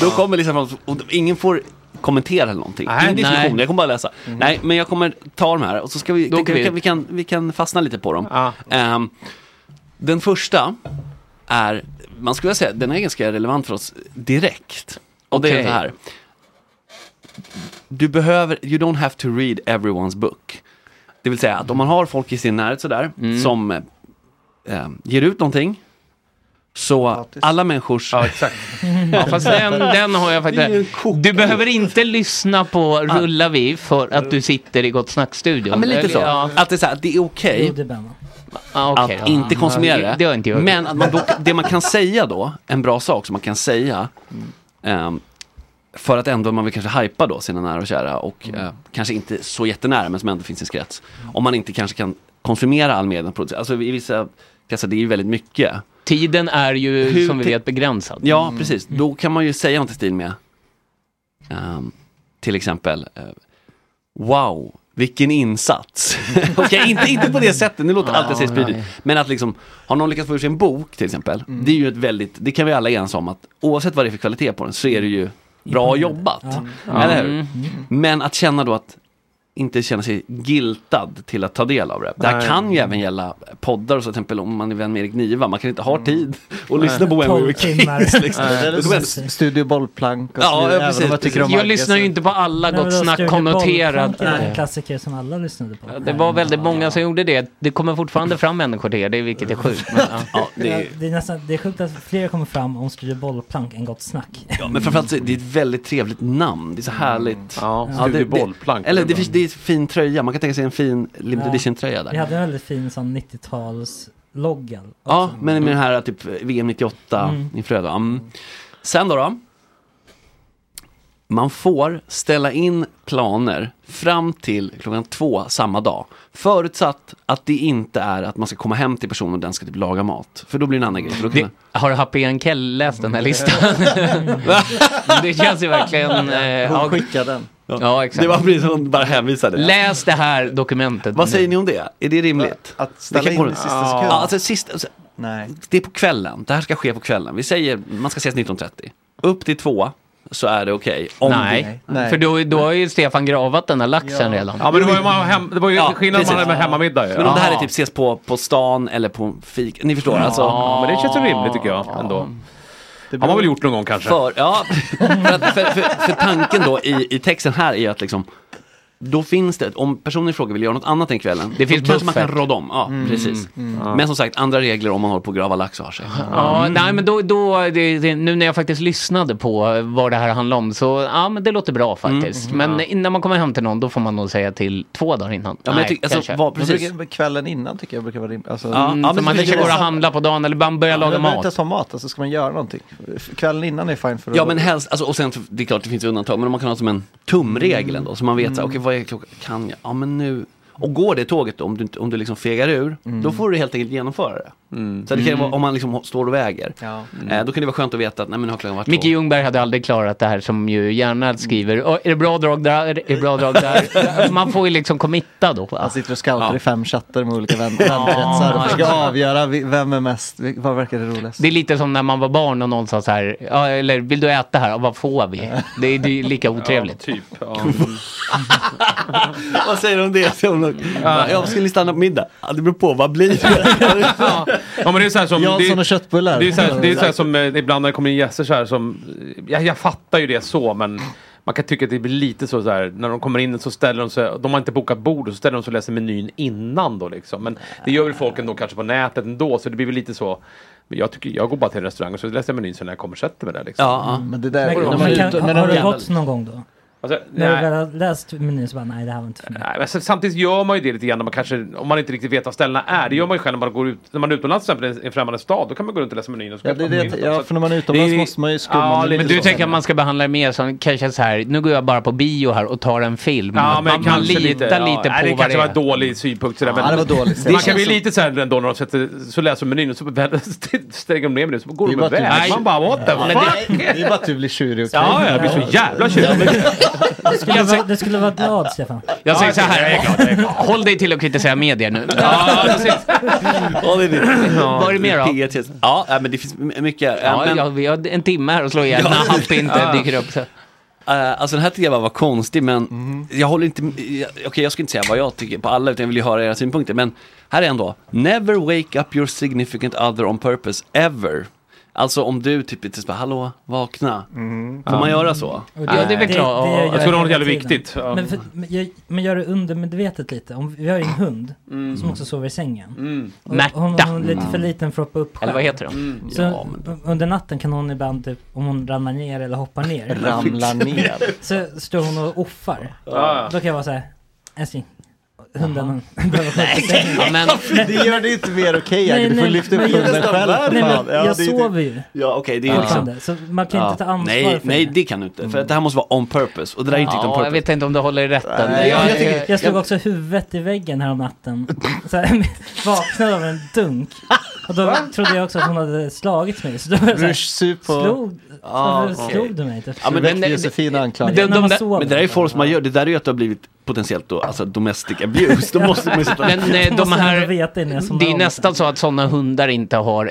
[SPEAKER 2] Då kommer liksom fram, och ingen får kommentera eller någonting.
[SPEAKER 6] Nej.
[SPEAKER 2] Ingen diskussion,
[SPEAKER 6] Nej. Mm.
[SPEAKER 2] jag kommer bara läsa. Nej, men jag kommer ta de här och så ska vi,
[SPEAKER 6] Då
[SPEAKER 2] tänker
[SPEAKER 6] åker
[SPEAKER 2] vi,
[SPEAKER 6] vi.
[SPEAKER 2] kan, vi, kan, vi kan fastna lite på dem. Ehm, den första är, man skulle vilja säga, den är ganska relevant för oss direkt. Och det är
[SPEAKER 6] Okej.
[SPEAKER 2] så här. Du behöver, you don't have to read everyone's book. Det vill säga att om man har folk i sin närhet sådär,
[SPEAKER 6] Mm.
[SPEAKER 2] som eh, eh, ger ut någonting, så alla människors... Ja, exakt.
[SPEAKER 6] Ja, fast den, den har jag faktiskt. Du behöver inte lyssna på Rulla vi för att du sitter i Gott Snack-studion.
[SPEAKER 2] Ja, men lite så. Att det är, så här, det är okej
[SPEAKER 6] Jo, det Ah,
[SPEAKER 2] att inte konsumera det.
[SPEAKER 6] Mm. Det har inte jag.
[SPEAKER 2] Men att man då, det man kan säga då, en bra sak som man kan säga, ehm, för att ändå man vill kanske hypa då sina nära och kära och
[SPEAKER 6] Mm.
[SPEAKER 2] eh, kanske inte så jättenära men som ändå finns i sin krets. Om man inte kanske kan konsumera all media. producerar. Alltså i vissa kretsar, det är ju väldigt mycket.
[SPEAKER 6] Tiden är ju som vi vet begränsad.
[SPEAKER 2] Ja,
[SPEAKER 6] Mm.
[SPEAKER 2] precis. Då kan man ju säga något i stil med ehm, till exempel eh, Wow, vilken insats! Okej, inte, inte på det sättet, nu låter allt jag säger
[SPEAKER 6] Ja,
[SPEAKER 2] spydigt.
[SPEAKER 6] nej.
[SPEAKER 2] Men att liksom, har någon lyckats få ur sig en bok till exempel,
[SPEAKER 7] Mm.
[SPEAKER 2] det är ju ett väldigt, det kan vi alla enas om att oavsett vad det är för kvalitet på den så är det ju
[SPEAKER 7] Mm.
[SPEAKER 2] bra jobbat.
[SPEAKER 6] Ja.
[SPEAKER 2] Eller hur?
[SPEAKER 6] Mm.
[SPEAKER 2] Men att känna då att inte känna sig giltad till att ta del av det. Det här
[SPEAKER 6] Nej.
[SPEAKER 2] kan ju även gälla poddar och så, till exempel om man är vän med Erik Niva, man kan inte ha tid att
[SPEAKER 7] Mm. Nej.
[SPEAKER 2] lyssna på When We Were Kings. liksom.
[SPEAKER 7] Nej, det är
[SPEAKER 2] Då kommer ändå-
[SPEAKER 7] liksom Studio Bollplank och
[SPEAKER 2] Ja,
[SPEAKER 7] så vidare,
[SPEAKER 2] ja,
[SPEAKER 7] även om
[SPEAKER 2] precis,
[SPEAKER 7] jag tycker om
[SPEAKER 6] Jag
[SPEAKER 7] Marcus.
[SPEAKER 6] lyssnar ju inte på alla Gott Snack-konnoterat.
[SPEAKER 5] Det är en klassiker som alla lyssnade på.
[SPEAKER 6] Det var väldigt många som gjorde det. Det kommer fortfarande fram människor till er, det är- vilket
[SPEAKER 2] Mm.
[SPEAKER 6] är sjukt. Men, ja.
[SPEAKER 5] Det är, det, är nästan, det är sjukt att fler kommer fram om Studio Bollplank än Gott Snack.
[SPEAKER 2] Ja, men framförallt så är det ett väldigt trevligt namn. Det är så härligt. Mm. Ja,
[SPEAKER 5] Studio
[SPEAKER 2] det,
[SPEAKER 5] Bollplank.
[SPEAKER 2] det, eller det, finns- det är en fin tröja. Man kan tänka sig en fin limited
[SPEAKER 5] Ja.
[SPEAKER 2] edition tröja där.
[SPEAKER 5] Vi hade en väldigt fin sån 90-tals loggan.
[SPEAKER 2] Ja, men med den här typ VM 98
[SPEAKER 5] Mm.
[SPEAKER 2] i Fröda. Mm. Sen då, då? Man får ställa in planer fram till klockan två samma dag. Förutsatt att det inte är att man ska komma hem till personen och den ska typ laga mat. För då blir det en annan grej. För då kan
[SPEAKER 6] Har Happy Ankell läst den här listan? det känns ju verkligen... Eh,
[SPEAKER 2] Hon
[SPEAKER 6] skickade den. Ja, exakt.
[SPEAKER 2] Det var precis som hon bara hänvisade.
[SPEAKER 6] Läs det här dokumentet.
[SPEAKER 2] Vad säger ni om det? Är det rimligt? Att
[SPEAKER 6] ställa in i sista sekund?
[SPEAKER 2] Ja, alltså, sista, alltså, Det är på kvällen. Det här ska ske på kvällen. Vi säger man ska ses 19.30. Upp till två. så är det okej. Om
[SPEAKER 6] Nej.
[SPEAKER 2] vi-
[SPEAKER 6] För då, då har ju Stefan gravat den här laxen redan.
[SPEAKER 4] Ja, men det var ju, man hem, det var ju
[SPEAKER 2] Ja,
[SPEAKER 4] skillnad
[SPEAKER 2] precis.
[SPEAKER 4] man hade med hemmamiddag ju.
[SPEAKER 2] Men om det här är
[SPEAKER 4] Ja.
[SPEAKER 2] typ ses på, på stan eller på fik, ni förstår
[SPEAKER 4] Ja,
[SPEAKER 2] alltså.
[SPEAKER 4] men det känns ju rimligt tycker jag ändå. Har man väl gjort någon gång kanske?
[SPEAKER 2] För, ja, för, att, för, för, för tanken då i, i texten här är ju att liksom då finns det, om personen i fråga vill göra något annat den kvällen,
[SPEAKER 6] Det finns
[SPEAKER 2] då kanske man kan
[SPEAKER 6] buffert.
[SPEAKER 2] råda om. Ja,
[SPEAKER 6] Mm,
[SPEAKER 2] precis.
[SPEAKER 6] mm.
[SPEAKER 2] Men som sagt, andra regler om man håller på att grava lax och har sig. Mm.
[SPEAKER 6] Ja,
[SPEAKER 7] Mm.
[SPEAKER 6] nej men då, då det, det, nu när jag faktiskt lyssnade på vad det här handlar om så, ja men det låter bra faktiskt.
[SPEAKER 7] Mm.
[SPEAKER 6] Men
[SPEAKER 7] Ja.
[SPEAKER 6] innan man kommer hem till någon då får man nog säga till två dagar innan.
[SPEAKER 7] Ja, men jag tycker- alltså,
[SPEAKER 6] kanske.
[SPEAKER 7] vad- precis. Jag brukar- Kvällen innan tycker jag brukar vara rimligt. Alltså,
[SPEAKER 6] Ja, mm,
[SPEAKER 7] så
[SPEAKER 6] för man kanske går och handlar på dagen eller man börjar
[SPEAKER 7] Ja,
[SPEAKER 6] laga
[SPEAKER 7] man behöver
[SPEAKER 6] mat.
[SPEAKER 7] inte ens ha mat, alltså ska man göra någonting. Kvällen innan är fine för att-
[SPEAKER 2] Ja men helst, alltså, och sen det är klart det finns undantag, men om man kan ha som en tumregel ändå. Så man vet så här, okej vad är klockan, kan jag, ja men nu. Och går det tåget då, om du, inte- om du liksom fegar ur,
[SPEAKER 7] Mm.
[SPEAKER 2] då får du helt enkelt genomföra det. Så det kan ju
[SPEAKER 6] Mm.
[SPEAKER 2] vara, om man liksom står och väger,
[SPEAKER 7] Ja.
[SPEAKER 2] eh, då kan det vara skönt att veta att nej men nu har klockan varit
[SPEAKER 6] Micke
[SPEAKER 2] två.
[SPEAKER 6] Ljungberg hade aldrig klarat det här som ju gärna skriver, "Åh, är det bra drag där, är det bra drag där. Man får ju liksom committa då.
[SPEAKER 7] Han sitter och scoutar i fem chattar med olika vän-
[SPEAKER 6] Ja.
[SPEAKER 7] vänkretsar och försöker avgöra vi- vem är mest, vi- vad verkar det roligast.
[SPEAKER 6] Det är lite som när man var barn och någon sa så här, "Ja, eller vill du äta här? Ja, Vad får vi? Det är, det är lika otrevligt.
[SPEAKER 4] typ.
[SPEAKER 2] Vad säger du om det? Säger hon, Ja, jag ska ni stanna på middag? Ja, det beror på, vad blir det?
[SPEAKER 4] Ja, men det är så här som,
[SPEAKER 7] Jansson
[SPEAKER 4] det,
[SPEAKER 7] och köttbullar.
[SPEAKER 4] Det är så här, det är så här som eh, ibland när det kommer in gäster så här som, jag, jag fattar ju det så men man kan tycka att det blir lite så, så här, när de kommer in så ställer de sig, de har inte bokat bord och så ställer de sig och läser menyn innan då liksom. Men det gör väl folk ändå kanske på nätet ändå så det blir väl lite så. Men Jag, tycker, jag går bara till en restaurang och så läser jag menyn sen när jag kommer och sätter mig där liksom.
[SPEAKER 2] Ja,
[SPEAKER 7] Mm, men det där
[SPEAKER 5] Men, men, kan, har du gått någon gång då?
[SPEAKER 4] Alltså,
[SPEAKER 5] När
[SPEAKER 4] nej.
[SPEAKER 5] du väl har läst menyn så bara, nej det här var inte för mig.
[SPEAKER 4] Nej, men sen- samtidigt gör man ju det lite grann när man kanske, om man inte riktigt vet vad ställena är. Det gör man ju själv när man går ut, när man är utomlands till exempel i en främmande stad. Då kan man gå runt och läsa menyn. Och så
[SPEAKER 7] Ja,
[SPEAKER 4] kan
[SPEAKER 7] det, är
[SPEAKER 4] man gå
[SPEAKER 7] det,
[SPEAKER 4] in
[SPEAKER 7] ja,
[SPEAKER 4] och-
[SPEAKER 7] för när man är utomlands
[SPEAKER 4] Det är-
[SPEAKER 7] måste man ju skumma
[SPEAKER 4] Ja,
[SPEAKER 7] menyn
[SPEAKER 6] Men du
[SPEAKER 7] och
[SPEAKER 6] tänker
[SPEAKER 7] sånt.
[SPEAKER 6] att man ska behandla det mer som kanske så här, nu går jag bara på bio här och tar en film.
[SPEAKER 4] Ja,
[SPEAKER 6] man,
[SPEAKER 4] men
[SPEAKER 6] man
[SPEAKER 4] kanske
[SPEAKER 6] litar lite,
[SPEAKER 4] ja.
[SPEAKER 6] på
[SPEAKER 4] Nej, det
[SPEAKER 6] vad
[SPEAKER 4] kanske
[SPEAKER 6] det
[SPEAKER 4] var en
[SPEAKER 6] är.
[SPEAKER 4] dålig synpunkt. Sådär,
[SPEAKER 6] Ja, det var dåligt.
[SPEAKER 4] Man
[SPEAKER 6] Det
[SPEAKER 4] kan
[SPEAKER 6] känns
[SPEAKER 4] bli
[SPEAKER 6] som-
[SPEAKER 4] lite sådär ändå när de sätter, så läser menyn och så väl- stänger de ner menyn så går de
[SPEAKER 7] bara att
[SPEAKER 4] iväg.
[SPEAKER 7] du-
[SPEAKER 4] Man bara what the
[SPEAKER 7] Ja, men
[SPEAKER 4] fuck?
[SPEAKER 7] det, det är bara att du blir tjurig och
[SPEAKER 4] Ja, jag blir så jävla tjurig.
[SPEAKER 5] Du skulle,
[SPEAKER 4] Alltså-
[SPEAKER 5] vara, du skulle vara glad Stefan.
[SPEAKER 6] Jag säger så här, håll dig till att kritisera medier nu. Ja, precis. Vad är det mer då?
[SPEAKER 2] då? Ja, nej, men det finns m- mycket. eh,
[SPEAKER 6] Ja,
[SPEAKER 2] men,
[SPEAKER 6] ja, vi har en timme här att slå igen
[SPEAKER 2] Ja.
[SPEAKER 6] när allt inte
[SPEAKER 2] Ja.
[SPEAKER 6] dyker upp. Så.
[SPEAKER 2] eh, alltså den här tyckte jag bara var konstig, men jag håller inte, jag- okej jag ska inte säga vad jag tycker på alla, utan jag vill ju höra era synpunkter. Men här är en då. Never wake up your significant other on purpose, ever. Alltså om du typ lite såhär, hallå, vakna. Får man göra så?
[SPEAKER 5] Och
[SPEAKER 2] Nej.
[SPEAKER 5] det gör hela tiden.
[SPEAKER 2] Ja.
[SPEAKER 5] Men, för, men, jag, men gör det undermedvetet lite. Om, vi har ju en hund som också sover i sängen. Och
[SPEAKER 6] Märta.
[SPEAKER 5] Hon, hon är lite för
[SPEAKER 6] Mm.
[SPEAKER 5] liten för att hoppa upp själv.
[SPEAKER 6] Eller vad heter hon? Mm.
[SPEAKER 5] Så
[SPEAKER 6] Ja,
[SPEAKER 5] under natten kan hon ibland, typ, om hon ramlar ner eller hoppar ner.
[SPEAKER 7] Ramlar ner.
[SPEAKER 5] Så står hon och offar.
[SPEAKER 7] Ja.
[SPEAKER 5] Då kan jag vara såhär, älskling. Hunden behöver skjuta sängen.
[SPEAKER 7] Ja, men- Det gör det inte mer okej, Agge. Du får lyfta upp
[SPEAKER 5] men jag-
[SPEAKER 7] hunden själv, för
[SPEAKER 5] Nej,
[SPEAKER 7] fan.
[SPEAKER 5] men
[SPEAKER 7] Ja,
[SPEAKER 5] jag
[SPEAKER 7] det är ju-
[SPEAKER 5] sover ju.
[SPEAKER 2] Ja, okej, det är
[SPEAKER 5] Fortfarande.
[SPEAKER 2] liksom... Mm.
[SPEAKER 5] Så man kan inte ta ansvar
[SPEAKER 2] nej,
[SPEAKER 5] för
[SPEAKER 2] Nej, det kan du inte. För att det här måste vara on purpose. Och det där är inte riktigt on
[SPEAKER 6] Ja, jag
[SPEAKER 2] purpose.
[SPEAKER 6] vet inte om du håller i rätten.
[SPEAKER 2] Nej,
[SPEAKER 6] Jag-
[SPEAKER 2] jag
[SPEAKER 6] jag-
[SPEAKER 2] tycker-
[SPEAKER 5] Jag slog också huvudet i väggen här om natten. Så här, vaknade av en dunk. Och då trodde jag också att hon hade slagit mig. Så då var jag så här,
[SPEAKER 7] Rush sup på-
[SPEAKER 5] slog,
[SPEAKER 2] Ah,
[SPEAKER 5] varför
[SPEAKER 2] okej.
[SPEAKER 5] slog du mig? Typ?
[SPEAKER 2] Ja, men
[SPEAKER 7] Väck
[SPEAKER 2] den-
[SPEAKER 7] Josefina anklagar.
[SPEAKER 2] Men,
[SPEAKER 7] Det är
[SPEAKER 2] de,
[SPEAKER 7] när
[SPEAKER 2] de,
[SPEAKER 7] man
[SPEAKER 2] där,
[SPEAKER 7] sover.
[SPEAKER 2] men det där är folk som man gör, det där är ju att du har blivit potentiellt då, alltså domestic abuse. Då måste man ju sätta...
[SPEAKER 6] Men eh, de här, det är
[SPEAKER 2] om
[SPEAKER 6] nästan så att sådana hundar inte har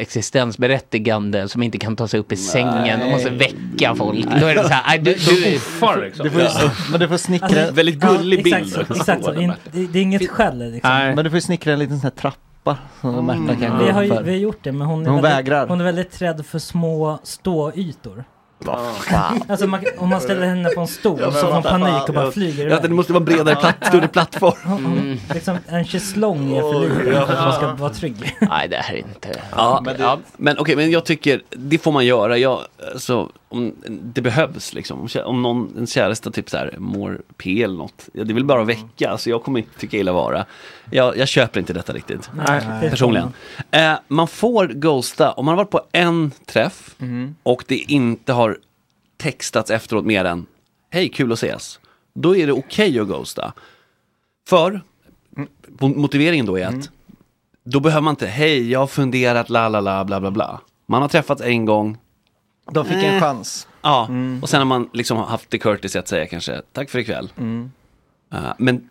[SPEAKER 6] existensberättigande som inte kan ta sig upp i sängen. De måste väcka folk. Då är det så här, nej, du, du
[SPEAKER 4] offar liksom.
[SPEAKER 7] Du får ju, Men du får snickra...
[SPEAKER 5] Alltså, ja, exakt Så, exakt så. In, det, det är inget skäll liksom.
[SPEAKER 7] Men du får ju snickra en liten sån här trappa som Märta kan gå
[SPEAKER 5] Mm. Vi har, ju,
[SPEAKER 7] uppför.
[SPEAKER 5] vi har gjort det men hon är,
[SPEAKER 7] Mm. Hon
[SPEAKER 5] väldigt,
[SPEAKER 7] vägrar.
[SPEAKER 5] hon är väldigt rädd för små ståytor.
[SPEAKER 2] Vad fan.
[SPEAKER 5] Alltså man, om man ställer henne på en stol
[SPEAKER 2] Ja, men
[SPEAKER 5] så får hon
[SPEAKER 2] vad fan.
[SPEAKER 5] panik och bara
[SPEAKER 2] Ja,
[SPEAKER 5] flyger
[SPEAKER 2] ja, det måste vara bredare platt- större plattform.
[SPEAKER 5] Hon- hon-
[SPEAKER 2] Mm.
[SPEAKER 5] Liksom en schäslong är för
[SPEAKER 2] Oj,
[SPEAKER 5] liten
[SPEAKER 2] ja.
[SPEAKER 5] för att man ska vara trygg.
[SPEAKER 6] Nej, det här är inte...
[SPEAKER 2] Ja, men, men okej, men jag tycker det får man göra. Jag, alltså, om, det behövs liksom. Om kä- Om någon, en käresta typ så här, mår P eller något. Ja, det vill bara att väcka, så jag kommer inte tycka illa vara. Jag, jag köper inte detta riktigt,
[SPEAKER 7] Nej.
[SPEAKER 2] personligen. Eh, man får ghosta om man har varit på en träff
[SPEAKER 7] Mhm.
[SPEAKER 2] och det inte har textats efteråt mer än Hej, kul att ses. Då är det okej att ghosta. För mo- motiveringen då är
[SPEAKER 7] Mm.
[SPEAKER 2] att då behöver man inte, hej, jag har funderat, la, la, la, bla, bla, bla. Man har träffats en gång.
[SPEAKER 7] De fick en
[SPEAKER 2] Eh.
[SPEAKER 7] chans. Mm.
[SPEAKER 2] Ja, och sen har man liksom haft det courtesy att säga kanske, tack för ikväll.
[SPEAKER 7] Mm.
[SPEAKER 2] Eh, men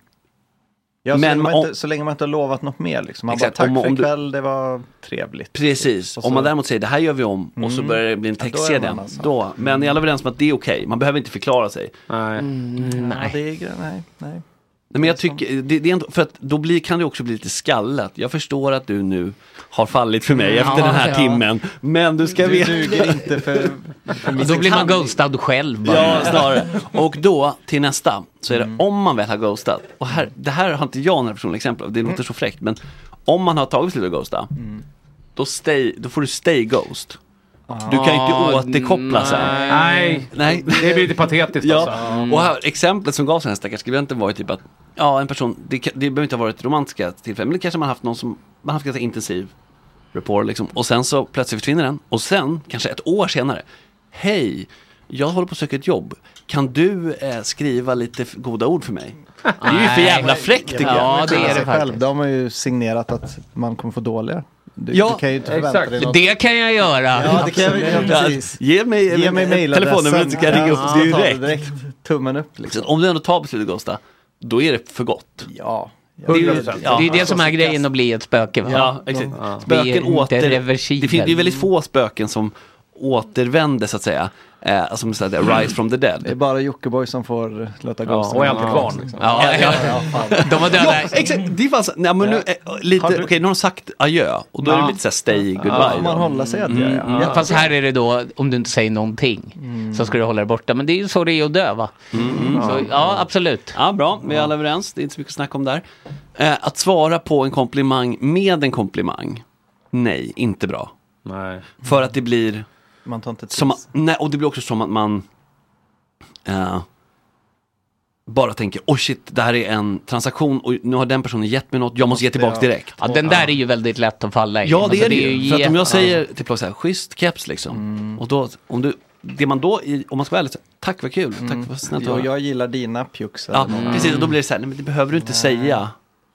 [SPEAKER 7] Ja, så,
[SPEAKER 2] Men
[SPEAKER 7] länge man
[SPEAKER 2] om-
[SPEAKER 7] inte, så länge man inte har lovat något mer liksom. Man bara,
[SPEAKER 2] Exakt,
[SPEAKER 7] tack
[SPEAKER 2] om-
[SPEAKER 7] för
[SPEAKER 2] om du-
[SPEAKER 7] ikväll, det var trevligt.
[SPEAKER 2] Precis,
[SPEAKER 7] Och
[SPEAKER 2] om
[SPEAKER 7] så-
[SPEAKER 2] man däremot säger det här gör vi om och så
[SPEAKER 7] Mm.
[SPEAKER 2] börjar det bli en
[SPEAKER 7] Ja, då är
[SPEAKER 2] textkedja.
[SPEAKER 7] man
[SPEAKER 2] då
[SPEAKER 7] alltså-
[SPEAKER 2] Men är alla överens om att det är okej, man behöver inte förklara sig.
[SPEAKER 7] Mm. Ja, det är, gre- nej, nej.
[SPEAKER 2] Nej, men jag tycker, det, det är inte, för att då blir, kan det också bli lite skallat. Jag förstår att du nu har fallit för mig
[SPEAKER 7] Mm, Ja,
[SPEAKER 2] efter den här
[SPEAKER 7] ja.
[SPEAKER 2] timmen. Men du ska
[SPEAKER 7] Du
[SPEAKER 2] veta.
[SPEAKER 7] duger inte för- för mitt Då blir man handling.
[SPEAKER 2] ghostad själv Ja, snarare. Och då, till nästa, så är det
[SPEAKER 7] Mm.
[SPEAKER 2] om man väl har ghostat. Och här, det här har inte jag några personliga exempel av, det
[SPEAKER 7] Mm.
[SPEAKER 2] låter så fräckt. Men om man har tagit beslutet att ghosta, då, stay, då får du stay ghost. Du kan ju inte
[SPEAKER 4] Ah,
[SPEAKER 2] återkoppla sen.
[SPEAKER 4] nej.
[SPEAKER 2] nej.
[SPEAKER 4] Det blir lite patetiskt
[SPEAKER 2] ja.
[SPEAKER 4] alltså. Mm.
[SPEAKER 2] Och här, exemplet som gavs den här stackars skribenten var ju typ att ja, en person, det, kan- det behöver inte ha varit romantiska tillfällen, men det kanske man haft någon som, man haft ganska intensiv rapport liksom. Och sen så plötsligt försvinner den och sen, kanske ett år senare, hej, jag håller på att söka ett jobb, kan du eh, skriva lite f- goda ord för mig? Det är ju för jävla fräckt tycker jag.
[SPEAKER 4] Alltså,
[SPEAKER 7] Då har man ju signerat att man kommer få dåliga. Du,
[SPEAKER 2] Ja,
[SPEAKER 7] du kan ju inte förvänta
[SPEAKER 2] exakt.
[SPEAKER 7] dig något.
[SPEAKER 6] Det kan jag göra.
[SPEAKER 7] Ja, det kan jag
[SPEAKER 2] Absolut.
[SPEAKER 7] ja, precis.
[SPEAKER 2] Ge mig,
[SPEAKER 7] Ge mig mailadressen.
[SPEAKER 2] telefonnumret så kan jag ringa upp
[SPEAKER 7] Ja,
[SPEAKER 2] dig
[SPEAKER 7] ta det
[SPEAKER 2] direkt.
[SPEAKER 7] direkt. Tummen upp.
[SPEAKER 2] Liksom. Om du ändå tar beslutet Ghosta, då är det för gott.
[SPEAKER 7] Ja.
[SPEAKER 6] Det är ju- det är det som är grejen att bli ett spöke. Va?
[SPEAKER 2] Alltså, Ja, exakt.
[SPEAKER 6] Vi är
[SPEAKER 2] Spöken
[SPEAKER 6] inte
[SPEAKER 2] åter...
[SPEAKER 6] reversibel.
[SPEAKER 2] Det finns det är väldigt få spöken som återvänder så att säga. Eh, som så att säga, rise from the dead.
[SPEAKER 7] Det är bara Jockiboi som får låta
[SPEAKER 2] Ja,
[SPEAKER 7] ghosten
[SPEAKER 2] och
[SPEAKER 7] gå.
[SPEAKER 2] antikvarn.
[SPEAKER 7] liksom.
[SPEAKER 2] Ja, ja, ja,
[SPEAKER 6] De var döda.
[SPEAKER 2] Ja, exakt. Det fanns, nej men nu, eh, lite, okej nu har de sagt adjö och då är det
[SPEAKER 6] Ja.
[SPEAKER 2] lite såhär stay goodbye. då.
[SPEAKER 6] Mm, mm.
[SPEAKER 2] Ja.
[SPEAKER 6] Fast här är det då, om du inte säger någonting, så ska du hålla dig borta. Men det är ju så det är att dö va?
[SPEAKER 2] Mm,
[SPEAKER 6] Så, Mm. ja, absolut.
[SPEAKER 2] Ja, bra. Vi är alla överens. Det är inte så mycket snack om där. Eh, att svara på en komplimang med en komplimang. Nej, inte bra.
[SPEAKER 4] Nej.
[SPEAKER 2] För att det blir...
[SPEAKER 7] Man tar inte tips.
[SPEAKER 2] Som, nej, och det blir också som att man eh, bara tänker, oh shit, det här är en transaktion och nu har den personen gett mig något, jag måste ge tillbaka
[SPEAKER 6] Ja.
[SPEAKER 2] direkt.
[SPEAKER 6] Ja, den där är ju väldigt lätt att falla i.
[SPEAKER 2] Ja, det
[SPEAKER 6] Alltså,
[SPEAKER 2] är det ju. För att om
[SPEAKER 6] jätte-
[SPEAKER 2] jag säger till Plock så här, schysst keps liksom. Och då, om du, det man då, i- om man ska vara ärlig, så, tack vad kul, tack vad snällt
[SPEAKER 7] Jo,
[SPEAKER 2] att höra."
[SPEAKER 7] jag gillar dina pjucks.
[SPEAKER 2] Ja, precis, och då blir det så här, nej men det behöver du inte säga.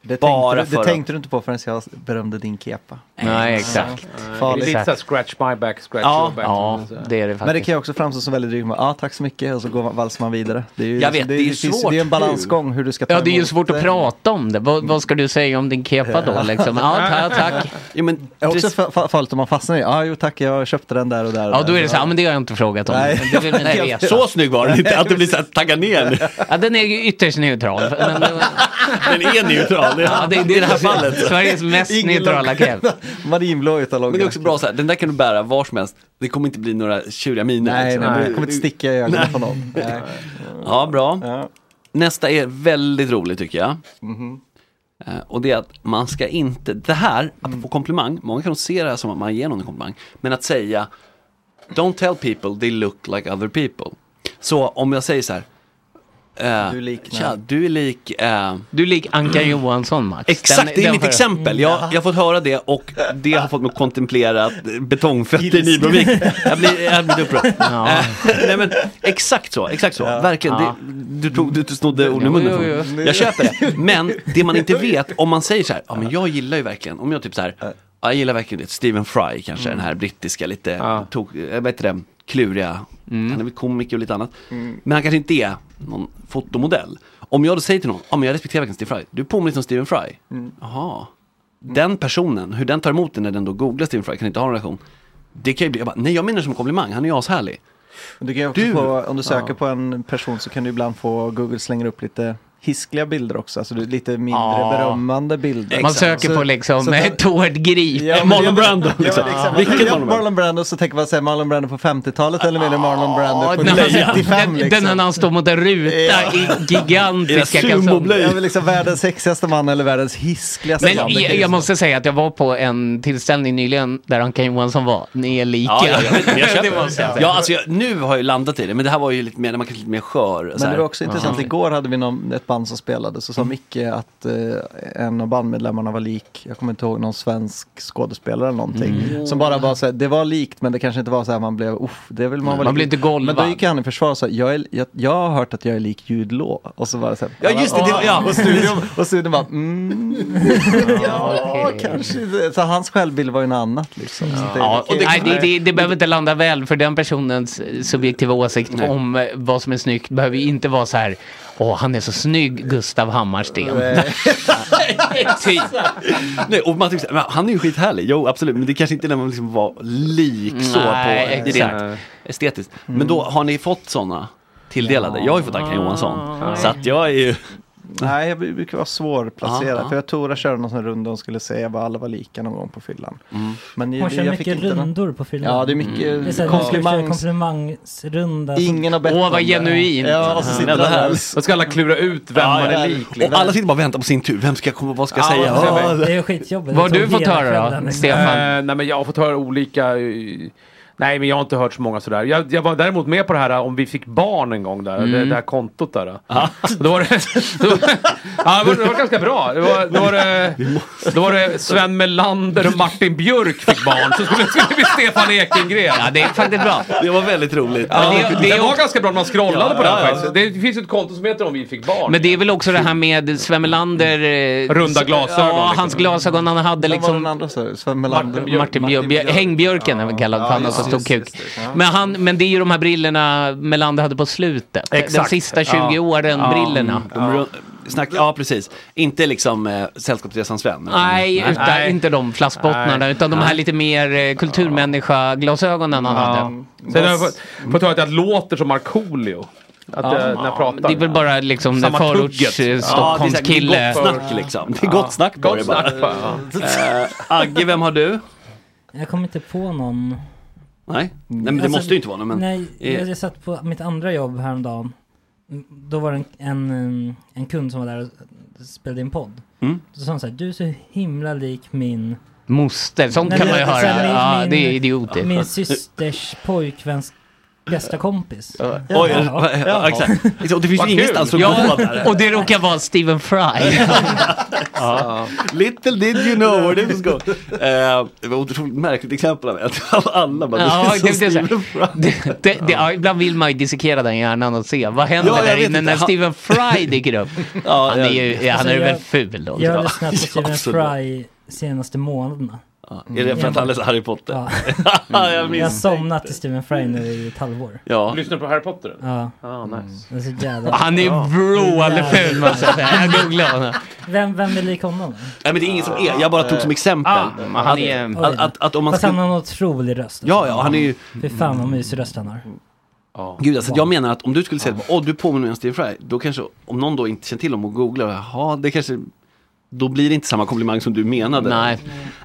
[SPEAKER 7] Det
[SPEAKER 2] bara
[SPEAKER 7] tänkte, du,
[SPEAKER 2] för
[SPEAKER 7] det
[SPEAKER 2] att-
[SPEAKER 7] tänkte du inte på förrän jag berömde din kepa.
[SPEAKER 6] Nej, exakt.
[SPEAKER 4] Det är
[SPEAKER 7] Farligt.
[SPEAKER 4] lite såhär scratch my back, scratch
[SPEAKER 7] Ja.
[SPEAKER 4] your back.
[SPEAKER 7] Ja,
[SPEAKER 4] Så-
[SPEAKER 6] det är det
[SPEAKER 7] Men det kan ju också framstå som väldigt drygt. Ja, tack så mycket. Och så går man, valsar man vidare. Det är ju,
[SPEAKER 6] Jag vet, det är ju
[SPEAKER 7] finns-
[SPEAKER 6] svårt.
[SPEAKER 7] Det är en balansgång hur du ska ta
[SPEAKER 6] Ja, det är ju
[SPEAKER 7] emot eh,
[SPEAKER 6] svårt att prata om det. Vad, vad ska du säga om din kepa då? Liksom? Ja, ta, tack.
[SPEAKER 2] Ja, men,
[SPEAKER 7] Jag har också fa- fa- fallit om man fastnar i, ja jo tack jag köpte den där och där. och
[SPEAKER 6] Ja, då
[SPEAKER 7] där.
[SPEAKER 6] är det så här, "Ja, men det har jag inte frågat om.
[SPEAKER 7] Nej.
[SPEAKER 6] Det vill man inte
[SPEAKER 7] Nej,
[SPEAKER 6] veta.
[SPEAKER 7] så
[SPEAKER 2] snygg var den inte, att det blir så här tagga ner.
[SPEAKER 6] Ja, den är ju ytterst neutral. Men,
[SPEAKER 2] den är neutral.
[SPEAKER 6] Ja, det, det,
[SPEAKER 2] I det här fallet.
[SPEAKER 6] Sveriges mest
[SPEAKER 2] Ingen
[SPEAKER 6] neutrala
[SPEAKER 2] lock.
[SPEAKER 6] kepa.
[SPEAKER 7] Marinblå utan logga.
[SPEAKER 2] Men det är också bra så här, den där kan du bära var som helst. Det kommer inte bli några tjuriga miner.
[SPEAKER 7] Nej,
[SPEAKER 2] liksom.
[SPEAKER 7] nej, det kommer inte sticka i ögonen
[SPEAKER 2] Nej.
[SPEAKER 7] på någon. Nej.
[SPEAKER 2] Ja, bra. Nästa är väldigt rolig tycker jag.
[SPEAKER 7] Mhm.
[SPEAKER 2] Eh, Och det är att man ska inte, det här,
[SPEAKER 6] Mm.
[SPEAKER 2] apropå komplimang, många kan nog se det här som att man ger någon en komplimang, men att säga Don't tell people they look like other people. Så om jag säger så här, eh,
[SPEAKER 6] Du liknar-
[SPEAKER 2] Tja, du är lik... eh,
[SPEAKER 6] Du är lik Anka Johansson, Max.
[SPEAKER 2] Exakt,
[SPEAKER 6] Den-
[SPEAKER 2] det är
[SPEAKER 6] den
[SPEAKER 2] mitt
[SPEAKER 6] får-
[SPEAKER 2] exempel. Jag, jag har fått höra det och det har fått mig att kontemplera betongfötter i
[SPEAKER 6] Ilska.
[SPEAKER 2] Nybrovik. Jag blir, jag blir upprörd.
[SPEAKER 6] Ja.
[SPEAKER 2] Eh, Nej, men, exakt så, exakt så. Verkligen.
[SPEAKER 6] Ja.
[SPEAKER 2] Det, du, tog, du, du snodde orden ur munnen
[SPEAKER 6] Jo,
[SPEAKER 2] på
[SPEAKER 6] jo,
[SPEAKER 2] mig.
[SPEAKER 6] jo.
[SPEAKER 2] Jag köper det. Men det man inte vet, om man säger så här, ja men jag gillar ju verkligen, om jag typ så här, "Ja, jag gillar verkligen det, Stephen Fry kanske,
[SPEAKER 6] Mm.
[SPEAKER 2] den här brittiska lite, tok, jag vet inte det, kluriga, han är väl komiker och lite annat.
[SPEAKER 7] Mm.
[SPEAKER 2] Men han kanske inte är någon fotomodell. Om jag då säger till någon, ja men jag respekterar verkligen Stephen Fry, du påminner lite om Stephen Fry. Jaha. Den personen, hur den tar emot det när den då googlar Stephen Fry, kan inte ha en relation. Det kan ju bli, jag bara, nej jag menar som en komplimang, han är ju ashärlig.
[SPEAKER 7] Du kan ju också få, om du söker på en person så kan du ibland få, Google slänger upp lite hiskliga bilder också, alltså du- lite mindre
[SPEAKER 6] Ja.
[SPEAKER 7] berömmande bilder.
[SPEAKER 6] Man söker
[SPEAKER 7] Så-
[SPEAKER 6] på liksom
[SPEAKER 7] så att-
[SPEAKER 6] eh, Tord Grip.
[SPEAKER 7] men- Ja,
[SPEAKER 2] liksom.
[SPEAKER 7] men exakt. Ja, liksom. Marlon Brando? så tänker man säga Marlon Brando på 50-talet eller menar du Marlon Brando på
[SPEAKER 6] den,
[SPEAKER 7] 1995
[SPEAKER 6] den, den
[SPEAKER 7] liksom?
[SPEAKER 6] när han står mot en ruta i gigantiska kalsonger.
[SPEAKER 7] Jag vill liksom världens sexigaste man eller världens hiskligaste
[SPEAKER 6] Men
[SPEAKER 7] man. Det
[SPEAKER 6] jag,
[SPEAKER 7] kan ju-
[SPEAKER 6] jag måste säga att jag var på en tillställning nyligen där Anka Johansson var. Ni är lika.
[SPEAKER 2] Ja, ja, ja, men jag
[SPEAKER 6] Det
[SPEAKER 2] köper
[SPEAKER 6] måste jag
[SPEAKER 2] det.
[SPEAKER 6] säga.
[SPEAKER 2] ja, alltså jag, nu har jag ju landat i det, men det här var ju lite mer, när man kanske lite mer skör.
[SPEAKER 7] Men det var också intressant, Mm. igår hade vi någon, ett band som spelade så sa Micke att eh, en av bandmedlemmarna var lik, jag kommer inte ihåg, någon svensk skådespelare eller någonting.
[SPEAKER 6] Mm.
[SPEAKER 7] Som bara var så här, det var likt men det kanske inte var så här man blev, uff, det vill Mm. man
[SPEAKER 6] Man
[SPEAKER 7] vara
[SPEAKER 6] blir
[SPEAKER 7] lik."
[SPEAKER 6] inte golvad.
[SPEAKER 7] Men då gick han i försvar och sa, jag, är, jag, jag har hört att jag är lik Jude Law. Och så var det så här,
[SPEAKER 2] Ja, just det, det var- ja.
[SPEAKER 7] Och studion, och studion bara, mm. ja, kanske. inte." Så hans självbild var ju något annat liksom. Så det-
[SPEAKER 6] Ja,
[SPEAKER 7] okej.
[SPEAKER 6] nej, det, det, det behöver inte landa väl för den personens subjektiva åsikt om eh, vad som är snyggt behöver ju inte vara så här Åh, han är så snygg, Gustav Hammarsten. Typ.
[SPEAKER 2] Nej, och man tycker, så här, men han är ju skithärlig, jo absolut, men det kanske inte är när man liksom var lik så
[SPEAKER 6] Nej,
[SPEAKER 2] på
[SPEAKER 6] exakt.
[SPEAKER 2] rent estetiskt.
[SPEAKER 7] Mm.
[SPEAKER 2] Men då har ni fått sådana tilldelade? Jag har ju fått Ankan Johansson,
[SPEAKER 7] Ja.
[SPEAKER 2] så att jag är ju...
[SPEAKER 7] Nej, jag brukar vara svårplacerad.
[SPEAKER 2] Ja, ja.
[SPEAKER 7] För jag tror jag körde någon sån runda och skulle säga vad alla var lika någon gång på fyllan.
[SPEAKER 6] Mm.
[SPEAKER 7] Men
[SPEAKER 5] Hon
[SPEAKER 7] jag
[SPEAKER 5] kör
[SPEAKER 7] fick
[SPEAKER 5] mycket
[SPEAKER 7] inte någon-
[SPEAKER 5] rundor på filmen.
[SPEAKER 7] Ja, det är mycket
[SPEAKER 5] Det är så här, man ska köra
[SPEAKER 7] komplimangs...
[SPEAKER 5] komplimangsrunda.
[SPEAKER 7] Ingen har bett Mm. Åh, vad om det. genuint. Ja, och så sitter
[SPEAKER 2] Jävla
[SPEAKER 7] han där.
[SPEAKER 2] härligt.
[SPEAKER 4] Då ska alla klura ut vem man är lik. liksom.
[SPEAKER 2] Och alla sitter bara och väntar på sin tur, vem ska jag komma, vad ska jag
[SPEAKER 4] Ja,
[SPEAKER 2] säga?
[SPEAKER 4] vad ska jag säga?
[SPEAKER 2] Ja,
[SPEAKER 5] Det är skitjobbigt.
[SPEAKER 4] Vad har
[SPEAKER 5] Det
[SPEAKER 4] du
[SPEAKER 5] tog
[SPEAKER 4] fått
[SPEAKER 5] hela
[SPEAKER 4] höra
[SPEAKER 5] kvällen.
[SPEAKER 4] då, Stefan? Eh, nej men jag har fått höra olika... eh, Nej men jag har inte hört så många sådär. Jag, jag var däremot med på det här eh, om vi fick barn en gång där, det, det här kontot där. eh. Då var det, då, ja, det, var, det var ganska bra. Det var, då, var det, då var det Sven Melander och Martin Björk fick barn. Så skulle, skulle det bli Stefan Ekengren.
[SPEAKER 6] Ja det är faktiskt bra.
[SPEAKER 2] Det var väldigt roligt.
[SPEAKER 4] Ja,
[SPEAKER 6] Men
[SPEAKER 4] det,
[SPEAKER 6] det- det-
[SPEAKER 4] var ganska bra när man scrollade
[SPEAKER 6] Ja,
[SPEAKER 4] på den
[SPEAKER 6] ja, ja.
[SPEAKER 4] faktiskt. Det finns ju ett konto som heter om vi fick barn.
[SPEAKER 6] Men det är väl också det här med Sven Melander. eh,
[SPEAKER 4] Runda
[SPEAKER 6] Ja,
[SPEAKER 4] glasögon, liksom.
[SPEAKER 6] hans glasögon han hade liksom.
[SPEAKER 7] Vad var den andra sa du? Sven Melander?
[SPEAKER 6] Martin Björk, Martin Björk. Hängbjörken är väl kallad för
[SPEAKER 7] Ja,
[SPEAKER 6] han har
[SPEAKER 7] just
[SPEAKER 6] så
[SPEAKER 7] det,
[SPEAKER 6] stor
[SPEAKER 7] just
[SPEAKER 6] kuk. Men, han, men det är ju de här brillorna Melander hade på slutet. Eh, De sista 20 åren, brillorna.
[SPEAKER 2] Mm. De ru- Snack, ja, precis. Inte liksom eh, Sällskapsresan-Sven.
[SPEAKER 6] Nej, utan, inte de flaskbottnarna,
[SPEAKER 2] Nej.
[SPEAKER 6] utan de här
[SPEAKER 2] Nej.
[SPEAKER 6] lite mer eh, kulturmänniska-glasögonen han hade.
[SPEAKER 4] Sen har jag fått- fått höra att jag låter som Markoolio. Att
[SPEAKER 6] Ja.
[SPEAKER 4] jag, när jag pratar.
[SPEAKER 6] Det är väl bara liksom
[SPEAKER 4] Samma
[SPEAKER 6] en förorts
[SPEAKER 4] tugget.
[SPEAKER 6] eh,
[SPEAKER 2] Ja, det
[SPEAKER 6] Stockholmskille.
[SPEAKER 2] är säkert gott snack liksom. Det är gott snack på
[SPEAKER 4] Gott
[SPEAKER 2] det bara.
[SPEAKER 4] snack bara,
[SPEAKER 2] Eh, Agge, vem har du?
[SPEAKER 5] Jag kom inte på någon.
[SPEAKER 2] Nej, Nej men det
[SPEAKER 5] Alltså,
[SPEAKER 2] måste ju inte vara någon. Men,
[SPEAKER 5] Nej,
[SPEAKER 2] eh,
[SPEAKER 5] jag, jag satt på mitt andra jobb häromdagen. Mm, Då var det en, en, mm, en kund som var där och spelade in podd.
[SPEAKER 6] Mm.
[SPEAKER 5] Då sa han så här, du är så himla lik min...
[SPEAKER 6] Moster, sånt kan man ju
[SPEAKER 5] alltså,
[SPEAKER 6] höra.
[SPEAKER 5] min-
[SPEAKER 6] Ja,
[SPEAKER 5] min-
[SPEAKER 6] det är idiotiskt.
[SPEAKER 5] Min systers pojkväns bästa kompis.
[SPEAKER 6] Ja.
[SPEAKER 2] Oj, ja, ja, exakt. Och det finns ju ingenstans att gå där.
[SPEAKER 6] Och det råkar vara Stephen Fry.
[SPEAKER 2] Ja. Little did you know where this was going. Eh, det var ett otroligt märkligt exempel av ett av alla. Bara,
[SPEAKER 6] Ja,
[SPEAKER 2] det är
[SPEAKER 6] det-
[SPEAKER 2] så
[SPEAKER 6] det är så här.
[SPEAKER 2] Stephen Fry.
[SPEAKER 6] Det, det, ja, ibland vill man ju dissekera den hjärnan och se vad händer
[SPEAKER 2] Ja, jag
[SPEAKER 6] där
[SPEAKER 2] vet
[SPEAKER 6] inne
[SPEAKER 2] inte.
[SPEAKER 6] när
[SPEAKER 2] Han-
[SPEAKER 6] Stephen Fry dyker upp.
[SPEAKER 2] Ja,
[SPEAKER 6] han är
[SPEAKER 2] jag-
[SPEAKER 6] ju ja, han
[SPEAKER 5] Alltså,
[SPEAKER 6] är
[SPEAKER 5] jag-
[SPEAKER 6] väl ful då.
[SPEAKER 5] Jag har
[SPEAKER 6] tror
[SPEAKER 5] lyssnat på
[SPEAKER 2] Ja,
[SPEAKER 5] Stephen
[SPEAKER 2] absolut.
[SPEAKER 5] Fry senaste månaderna. Mm.
[SPEAKER 2] Är det för att han läser Harry Potter? jag
[SPEAKER 5] jag har
[SPEAKER 2] minns.
[SPEAKER 5] somnat till Stephen Fry nu i ett halvår.
[SPEAKER 2] Ja.
[SPEAKER 4] Lyssnar du på Harry Potter?
[SPEAKER 5] Ja.
[SPEAKER 4] Ah, nice.
[SPEAKER 5] Det är så jävla...
[SPEAKER 6] Han är vrålful måste jag säga. Jag googlar honom.
[SPEAKER 5] Vem, vem är lik honom? då?
[SPEAKER 2] Nej men det är ingen som är, jag bara tog som exempel.
[SPEAKER 6] Ah, men han är-
[SPEAKER 2] att, att, att om man
[SPEAKER 5] Fast
[SPEAKER 2] skulle...
[SPEAKER 5] han har en otrolig röst.
[SPEAKER 2] Ja, ja, han är ju...
[SPEAKER 5] Fy fan vad mysig röst han har.
[SPEAKER 2] Gud, alltså, jag menar att om du skulle säga att du påminner mig om Steve Fry, då kanske, om någon då inte känner till dem och googlar, jaha, det kanske, då blir det inte samma komplimang som du menade.
[SPEAKER 6] Nej.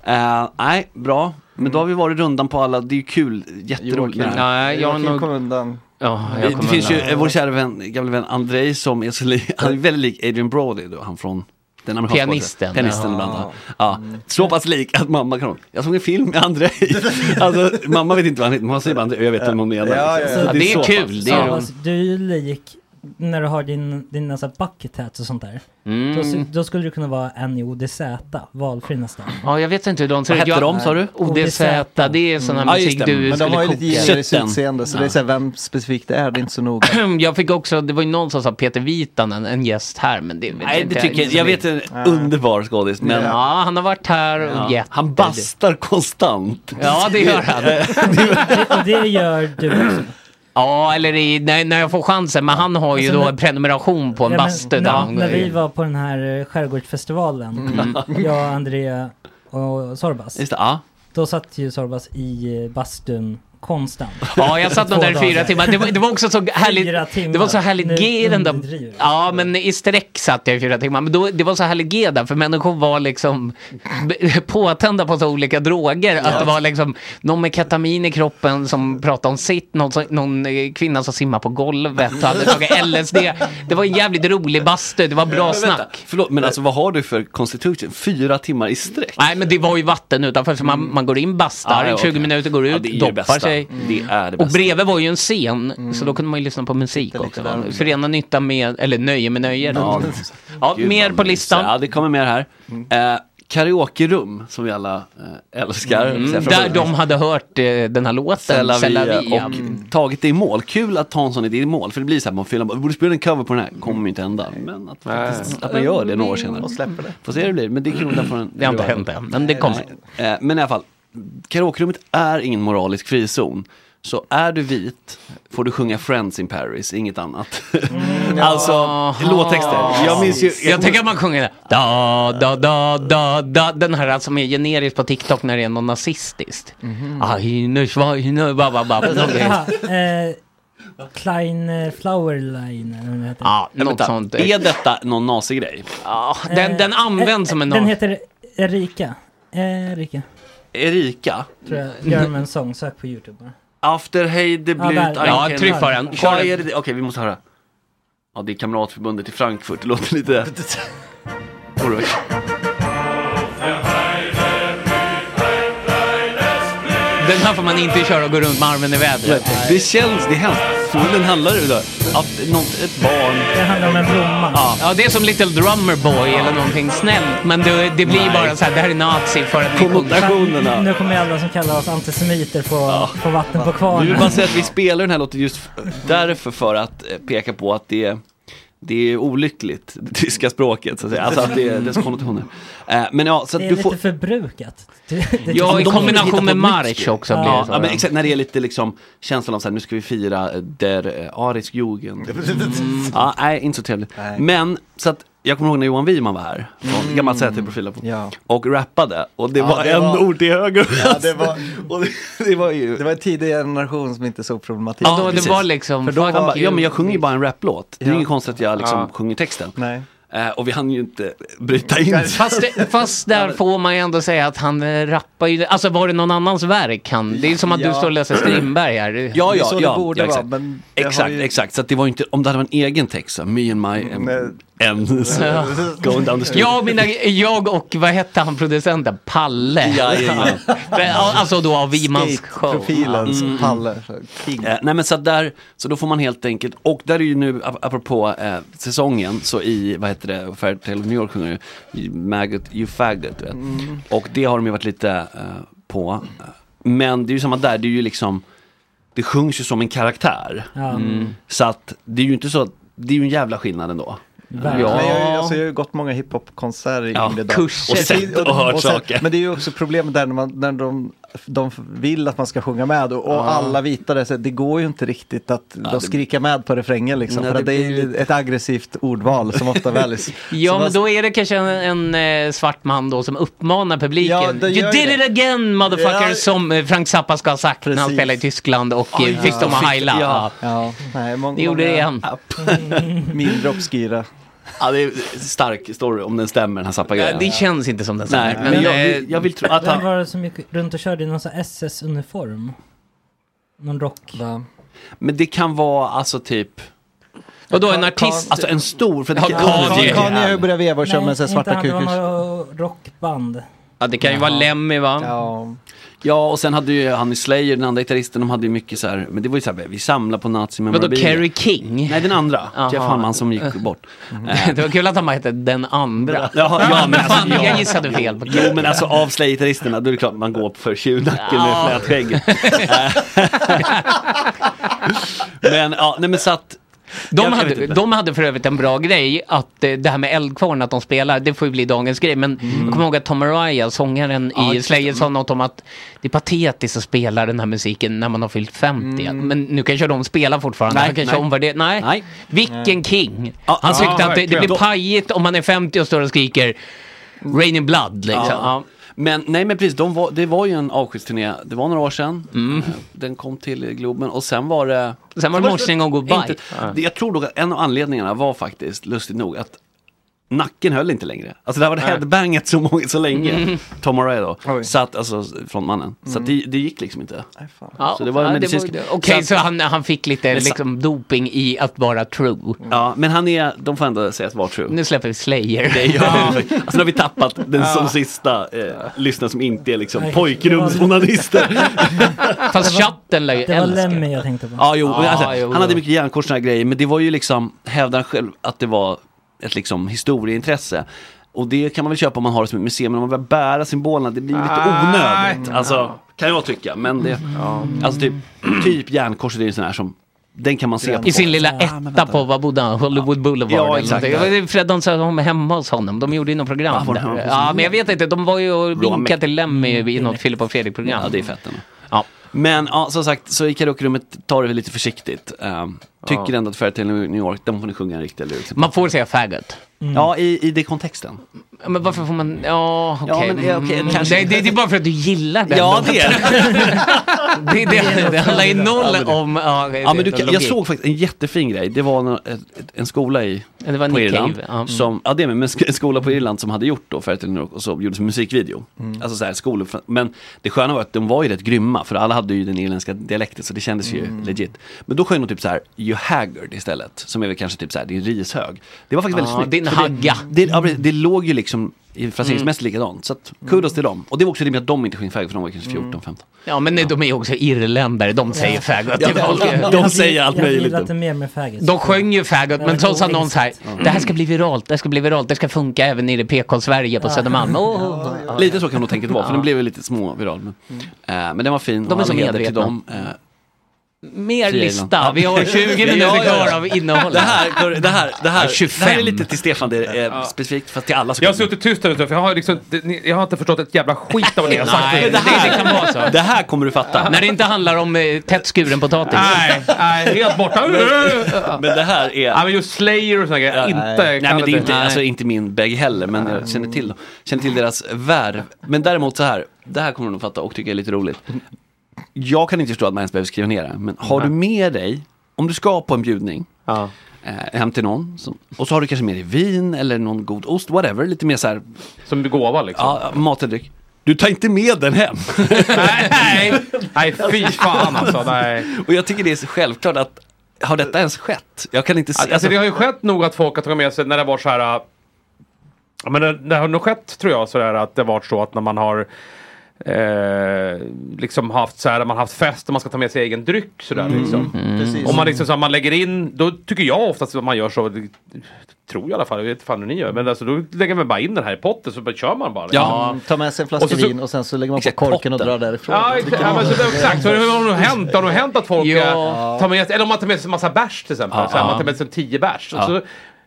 [SPEAKER 2] Eh, nej, bra. Men då har vi varit rundan på alla, det är ju kul, jätteroligt. med det här.
[SPEAKER 6] Nej, jag har
[SPEAKER 7] Joakim
[SPEAKER 6] nog...
[SPEAKER 7] kom undan.
[SPEAKER 6] Ja,
[SPEAKER 2] Det,
[SPEAKER 6] jag
[SPEAKER 2] det
[SPEAKER 6] kommer
[SPEAKER 2] finns ju
[SPEAKER 6] undan.
[SPEAKER 2] eh, vår kära vän, gamla vän Andrei som är så li- han är väldigt lik Adrian Brody då, han från den amerikanska
[SPEAKER 6] Pianisten.
[SPEAKER 2] Pianisten
[SPEAKER 6] Ja.
[SPEAKER 2] bland annat. Ja,
[SPEAKER 7] Mm.
[SPEAKER 2] så pass lik att mamma kan Jag såg en film med Andrei. alltså, mamma vet inte vad han heter, men hon säger bara Andrei och jag vet vem hon menar. liksom.
[SPEAKER 7] Ja, ja, ja.
[SPEAKER 6] Ja,
[SPEAKER 2] Så
[SPEAKER 6] Alltså, det är
[SPEAKER 2] så
[SPEAKER 6] kul,
[SPEAKER 2] pass.
[SPEAKER 6] det är
[SPEAKER 2] Ja.
[SPEAKER 6] roligt.
[SPEAKER 5] Alltså, du är ju lik när du har din, dina så här bucket hats och sånt där.
[SPEAKER 6] Mm.
[SPEAKER 5] Då, då skulle du kunna vara Annie ODZ, valfri nästan.
[SPEAKER 6] Ja, jag vet inte hur de ser
[SPEAKER 2] Vad
[SPEAKER 6] ut.
[SPEAKER 2] hette
[SPEAKER 6] Jag-
[SPEAKER 2] de, sa du?
[SPEAKER 6] ODZ, det är sån här
[SPEAKER 2] Mm. Ja, just
[SPEAKER 6] musik
[SPEAKER 2] det.
[SPEAKER 6] du
[SPEAKER 2] Men
[SPEAKER 7] Men de har
[SPEAKER 6] skulle
[SPEAKER 7] ju
[SPEAKER 6] koka.
[SPEAKER 7] lite gener i sitt utseende så det är såhär vem specifikt det är, det är inte så noga.
[SPEAKER 6] Jag fick också, det var ju någon som sa Peter Vitanen, en gäst här, men det
[SPEAKER 2] Nej, det tycker jag, jag vet en underbar skådis, men
[SPEAKER 6] Ja, han har varit här och
[SPEAKER 2] ja.
[SPEAKER 6] gett.
[SPEAKER 2] han bastar konstant. Eh,
[SPEAKER 6] Ja, det gör han.
[SPEAKER 5] Och det gör du också.
[SPEAKER 6] Ja, eller i, när, när jag får chansen. Men han har ju
[SPEAKER 5] Alltså,
[SPEAKER 6] då
[SPEAKER 5] när-
[SPEAKER 6] en prenumeration på en
[SPEAKER 5] Ja, men
[SPEAKER 6] bastu. där
[SPEAKER 5] när,
[SPEAKER 6] han går
[SPEAKER 5] när vi
[SPEAKER 6] in.
[SPEAKER 5] var på den här eh, skärgårdsfestivalen,
[SPEAKER 6] Mm.
[SPEAKER 5] jag, Andrea och Sorbas.
[SPEAKER 2] Just det, ja.
[SPEAKER 5] Då satt ju Sorbas i eh, bastun konstant.
[SPEAKER 6] Ja, jag satt nog
[SPEAKER 5] Två
[SPEAKER 6] där i fyra
[SPEAKER 5] dagar.
[SPEAKER 6] timmar. Det var, det var också så
[SPEAKER 5] Fyra
[SPEAKER 6] härligt.
[SPEAKER 5] timmar.
[SPEAKER 6] Det var så härligt
[SPEAKER 5] Nu
[SPEAKER 6] G i den där.
[SPEAKER 5] underdriver.
[SPEAKER 6] Ja, men i sträck satt jag i fyra timmar. Men då, det var så härligt G där, för människor var liksom b- påtända på så olika droger. Att det var liksom någon med ketamin i kroppen som pratade om sitt, någon, som, någon eh, kvinna som simmade på golvet och hade tagit LSD. Det var en jävligt rolig bastu, det var bra
[SPEAKER 2] Men vänta,
[SPEAKER 6] snack.
[SPEAKER 2] Förlåt, men alltså vad har du för constitution? Fyra timmar i sträck?
[SPEAKER 6] Nej men det var ju vatten utanför så man, man går in, bastar
[SPEAKER 2] Ah,
[SPEAKER 6] i
[SPEAKER 2] ja,
[SPEAKER 6] 20
[SPEAKER 2] okej.
[SPEAKER 6] minuter, går
[SPEAKER 2] Ja,
[SPEAKER 6] ut,
[SPEAKER 2] det är ju det
[SPEAKER 6] doppar
[SPEAKER 2] bästa.
[SPEAKER 6] sig.
[SPEAKER 2] Det är det
[SPEAKER 6] Och
[SPEAKER 2] bästa. Mm.
[SPEAKER 6] bredvid var ju en scen så då kunde man ju lyssna på musik också. va? Förena nytta med, eller nöje med nöje.
[SPEAKER 2] Ja,
[SPEAKER 6] Ja, mer
[SPEAKER 2] vad
[SPEAKER 6] på
[SPEAKER 2] mysigt.
[SPEAKER 6] listan. Mm.
[SPEAKER 2] Ja, det kommer mer här. Eh, karaokerum, som vi alla eh, älskar.
[SPEAKER 6] Mm,
[SPEAKER 2] Så här, från
[SPEAKER 6] där
[SPEAKER 2] början.
[SPEAKER 6] de hade hört eh, den här
[SPEAKER 2] C'est
[SPEAKER 6] låten,
[SPEAKER 2] la
[SPEAKER 6] C'est la
[SPEAKER 2] vie,
[SPEAKER 6] vie, ja.
[SPEAKER 2] och tagit det i mål. Kul att ta en sån idé i mål, för det blir så här, man fyller, vi borde spela en cover på den här, kommer ju inte hända. Men att, faktiskt, att man gör det några år senare.
[SPEAKER 7] Och släpper det.
[SPEAKER 2] Får se hur det blir, men det är kul att den får en...
[SPEAKER 6] Det har inte hänt än, men det kommer.
[SPEAKER 2] Nej. Eh, Men i alla fall, karaokerummet är ingen moralisk frizon. Så är du vit får du sjunga Friends in Paris, inget annat. alltså, låttexter. Jag minns ju...
[SPEAKER 6] Jag tänker att man sjunger den här, da, da, da, da, da, den här som är generisk på TikTok när det är något nazistiskt.
[SPEAKER 2] Mhm.
[SPEAKER 6] Ahine, schweine, ba, ba, ba.
[SPEAKER 5] Ja, eh, Klein eh, Flowerline eller vad den heter.
[SPEAKER 6] Ja, något
[SPEAKER 2] vänta.
[SPEAKER 6] sånt.
[SPEAKER 2] Är detta någon nazigrej?
[SPEAKER 6] Ja, den, den används som en
[SPEAKER 5] Eh, Den
[SPEAKER 6] norm.
[SPEAKER 5] heter Erika. Erika,
[SPEAKER 2] Erika?
[SPEAKER 5] tror jag.
[SPEAKER 6] Mm.
[SPEAKER 5] German Song, sök på YouTube bara.
[SPEAKER 2] After Hey Debut
[SPEAKER 5] Ja, där. Ja, tryck på den. Kör
[SPEAKER 2] Vad
[SPEAKER 5] den.
[SPEAKER 2] är det? Okej, vi måste höra. Ja, det är Kamratförbundet i Frankfurt. Det låter lite... Oroväckande.
[SPEAKER 6] Den här får man inte köra och gå runt med armen i vädret.
[SPEAKER 2] Det känns, det är hemskt. Förmodligen handlar det då att något, ett barn...
[SPEAKER 5] Det handlar om en blomma.
[SPEAKER 6] Ja. ja, det är som Little Drummer Boy eller någonting snällt. Men det, det blir
[SPEAKER 2] Nej.
[SPEAKER 6] bara så här, det här är nazi för att ni
[SPEAKER 5] Nu kommer alla som kallar oss antisemiter få, få vatten på kvarnen.
[SPEAKER 2] Vi vill bara säga att vi spelar den här låten just f- därför för att eh, peka på att det är, det är olyckligt, det tyska språket så att säga. Alltså att det är dess konnotationer. Eh, Men ja, så
[SPEAKER 5] det
[SPEAKER 2] att
[SPEAKER 5] är
[SPEAKER 2] du
[SPEAKER 5] lite
[SPEAKER 2] får...
[SPEAKER 5] förbrukat.
[SPEAKER 2] Ja,
[SPEAKER 6] i
[SPEAKER 2] typ de får
[SPEAKER 6] kombination
[SPEAKER 2] hitta på
[SPEAKER 6] med
[SPEAKER 2] nytt
[SPEAKER 6] marsch
[SPEAKER 2] grejer.
[SPEAKER 6] också blir
[SPEAKER 2] Ja,
[SPEAKER 6] det så,
[SPEAKER 2] ja, men
[SPEAKER 6] ja.
[SPEAKER 2] exakt, när det är lite liksom känslan av så här, nu ska vi fira eh, der eh, arisk jugend. Mm. Ja, nej, inte så trevligt. Men, så att jag kommer ihåg när Johan Wiman var här, från gammalt Säter-profilen, och rappade. Och det
[SPEAKER 7] Mm. Ja,
[SPEAKER 2] var
[SPEAKER 7] det
[SPEAKER 2] en
[SPEAKER 7] var-
[SPEAKER 2] ord till höger och
[SPEAKER 7] Ja, det, var,
[SPEAKER 2] och det, det var ju...
[SPEAKER 7] det var en tidig generation som inte såg problematik.
[SPEAKER 2] Ja, liksom- precis.
[SPEAKER 6] liksom
[SPEAKER 7] För då
[SPEAKER 2] han
[SPEAKER 7] var,
[SPEAKER 2] bara, ja men jag sjunger ju bara en raplåt. Det är
[SPEAKER 7] Ja.
[SPEAKER 2] ju inget konstigt att jag liksom
[SPEAKER 7] Ja.
[SPEAKER 2] sjunger texten.
[SPEAKER 7] Nej.
[SPEAKER 2] Eh, och vi hann ju inte bryta in.
[SPEAKER 6] Fast, det, fast där får man ju ändå säga att han eh, rappar ju, alltså var det någon annans verk han, det är som att du
[SPEAKER 2] Ja.
[SPEAKER 6] står och läser Strindberg här. Det-
[SPEAKER 2] Ja, ja, ja, ja, exakt.
[SPEAKER 6] det har
[SPEAKER 2] exakt,
[SPEAKER 6] ju- Mm,
[SPEAKER 2] exakt. Så att det var ju inte, om det hade varit en egen text, så, här, me and my um, ends,
[SPEAKER 6] Ja.
[SPEAKER 2] going down the street.
[SPEAKER 6] Ja, mina, jag och vad hette han producenten? Palle.
[SPEAKER 2] Ja, ja,
[SPEAKER 6] Men, Alltså då av Wimans show.
[SPEAKER 2] Skate-profilens Palle. Eh, nej men så att där, så då får man helt enkelt, och där är ju nu ap- apropå eh, säsongen, så i, vad heter det, Fairy Tale of New York sjunger ju "You Maggot, You Faggot, du vet.
[SPEAKER 12] Mm.
[SPEAKER 2] Och det har de ju varit lite eh, på. Men det är ju samma där, det är ju liksom, det sjungs ju som en karaktär.
[SPEAKER 7] Ja. Mm.
[SPEAKER 2] Så att det är ju inte så, det är ju en jävla skillnad ändå.
[SPEAKER 7] Men jag, har ju- alltså, jag har ju gått många hiphopkonserter i
[SPEAKER 2] Ja,
[SPEAKER 7] yngre
[SPEAKER 2] kurser. Och sett och hört saker.
[SPEAKER 7] Men det är ju också problemet där när, man, när de, de vill att man ska sjunga med och, och
[SPEAKER 2] Ja.
[SPEAKER 7] alla vita där, så det går ju inte riktigt att
[SPEAKER 2] det-
[SPEAKER 7] de skrika med på refrängen liksom.
[SPEAKER 6] Nej,
[SPEAKER 7] för
[SPEAKER 6] det
[SPEAKER 7] att det är ju ett aggressivt ordval som ofta väljs.
[SPEAKER 6] Ja,
[SPEAKER 7] Så
[SPEAKER 6] men
[SPEAKER 7] man-
[SPEAKER 6] då är det kanske en, en eh, svart man då som uppmanar publiken.
[SPEAKER 7] det
[SPEAKER 6] you
[SPEAKER 7] gör
[SPEAKER 6] did
[SPEAKER 7] det.
[SPEAKER 6] it again motherfucker,
[SPEAKER 7] Ja.
[SPEAKER 6] som eh, Frank Zappa ska ha sagt när han spelade i Tyskland och eh, fick dem att heila.
[SPEAKER 7] Ja.
[SPEAKER 6] Ja.
[SPEAKER 7] Ja. Nej, många,
[SPEAKER 6] Det gjorde det igen.
[SPEAKER 7] Mindre obskyra.
[SPEAKER 2] Ja, det är en stark story om den stämmer, den här Zappa-grejen.
[SPEAKER 6] Det känns inte som den stämmer.
[SPEAKER 2] Nej, men
[SPEAKER 6] Men,
[SPEAKER 2] jag,
[SPEAKER 6] eh,
[SPEAKER 2] vill- jag vill tro att
[SPEAKER 5] Vem
[SPEAKER 2] han...
[SPEAKER 5] var det som gick runt och körde i någon sån här SS-uniform? Någon rock?
[SPEAKER 2] Men det kan vara alltså typ...
[SPEAKER 6] Och då en artist?
[SPEAKER 2] Alltså en stor, för
[SPEAKER 6] Ja, Kanye.
[SPEAKER 7] Kanye har ju börjat veva och köra med sig
[SPEAKER 5] inte
[SPEAKER 7] svarta
[SPEAKER 5] han, det var
[SPEAKER 7] kukers.
[SPEAKER 5] någon rockband.
[SPEAKER 6] ja, det kan ju vara Lemmy va?
[SPEAKER 7] Ja.
[SPEAKER 2] Ja, och sen hade ju han i Slayer, den andra gitarristen, de hade ju mycket så här, men det var ju så här, vi samlar på nazi
[SPEAKER 6] Vadå, Kerry King?
[SPEAKER 2] Nej, den andra.
[SPEAKER 6] Jaha.
[SPEAKER 2] Jeff Hanman som gick bort. Eh,
[SPEAKER 6] Det var kul att han bara hette den andra.
[SPEAKER 2] Ja, ja, men alltså,
[SPEAKER 6] fan,
[SPEAKER 2] ja.
[SPEAKER 6] jag gissade fel på
[SPEAKER 2] Jo, men alltså av Slayer-gitarristerna, då är det klart man går för tjuvnacken
[SPEAKER 6] Ja.
[SPEAKER 2] med flätskägg. men ja, nej men så att...
[SPEAKER 6] De
[SPEAKER 2] jag vet
[SPEAKER 6] hade,
[SPEAKER 2] inte.
[SPEAKER 6] de hade för övrigt en bra grej, att eh, det här med Eldkvarn, att de spelar, det får ju bli dagens grej. Men jag kommer ihåg att Tom Araya, sångaren
[SPEAKER 2] Mm. Ja,
[SPEAKER 6] i
[SPEAKER 2] just det.
[SPEAKER 6] Slayer, sa något om att det är patetiskt att spela den här musiken när man har fyllt 50. Men nu kanske de spelar fortfarande,
[SPEAKER 2] Mm. Nej,
[SPEAKER 6] nej, kanske
[SPEAKER 2] nej.
[SPEAKER 6] omvärderar. Nej.
[SPEAKER 2] Nej.
[SPEAKER 6] vilken king!
[SPEAKER 2] Ja,
[SPEAKER 6] Han
[SPEAKER 2] ja,
[SPEAKER 6] tyckte att det, det
[SPEAKER 2] verkligen.
[SPEAKER 6] blir pajigt om man är 50 och står och skriker Rain in blood liksom. Ja.
[SPEAKER 2] Men nej men precis, de var, det var ju en avskedsturné, det var några år sedan. Eh, Den kom till Globen och sen var det...
[SPEAKER 6] Sen var det morsning och goodbye.
[SPEAKER 2] Inte,
[SPEAKER 6] Ja.
[SPEAKER 2] det- Jag tror dock att en av anledningarna var faktiskt, lustigt nog, att nacken höll inte längre. Alltså det här var det
[SPEAKER 4] Nej.
[SPEAKER 2] headbanget så, många, så länge,
[SPEAKER 6] Mm.
[SPEAKER 2] Tom Araya då, satt, alltså från mannen. Så att det, det gick liksom inte. Så det var en
[SPEAKER 6] ja,
[SPEAKER 2] medicinsk...
[SPEAKER 6] ju det. Okej,
[SPEAKER 2] att-
[SPEAKER 6] så, han, han fick lite
[SPEAKER 2] Men sa- Mm.
[SPEAKER 6] liksom, doping i att vara true.
[SPEAKER 2] Ja, men han är, de får ändå säga att var true.
[SPEAKER 6] Nu släpper vi Slayer.
[SPEAKER 2] Det gör vi. Alltså nu har vi tappat den
[SPEAKER 6] Ja.
[SPEAKER 2] som sista eh, lyssnaren som inte är liksom
[SPEAKER 5] Nej,
[SPEAKER 2] pojkrumsjournalister.
[SPEAKER 6] Fast chatten lär ju
[SPEAKER 5] Det var
[SPEAKER 6] älska.
[SPEAKER 5] Lemmy jag tänkte på.
[SPEAKER 2] Ja, jo, men alltså,
[SPEAKER 6] Ja, jo,
[SPEAKER 2] han hade
[SPEAKER 6] jo.
[SPEAKER 2] mycket järnkors och såna här grejer, men det var ju liksom, hävdar han själv, att det var ett liksom historieintresse. Och det kan man väl köpa om man har det som ett museum, men om man börjar bära symbolerna, det blir lite
[SPEAKER 4] Nej.
[SPEAKER 2] onödigt. Alltså, kan jag tycka, men det, alltså typ, typ järnkorset är ju en sån här som, den kan man se på.
[SPEAKER 6] I sin lilla etta på, vad bodde han? Hollywood Boulevard
[SPEAKER 2] Ja,
[SPEAKER 6] eller
[SPEAKER 2] exakt.
[SPEAKER 6] någonting. Det var Fred Dansson hemma hos honom. De gjorde ju något program
[SPEAKER 2] var det
[SPEAKER 6] där.
[SPEAKER 2] hemma hos
[SPEAKER 6] Ja, men jag vet inte. De var ju och
[SPEAKER 2] Bra Mm.
[SPEAKER 6] vinkade till Lemmy i något Filip och Fredrik-program.
[SPEAKER 2] Ja, det är fett ändå.
[SPEAKER 6] Ja.
[SPEAKER 2] Men ja, som sagt, så i karaokerummet tar det väl lite försiktigt. Ehm, tycker
[SPEAKER 6] Ja.
[SPEAKER 2] ändå att Fairytale New York, den får ni sjunga en riktig lyrics.
[SPEAKER 6] Man får säga faggot.
[SPEAKER 2] Ja, i, i det kontexten.
[SPEAKER 6] Men varför får man... Ja, okej.
[SPEAKER 2] Ja, men, ja, okej,
[SPEAKER 6] Mm.
[SPEAKER 2] kanske-
[SPEAKER 6] det, det, det är bara för att du gillar den.
[SPEAKER 2] Ja, det är
[SPEAKER 6] det. det, det handlar ju noll om... Ja, det-
[SPEAKER 2] Ja, men du,
[SPEAKER 6] det-
[SPEAKER 2] kan- jag
[SPEAKER 6] logik.
[SPEAKER 2] såg faktiskt en jättefin grej. Det var nå- ett- ett- en skola i,
[SPEAKER 6] det var
[SPEAKER 2] på
[SPEAKER 6] Nick
[SPEAKER 2] Irland.
[SPEAKER 6] Cave, ja. mm.
[SPEAKER 2] Som, ja, det är med, men sk- en skola på Irland som hade gjort då Fairytale New York och så gjordes en musikvideo.
[SPEAKER 6] Mm.
[SPEAKER 2] Alltså så här, skolor, för- men det sköna var att de var ju rätt grymma för alla hade ju den irländska dialekten så det kändes ju
[SPEAKER 6] Mm.
[SPEAKER 2] legit. Men då sjöng de typ så här, You Haggard istället. Som är väl kanske typ så här, din rishög. Det var faktiskt
[SPEAKER 6] Ja, din
[SPEAKER 2] väldigt snyggt. för det-
[SPEAKER 6] hagga. Mm.
[SPEAKER 2] Det, ja, precis, det låg ju liksom i fraseringsmässigt likadant. Så att, kudos till dem. Och det var också rimligt att de inte sjöng faggot för de var kanske
[SPEAKER 6] Mm.
[SPEAKER 2] 14-15.
[SPEAKER 6] Ja, men nej, de är ju också irländare. De säger
[SPEAKER 2] Ja.
[SPEAKER 6] faggot.
[SPEAKER 2] Ja,
[SPEAKER 6] till folk.
[SPEAKER 2] de Jag hade- säger allt
[SPEAKER 5] Jag hade
[SPEAKER 2] möjligt.
[SPEAKER 5] gillat det mer med faggots.
[SPEAKER 6] De sjöng ju faggot,
[SPEAKER 5] Ja,
[SPEAKER 6] men
[SPEAKER 5] det
[SPEAKER 6] trots
[SPEAKER 5] går
[SPEAKER 6] att någon
[SPEAKER 5] minst.
[SPEAKER 6] säger
[SPEAKER 5] Ja.
[SPEAKER 6] det här ska bli viralt, det här ska bli viralt, det ska funka även nere i PK-Sverige på Södermalm. Åh.
[SPEAKER 2] Lite så kan man nog tänka att det var,
[SPEAKER 6] Ja.
[SPEAKER 2] för
[SPEAKER 6] Mm.
[SPEAKER 2] den blev ju lite småviral. Men, eh, men den var fin.
[SPEAKER 6] De är
[SPEAKER 2] och
[SPEAKER 6] så
[SPEAKER 2] all heder till
[SPEAKER 6] medvetna.
[SPEAKER 2] dem, eh,
[SPEAKER 6] Mer
[SPEAKER 2] Fria
[SPEAKER 6] lista.
[SPEAKER 2] Irland.
[SPEAKER 6] Vi har 20
[SPEAKER 2] Ja,
[SPEAKER 6] minuter
[SPEAKER 2] ja, ja.
[SPEAKER 6] kvar av innehållet.
[SPEAKER 2] Det här, det här, det här,
[SPEAKER 6] Ja, 25.
[SPEAKER 2] det här är lite till Stefan det är eh, specifikt, fast till alla
[SPEAKER 4] Jag har suttit tyst här ute för jag har, liksom, det- ni- jag har inte förstått ett jävla skit av vad ni har sagt.
[SPEAKER 6] Nej, det, här, det kan vara så.
[SPEAKER 2] Det här kommer du fatta.
[SPEAKER 6] När det inte handlar om eh, tätt skuren potatis.
[SPEAKER 4] Nej, nej, helt borta.
[SPEAKER 2] Men, men det här är...
[SPEAKER 4] Ja, men just Slayer och sådana grejer, inte
[SPEAKER 2] nej,
[SPEAKER 4] kan
[SPEAKER 2] men det är
[SPEAKER 4] jag
[SPEAKER 2] inte,
[SPEAKER 4] Nej.
[SPEAKER 2] alltså, inte min bag heller, men jag känner till, dem. känner till deras värv. Men däremot så här, det här kommer du nog fatta och tycka är lite roligt. Jag kan inte förstå att man ens behöver skriva ner det, men har du med dig, om du ska på en bjudning, eh, hem till någon, som, och så har du kanske med dig vin eller någon god ost, whatever, lite mer så här.
[SPEAKER 4] Som gåva liksom?
[SPEAKER 2] Ja, mat eller dryck. Du tar inte med den hem.
[SPEAKER 4] Nej, fy fan alltså. Nej.
[SPEAKER 2] Och jag tycker det är så självklart att, har detta ens skett? Jag kan inte se.
[SPEAKER 4] Alltså, det har ju skett nog att folk har tagit med sig när det var så här. äh, Ja, men det, det har nog skett tror jag sådär att det har varit så att när man har Eh, liksom haft så här, man har haft fest och man ska ta med sig egen dryck sådär
[SPEAKER 8] Mm.
[SPEAKER 4] liksom.
[SPEAKER 8] Mm. Precis.
[SPEAKER 4] Om man liksom så här, man lägger in, då tycker jag oftast att man gör så, det, tror jag i alla fall, jag vet inte fan hur ni gör, men alltså då lägger man bara in den här i potten så bara kör man bara. liksom.
[SPEAKER 7] Mm, ta med sig en flaska
[SPEAKER 4] Och så- så-
[SPEAKER 7] vin och sen så lägger man på korken och drar därifrån.
[SPEAKER 4] Ja, exakt. Ja, men så, det- exakt. Så hur har det hänt? Har det hänt att folk
[SPEAKER 7] Ja.
[SPEAKER 4] eh, tar med sig, eller om man tar med sig en massa bärs till exempel.
[SPEAKER 7] Ja.
[SPEAKER 4] så här, man tar med sig en tio bärs. Och,
[SPEAKER 7] Ja.
[SPEAKER 4] så,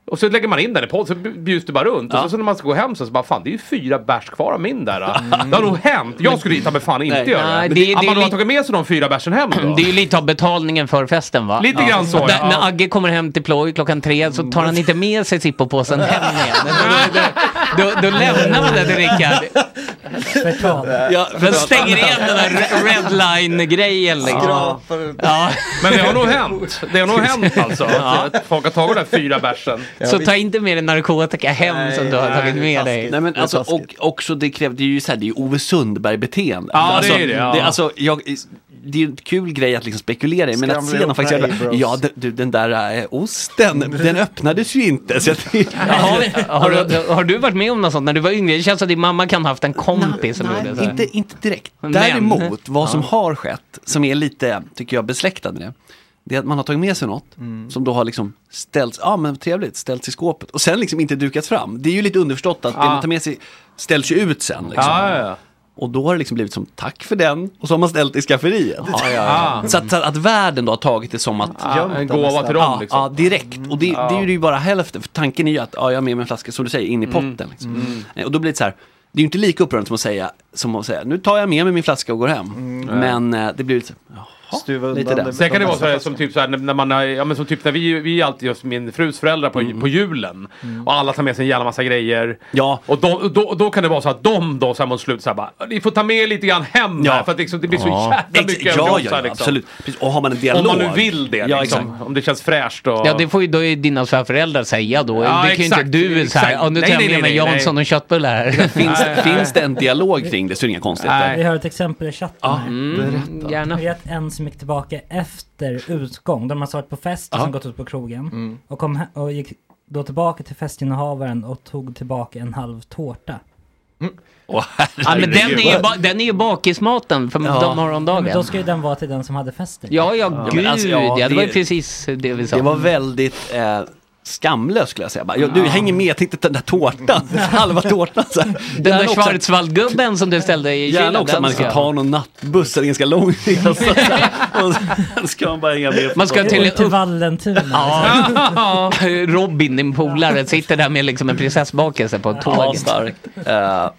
[SPEAKER 4] och så lägger man in den i podden, så bj- bjuds det bara runt. Och så, så när man ska gå hem så, så bara fan det är ju fyra bärs kvar av min där. då. Det har nog hänt. Jag skulle ta mig fan inte
[SPEAKER 6] Mm. Nej.
[SPEAKER 4] göra
[SPEAKER 6] Nej,
[SPEAKER 4] det.
[SPEAKER 6] det- det
[SPEAKER 4] Att
[SPEAKER 6] är
[SPEAKER 4] man då har
[SPEAKER 6] lite-
[SPEAKER 4] tagit med sig de fyra bärsen hem då.
[SPEAKER 6] Det är ju lite av betalningen för festen va?
[SPEAKER 4] Lite grann så,
[SPEAKER 6] Och där-
[SPEAKER 4] ja.
[SPEAKER 6] När Agge kommer hem till ploj klockan tre så tar han inte med sig Zippo-påsen hem igen. Då, då, då, då lämnar man den till Rickard.
[SPEAKER 2] Ja,
[SPEAKER 6] Den stänger igen den där redline-grejen liksom.
[SPEAKER 4] Skrapar Men det har nog hänt. Det har nog hänt alltså.
[SPEAKER 6] Ja.
[SPEAKER 4] Att folk har tagit den där fyra bärsen.
[SPEAKER 6] Så ta inte med dig narkotika hem som du har tagit med dig.
[SPEAKER 2] Nej, men alltså, och, också det krävde det är ju så här, det är ju Ove Sundberg-beteende.
[SPEAKER 6] Ja, det
[SPEAKER 2] alltså,
[SPEAKER 6] är det, ja.
[SPEAKER 2] Det, alltså, jag, det är ju en kul grej att liksom spekulera i, men att
[SPEAKER 6] Scramble
[SPEAKER 2] se någon
[SPEAKER 6] ihop
[SPEAKER 2] faktiskt
[SPEAKER 6] med
[SPEAKER 2] göra
[SPEAKER 6] A-bros.
[SPEAKER 2] ja d- du den där äh, osten, den öppnades ju inte. Så att,
[SPEAKER 6] Har, du, har du varit med om något sånt när du var yngre? Det känns som att din mamma kan ha haft en kompis som gjorde så.
[SPEAKER 2] nej,
[SPEAKER 6] här.
[SPEAKER 2] inte, inte direkt.
[SPEAKER 6] Men-
[SPEAKER 2] Däremot, vad som
[SPEAKER 6] Ja.
[SPEAKER 2] har skett, som är lite, tycker jag, besläktad med det, det är att man har tagit med sig något
[SPEAKER 4] Mm.
[SPEAKER 2] som då har liksom ställts, ja men trevligt, ställts i skåpet och sen liksom inte dukats fram. Det är ju lite underförstått att det
[SPEAKER 4] Ja.
[SPEAKER 2] man tar med sig ställs ju ut sen. Liksom.
[SPEAKER 4] Ja, ja, ja.
[SPEAKER 2] Och då har det liksom blivit som tack för den och så har man ställt i skafferiet.
[SPEAKER 4] Ja, ja, ja.
[SPEAKER 2] Så, att, så att världen då har tagit det som att...
[SPEAKER 4] Ja, en gåva
[SPEAKER 2] nästan.
[SPEAKER 4] till dem,
[SPEAKER 2] Ja,
[SPEAKER 4] liksom.
[SPEAKER 2] ja, direkt. Och det, det är ju bara hälften. För tanken är ju att ja, jag har med mig en flaska, som du säger, in i
[SPEAKER 4] Mm.
[SPEAKER 2] potten. Liksom. Eh, Och då blir det så här, det är ju inte lika upprörande som att säga, som att säga nu tar jag med mig min flaska och går hem. Men eh, det blir lite, jaha, lite där.
[SPEAKER 4] Sen kan Mm. det vara så här, som typ så här, när- när man har, ja men som typ när vi, vi är alltid hos min frus föräldrar på, på julen. Och alla tar med sig en jävla massa grejer.
[SPEAKER 2] Ja.
[SPEAKER 4] Och då, och då, och då kan det vara så att de då så här mot slut så här bara, ni får ta med lite grann hem här, för att liksom, det blir så jävla
[SPEAKER 2] Ex-
[SPEAKER 4] mycket liksom."
[SPEAKER 2] Ja,
[SPEAKER 4] överdoser,
[SPEAKER 2] ja, ja absolut. Precis. Och har man en
[SPEAKER 4] Om
[SPEAKER 2] dialog.
[SPEAKER 4] man nu vill det,
[SPEAKER 2] Ja,
[SPEAKER 4] liksom,
[SPEAKER 2] exakt.
[SPEAKER 4] om det känns fräscht och...
[SPEAKER 6] Ja, det får ju då ju dina svärföräldrar säga då.
[SPEAKER 4] Ja,
[SPEAKER 6] det kan ju inte
[SPEAKER 4] exakt,
[SPEAKER 6] du så här,
[SPEAKER 4] exakt.
[SPEAKER 6] "Ja, nu tar
[SPEAKER 4] Nej,
[SPEAKER 6] jag
[SPEAKER 4] nej,
[SPEAKER 6] med
[SPEAKER 4] nej,
[SPEAKER 6] mig
[SPEAKER 4] nej, nej.
[SPEAKER 6] Jansson och köttbullar här.
[SPEAKER 2] Finns, finns det en dialog kring det så är det inga konstigheter.
[SPEAKER 5] Vi har ett exempel i chatten
[SPEAKER 2] Ja,
[SPEAKER 5] här.
[SPEAKER 2] mm, berätta.
[SPEAKER 5] Jag vet en som gick tillbaka efter utgång. De har alltså varit på fest och
[SPEAKER 2] Ja.
[SPEAKER 5] sen gått ut på krogen.
[SPEAKER 2] Mm.
[SPEAKER 5] Och, kom he- och gick då tillbaka till festinnehavaren och tog tillbaka en halv tårta.
[SPEAKER 6] ja, men den är, ju ba, den är ju bakismaten för
[SPEAKER 5] Ja.
[SPEAKER 6] Mm, de morgondagen.
[SPEAKER 5] Men då ska ju den vara till den som hade festen.
[SPEAKER 6] Ja, ja, gud.
[SPEAKER 2] men alltså, ja,
[SPEAKER 6] ja, det,
[SPEAKER 2] det-
[SPEAKER 6] var ju precis det vi sa.
[SPEAKER 2] Det var väldigt eh, skamlöst skulle jag säga. Bara, jag, du
[SPEAKER 6] Ja.
[SPEAKER 2] jag hänger med, jag tänkte den där tårtan, halva tårtan. Så här.
[SPEAKER 6] Den där
[SPEAKER 2] Gärna också-
[SPEAKER 6] Schwarzwaldgubben som du ställde i kylen.
[SPEAKER 2] Gärna också att man ska ta någon nattbuss, eller ganska lång resa. så här. Och sen ska man bara hänga med.
[SPEAKER 6] Man ska till-
[SPEAKER 5] Till Vallentuna.
[SPEAKER 6] Ja. liksom Robin, din polare, sitter där med liksom en prinsessbakelse på ett tåg.
[SPEAKER 2] Ja, starkt. Eh,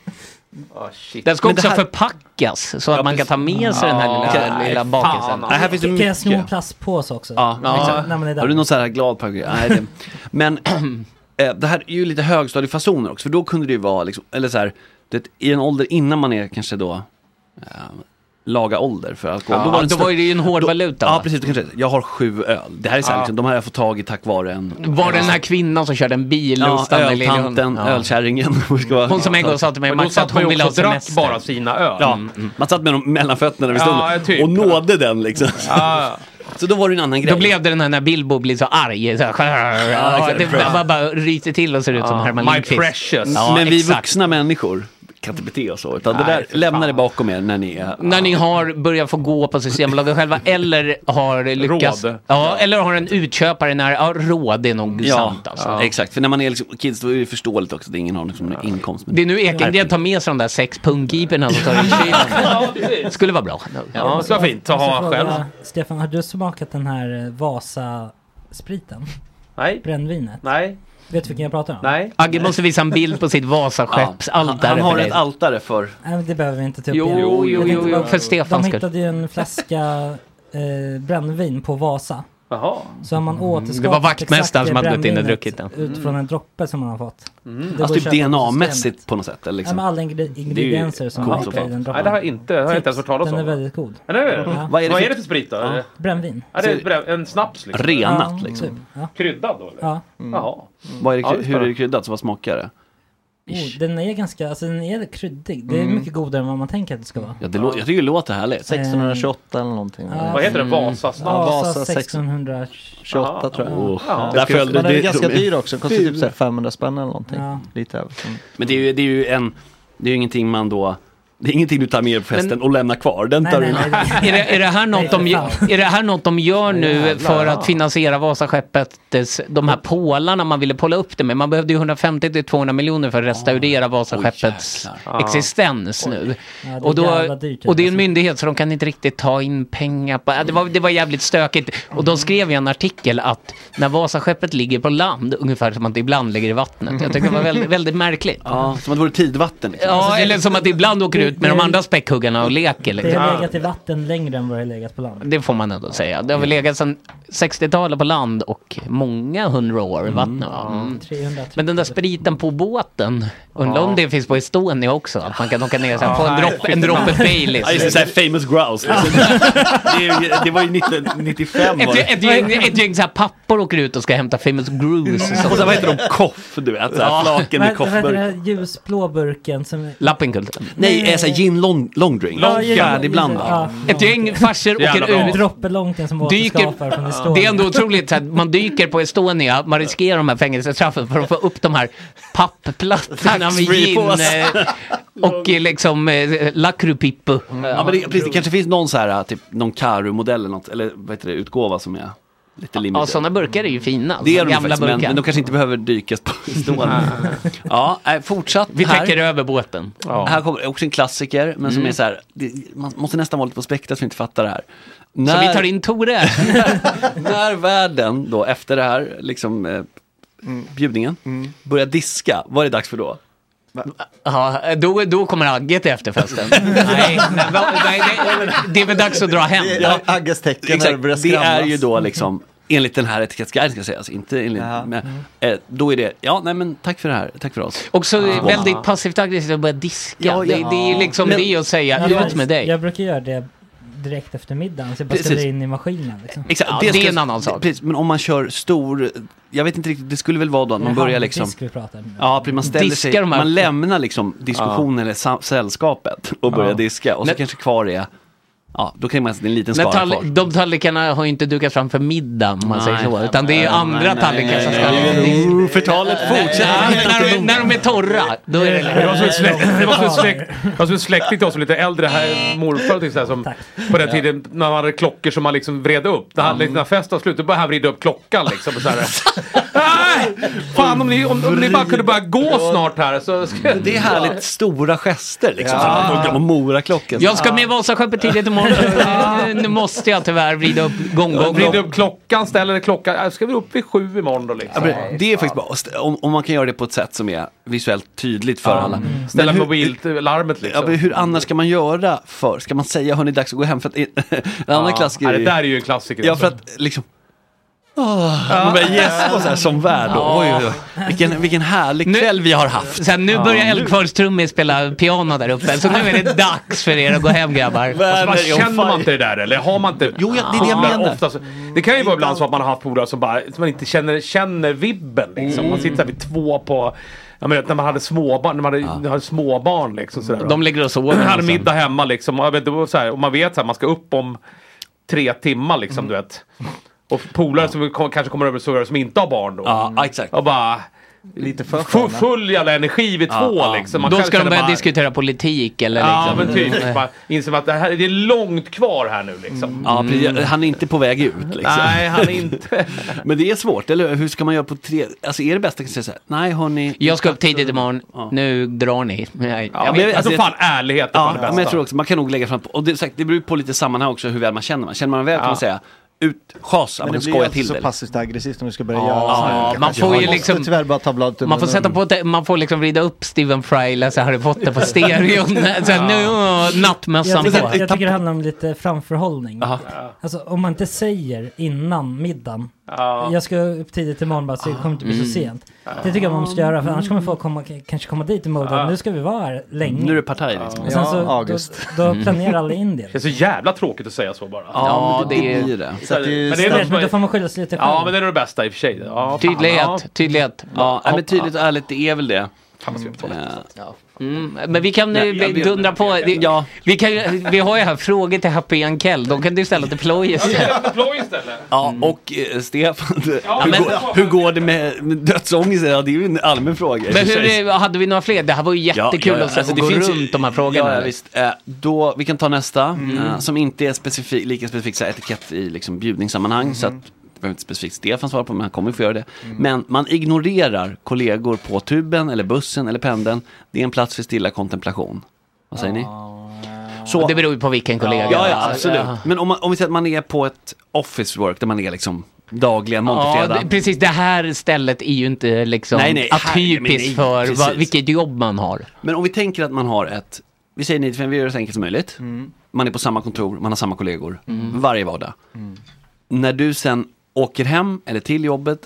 [SPEAKER 6] Den ska
[SPEAKER 2] Men det
[SPEAKER 6] också
[SPEAKER 2] här-
[SPEAKER 6] förpackas så att man kan ta med sig den här lilla, lilla bakelsen.
[SPEAKER 2] Nej, här finns det
[SPEAKER 5] Kan jag sno en
[SPEAKER 2] mycket.
[SPEAKER 5] plastpåse också?
[SPEAKER 2] Ja,
[SPEAKER 5] typ. Exakt, När man är
[SPEAKER 2] Har du
[SPEAKER 5] där.
[SPEAKER 2] någon sån här glad paket? Nej, det... Men eh, det här är ju lite högstadiefasoner också, för då kunde det ju vara, liksom, eller så här, det, i en ålder innan man är kanske då eh, laga ålder för alkohol.
[SPEAKER 6] Ja,
[SPEAKER 2] en
[SPEAKER 6] då
[SPEAKER 2] stor-
[SPEAKER 6] var det ju en hård valuta,
[SPEAKER 2] Ja,
[SPEAKER 6] va?
[SPEAKER 2] precis. Då kanske, jag har sju öl. Det här är så här,
[SPEAKER 6] Ja.
[SPEAKER 2] liksom, de här har jag fått tag i tack vare en...
[SPEAKER 6] Var det den här kvinnan som körde en bil
[SPEAKER 2] Ja,
[SPEAKER 6] hos Stanley
[SPEAKER 2] öltanten,
[SPEAKER 6] Liljeholm? Ja.
[SPEAKER 2] ölkärringen. Vi ska vara-
[SPEAKER 6] Hon som en gång sa till mig,
[SPEAKER 2] Men då
[SPEAKER 6] Max,
[SPEAKER 2] satt
[SPEAKER 6] att
[SPEAKER 2] man ju
[SPEAKER 6] hon ville ha
[SPEAKER 2] också och drack
[SPEAKER 6] semester.
[SPEAKER 2] bara Mm,
[SPEAKER 4] sina öl.
[SPEAKER 2] Ja, man satt med dem mellan fötterna vid
[SPEAKER 6] Ja,
[SPEAKER 2] stolen
[SPEAKER 6] typ.
[SPEAKER 2] och nådde den liksom. Så då var det en annan grej.
[SPEAKER 6] Då blev det den här när Bilbo blir så arg. Så här,
[SPEAKER 2] Ja,
[SPEAKER 6] ja,
[SPEAKER 2] exakt. Ah.
[SPEAKER 6] det bara, bara ryter till och ser ut som Herman Lindqvist. Ja,
[SPEAKER 2] Men vi
[SPEAKER 6] exakt.
[SPEAKER 2] vuxna människor kan inte bete oss så. Utan det
[SPEAKER 6] Nej,
[SPEAKER 2] där, lämna det bakom er när ni är...
[SPEAKER 6] När ni har börjat få gå på Systembolaget själva eller har lyckats...
[SPEAKER 2] Råd.
[SPEAKER 6] Ja, eller har en utköpare när... Ja, råd är nog
[SPEAKER 2] Ja,
[SPEAKER 6] sant alltså.
[SPEAKER 2] ja, exakt. För när man är liksom kids då är det förståeligt också att ingen har liksom någon inkomst. Men
[SPEAKER 6] Det är nu Ekengren tar med sig de där sex pungkeeperna som står i kylen. Skulle vara bra.
[SPEAKER 4] Ja, det var fint att ha
[SPEAKER 5] Fråga,
[SPEAKER 4] själv.
[SPEAKER 5] Stefan, har du smakat den här eh, Vasa-spriten?
[SPEAKER 4] Nej.
[SPEAKER 5] Brännvinet?
[SPEAKER 4] Nej.
[SPEAKER 5] Vet du vilken jag pratar om?
[SPEAKER 4] Nej.
[SPEAKER 6] Agge måste visa en bild på sitt Vasaskeppsaltare.
[SPEAKER 2] Han har
[SPEAKER 6] för dig.
[SPEAKER 2] ett altare för...
[SPEAKER 5] Nej, men det behöver vi inte ta upp
[SPEAKER 6] Jo,
[SPEAKER 5] igen.
[SPEAKER 6] jo,
[SPEAKER 5] Jag
[SPEAKER 6] jo,
[SPEAKER 5] tänkte
[SPEAKER 6] jo,
[SPEAKER 5] bara-
[SPEAKER 6] för Stefans
[SPEAKER 5] De
[SPEAKER 6] skull.
[SPEAKER 5] hittade ju en flaska eh, brännvin på Vasa.
[SPEAKER 4] Jaha.
[SPEAKER 5] Så har man återskapat
[SPEAKER 6] Mm, Det var vaktmästaren
[SPEAKER 5] exakt det
[SPEAKER 6] som hade gått in och
[SPEAKER 5] brännvinet
[SPEAKER 6] druckit den.
[SPEAKER 5] Utifrån en droppe som man har fått.
[SPEAKER 4] Mm.
[SPEAKER 5] Det går
[SPEAKER 2] Alltså
[SPEAKER 5] att
[SPEAKER 2] typ
[SPEAKER 5] köpa på systemet.
[SPEAKER 2] DNA-mässigt på något sätt. Eller
[SPEAKER 5] Ja,
[SPEAKER 2] liksom.
[SPEAKER 5] men alla ingre- ingredienser som man hittar i den droppen.
[SPEAKER 4] Nej, det har jag inte, har jag inte ens hört talas om.
[SPEAKER 5] Den är väldigt god.
[SPEAKER 4] Eller hur?
[SPEAKER 5] Ja.
[SPEAKER 4] Vad, är det för... sprit då? Är det-
[SPEAKER 5] Brännvin.
[SPEAKER 4] Ja, det är ett brä- en snaps liksom?
[SPEAKER 2] Renat, Ja, liksom. typ,
[SPEAKER 4] Kryddad då eller?
[SPEAKER 5] Ja.
[SPEAKER 4] Jaha.
[SPEAKER 2] Vad är det,
[SPEAKER 4] Ja, det är
[SPEAKER 2] hur är det
[SPEAKER 4] spännande.
[SPEAKER 2] kryddat? Så vad smakar det?
[SPEAKER 5] Oh, den är ganska, alltså den är kryddig. Det är
[SPEAKER 2] Mm.
[SPEAKER 5] mycket godare än vad man tänker att det ska vara.
[SPEAKER 2] Ja, det lå- jag tycker det låter härligt.
[SPEAKER 7] 1628 eller någonting.
[SPEAKER 5] Ja.
[SPEAKER 4] Vad heter det? Vasasnaps?
[SPEAKER 5] Ja, Vasa
[SPEAKER 7] Vasa
[SPEAKER 5] 1628
[SPEAKER 7] 28 tror jag.
[SPEAKER 2] Oh.
[SPEAKER 7] Ja.
[SPEAKER 2] Där följde
[SPEAKER 7] Men den
[SPEAKER 2] det-
[SPEAKER 7] är ganska
[SPEAKER 2] de-
[SPEAKER 7] dyr också, kostar typ
[SPEAKER 6] Mm.
[SPEAKER 7] så här
[SPEAKER 2] Dyr.
[SPEAKER 7] 500 spänn eller någonting.
[SPEAKER 5] Ja.
[SPEAKER 7] Lite över. Mm.
[SPEAKER 2] Men det är ju, det är ju en... Det är ju ingenting man då... Det är ingenting du tar med på festen
[SPEAKER 6] Men-
[SPEAKER 2] och lämnar kvar. Den tar du...
[SPEAKER 6] Är det, är, det här något de, är det här något de gör nu
[SPEAKER 2] jävlar,
[SPEAKER 6] för
[SPEAKER 2] ja.
[SPEAKER 6] att finansiera Vasaskeppets, de här pålarna man ville påla upp det med? Man behövde ju 150 till 200 miljoner för att restaurera Vasaskeppets
[SPEAKER 5] jäklar.
[SPEAKER 6] existens nu.
[SPEAKER 5] Ja, det är
[SPEAKER 6] och, då,
[SPEAKER 5] jävla dyrt,
[SPEAKER 6] och det är en myndighet så de kan inte riktigt ta in pengar på, ja, det, var, det var jävligt stökigt. Och de skrev i en artikel att när Vasaskeppet ligger på land, ungefär som att det ibland ligger i vattnet. Jag tycker det var väldigt, väldigt märkligt.
[SPEAKER 2] Ja, som att det vore tidvatten. Liksom.
[SPEAKER 6] Ja, eller som att det ibland åker ut med de andra späckhuggarna och leker.
[SPEAKER 5] Det
[SPEAKER 6] Liksom.
[SPEAKER 2] Ah.
[SPEAKER 5] har legat i vatten längre än vad det har legat på land.
[SPEAKER 6] Det får man ändå säga. Det har väl legat sedan 60-talet på land och många hundra år i vattnet. va? Mm.
[SPEAKER 5] 300
[SPEAKER 6] Men den där spriten på båten, undrar om
[SPEAKER 2] Ja.
[SPEAKER 6] det finns på Estonia också? Att man kan åka ner och
[SPEAKER 2] Ja,
[SPEAKER 6] få en
[SPEAKER 2] nej,
[SPEAKER 6] droppe, en
[SPEAKER 2] fy fan.
[SPEAKER 6] droppe Baileys.
[SPEAKER 2] Ja, just det, så här famous growls. Liksom. det, är ju- det var ju 1995 var
[SPEAKER 6] Ett,
[SPEAKER 2] det.
[SPEAKER 6] ett gäng, ett gäng så här pappor åker ut och ska hämta famous grooves.
[SPEAKER 2] Och sen vad heter de? Koff, du vet. Så här, flaken
[SPEAKER 5] Men
[SPEAKER 2] med
[SPEAKER 5] vad heter den
[SPEAKER 2] koffburk.
[SPEAKER 5] här ljusblå burken som...
[SPEAKER 6] Lappenkult.
[SPEAKER 2] Nej, eh, så här, gin long, long drink.
[SPEAKER 5] Ja, gin-
[SPEAKER 2] Färdigblandad.
[SPEAKER 5] ja,
[SPEAKER 6] Ett gäng farsor
[SPEAKER 2] Jävla bra.
[SPEAKER 6] åker ut.
[SPEAKER 5] Droppelånken som
[SPEAKER 6] Dyker,
[SPEAKER 5] återskapar från Estonia.
[SPEAKER 6] typ- det är ändå otroligt så att man dyker på Estonia, man riskerar de här fängelsestraffen för att få upp de här pappplattorna med
[SPEAKER 2] Tax-free
[SPEAKER 6] gin
[SPEAKER 2] påse.
[SPEAKER 6] eh, och eh, liksom eh, lakrupippu.
[SPEAKER 2] Ja, men det, precis, det kanske finns någon så här, typ någon Karu-modell eller något, eller vad heter det, utgåva som är lite limited.
[SPEAKER 6] Ja, sådana burkar är ju fina. alltså,
[SPEAKER 2] det är de
[SPEAKER 6] gamla
[SPEAKER 2] faktiskt, men,
[SPEAKER 6] burkar.
[SPEAKER 2] men de kanske inte behöver dykas på Estonia. ja, eh, fortsatt
[SPEAKER 6] Vi
[SPEAKER 2] här.
[SPEAKER 6] täcker över båten.
[SPEAKER 2] Här kommer också en klassiker, men som
[SPEAKER 6] Mm.
[SPEAKER 2] är så här, det, man måste nästan vara lite på spektrat för att inte fatta det här.
[SPEAKER 6] Så vi tar in Tore.
[SPEAKER 2] när världen då efter det här, liksom eh, bjudningen,
[SPEAKER 7] Mm.
[SPEAKER 2] börjar diska, vad är det dags för då?
[SPEAKER 6] Ja, då, då kommer Agge till efterfesten. nej, nej, va- nej, nej, det är väl dags att dra hem.
[SPEAKER 7] Det är Agges tecken när det börjar
[SPEAKER 2] Exakt, det är
[SPEAKER 7] skramlas.
[SPEAKER 2] ju då liksom Enligt den här etikettsguiden ska sägas, inte enligt,
[SPEAKER 7] Ja.
[SPEAKER 2] men, eh, då är det, ja nej men tack för det här, tack för oss.
[SPEAKER 6] Också
[SPEAKER 2] Ja.
[SPEAKER 6] väldigt passivt aggressivt att börja diska. Det, det är liksom
[SPEAKER 2] Men-
[SPEAKER 6] det att säga,
[SPEAKER 5] Jag
[SPEAKER 6] ut
[SPEAKER 5] brukar-
[SPEAKER 6] med dig.
[SPEAKER 5] Jag brukar göra det direkt efter middagen, så jag bara
[SPEAKER 2] Precis.
[SPEAKER 5] ställer in i maskinen. Liksom.
[SPEAKER 2] Exakt, ska- Precis, men om man kör stor, jag vet inte riktigt, det skulle väl vara då att
[SPEAKER 5] Det är
[SPEAKER 2] man börjar
[SPEAKER 5] handdisk
[SPEAKER 2] liksom
[SPEAKER 5] vi pratar om.
[SPEAKER 2] Ja, precis, man ställer
[SPEAKER 5] Diskar
[SPEAKER 2] sig,
[SPEAKER 5] de här-
[SPEAKER 2] man lämnar liksom diskussionen eller sa- sällskapet och börjar
[SPEAKER 6] Ja.
[SPEAKER 2] diska och så
[SPEAKER 6] Men-
[SPEAKER 2] kanske kvar är, ja då kan man ha en liten
[SPEAKER 6] Men
[SPEAKER 2] skara
[SPEAKER 6] tall-
[SPEAKER 2] kvar.
[SPEAKER 6] de tallrikarna har ju inte dukats fram för middag om man
[SPEAKER 2] Nej.
[SPEAKER 6] säger så. Utan det är ju
[SPEAKER 2] Nej,
[SPEAKER 6] andra
[SPEAKER 2] nej, nej,
[SPEAKER 6] tallrikar som
[SPEAKER 2] nej,
[SPEAKER 6] ska...
[SPEAKER 2] nej. Oh, Förtalet
[SPEAKER 6] Ja, men när, de, när de är torra, då är det...
[SPEAKER 4] Det var som ett släkt- det var som ett släkt- det var som ett släkting till oss som lite äldre här, morfar och till så här, som på den tiden när man hade klockor som man liksom vred upp. När,
[SPEAKER 6] Mm.
[SPEAKER 4] han, när festen var slut då började han vrida upp klockan liksom. Och så här, Nej! Fan om ni, om, om ni bara kunde börja gå snart här så... Ska...
[SPEAKER 2] Det är härligt stora gester liksom,
[SPEAKER 4] Ja.
[SPEAKER 2] som man hugger om och mora klockan.
[SPEAKER 6] Jag ska med Vasaskeppet tidigt nu, nu måste jag tyvärr vrida upp gånggång.
[SPEAKER 4] Vrider upp klockan, ställer klockan. Äh, Ska vi upp vid sju imorgon då
[SPEAKER 2] Ja,
[SPEAKER 4] liksom?
[SPEAKER 2] men det är faktiskt bra, om, om man kan göra det på ett sätt som är visuellt tydligt för
[SPEAKER 4] Ja.
[SPEAKER 2] alla.
[SPEAKER 4] Mm.
[SPEAKER 2] Men
[SPEAKER 4] Ställa
[SPEAKER 2] hur-
[SPEAKER 4] mobillarmet liksom.
[SPEAKER 2] Ja, men hur annars ska man göra för? Ska man säga hörni, dags att gå hem? För att, en annan
[SPEAKER 4] Ja.
[SPEAKER 2] klassiker
[SPEAKER 4] Ja, det där är ju en klassiker.
[SPEAKER 2] Ja,
[SPEAKER 4] alltså.
[SPEAKER 2] för att liksom... Oh, Man börjar gäspa så här som värd då.
[SPEAKER 6] Ja.
[SPEAKER 2] Oj, oj, oj. Vilken, vilken härlig kväll vi har haft.
[SPEAKER 6] Så här, nu börjar Eldkvarnstrummis spela piano där uppe, så nu är det dags för er att gå hem grabbar.
[SPEAKER 4] Alltså, man känner man inte det där eller? Har man inte... Jo,
[SPEAKER 6] det är det jag menar.
[SPEAKER 4] det kan ju vara ibland så att man har haft polare som, bara- som man inte känner, känner vibben liksom. Man sitter såhär vid två på... Jag menar, när man hade småbarn, när man hade, när man hade småbarn liksom. Sådär,
[SPEAKER 6] De ligger och sover.
[SPEAKER 4] hade middag hemma liksom. Och, jag vet, det var så här, och man vet att man ska upp om tre timmar liksom, du vet. Och polare som kom, kanske kommer över och sover som inte har barn då.
[SPEAKER 2] Ja, exakt.
[SPEAKER 4] Och bara...
[SPEAKER 7] Lite
[SPEAKER 4] full, full jävla energi vid två liksom. Man
[SPEAKER 6] Då
[SPEAKER 4] själv
[SPEAKER 6] ska de
[SPEAKER 4] känner
[SPEAKER 6] börja
[SPEAKER 4] bara-
[SPEAKER 6] diskutera politik eller
[SPEAKER 4] Ja men
[SPEAKER 6] liksom.
[SPEAKER 4] typ. Man inser att det, här, det är långt kvar här nu liksom.
[SPEAKER 2] Mm. Ja, precis. Han är inte på väg ut. Liksom.
[SPEAKER 4] Nej, han är inte.
[SPEAKER 2] Men det är svårt, eller hur? hur ska man göra på tre... Alltså är det bästa att säga så här, nej hörni...
[SPEAKER 6] Jag ska upp tidigt imorgon, nu drar ni. Nej, jag
[SPEAKER 2] men
[SPEAKER 6] vet-
[SPEAKER 2] jag-
[SPEAKER 6] alltså,
[SPEAKER 2] jag-
[SPEAKER 6] fan,
[SPEAKER 4] ärlighet
[SPEAKER 6] är fan
[SPEAKER 2] ja,
[SPEAKER 6] det bästa.
[SPEAKER 2] men jag tror också, man kan nog lägga fram, och det, sagt, det beror ju på lite sammanhang också hur väl man känner man. Känner man väl kan man säga, ut, schas, ja,
[SPEAKER 7] Men
[SPEAKER 2] men
[SPEAKER 7] det blir ju
[SPEAKER 2] nu skojar jag
[SPEAKER 7] alltid
[SPEAKER 2] till
[SPEAKER 7] så
[SPEAKER 2] dig.
[SPEAKER 7] passivt aggressivt om vi ska börja
[SPEAKER 2] Ja,
[SPEAKER 7] göra sådana här.
[SPEAKER 6] man får ju
[SPEAKER 7] Jag måste
[SPEAKER 6] liksom-
[SPEAKER 7] tyvärr bara ta bladet ur
[SPEAKER 6] Man får,
[SPEAKER 7] munnen.
[SPEAKER 6] sätta på, te- man får liksom vrida upp Stephen Fry, läsa Harry Potter på stereon. Så här, nu åh, nattmössan
[SPEAKER 5] Jag tycker, jag
[SPEAKER 6] på.
[SPEAKER 5] tycker det handlar om lite framförhållning. Alltså om man inte säger innan middagen.
[SPEAKER 6] Ja.
[SPEAKER 5] Jag ska upp tidigt imorgon bara så det kommer inte bli så
[SPEAKER 2] Mm.
[SPEAKER 5] sent. Det tycker jag man måste göra för annars kommer folk komma, kanske komma dit i mode att
[SPEAKER 4] Ja.
[SPEAKER 5] nu ska vi vara här länge.
[SPEAKER 2] Nu är det partaj liksom.
[SPEAKER 5] Och sen så, Då, då planerar alla in det.
[SPEAKER 4] Det är så jävla tråkigt att säga så bara.
[SPEAKER 2] Ja, men det- det blir det. Så att det är
[SPEAKER 4] Men det är
[SPEAKER 2] snabbt.
[SPEAKER 4] något som
[SPEAKER 5] Men då får man skylla sig lite själv.
[SPEAKER 4] Ja, men det är det bästa i och för sig. Ja, fan, ja.
[SPEAKER 6] tydlighet.
[SPEAKER 2] Ja, nej, men tydligt och ärligt, det är väl det.
[SPEAKER 6] Mm, men vi kan nu
[SPEAKER 2] Nej, jag vet
[SPEAKER 6] dundra på. Det, vi, kan, ju- vi har ju här frågor till Happy Ankell, de kan du ställa till Plojis.
[SPEAKER 7] Mm.
[SPEAKER 2] Ja, och eh, Stefan, hur,
[SPEAKER 6] men-
[SPEAKER 2] går, hur går det med med dödsångest? Ja, det är ju en allmän fråga. i och
[SPEAKER 6] Men
[SPEAKER 2] för sig.
[SPEAKER 6] hur, hade vi några fler? Det här var ju jättekul att så här
[SPEAKER 2] Alltså, det
[SPEAKER 6] gå
[SPEAKER 2] finns ju-
[SPEAKER 6] runt de här frågorna.
[SPEAKER 2] Ja, ja,
[SPEAKER 6] eller?
[SPEAKER 2] visst. Eh, Då, vi kan ta nästa,
[SPEAKER 6] Mm.
[SPEAKER 2] eh, som inte är specifik, lika specifikt så här, etikett i liksom, bjudningssammanhang.
[SPEAKER 6] Mm.
[SPEAKER 2] Så att, det behöver inte specifikt Stefan svara på, men han kommer ju få göra det. Men man ignorerar kollegor på tuben, eller bussen, eller pendeln. Det är en plats för stilla kontemplation. Vad säger ni? Så,
[SPEAKER 6] Det beror ju på vilken kollega.
[SPEAKER 2] Ja, ja absolut.
[SPEAKER 6] Ja.
[SPEAKER 2] Men om, man, om vi säger att man är på ett office work, där man är liksom dagligen, måndag,
[SPEAKER 6] Ja,
[SPEAKER 2] fredag.
[SPEAKER 6] det- precis. Det här stället är ju inte liksom
[SPEAKER 2] Nej, nej, här- men nej,
[SPEAKER 6] atypiskt för
[SPEAKER 2] precis.
[SPEAKER 6] vad, vilket jobb man har.
[SPEAKER 2] Men om vi tänker att man har ett, vi säger 95, vi gör det så enkelt som möjligt. Man är på samma kontor, man har samma kollegor
[SPEAKER 6] Mm.
[SPEAKER 2] varje vardag. När du sen åker hem eller till jobbet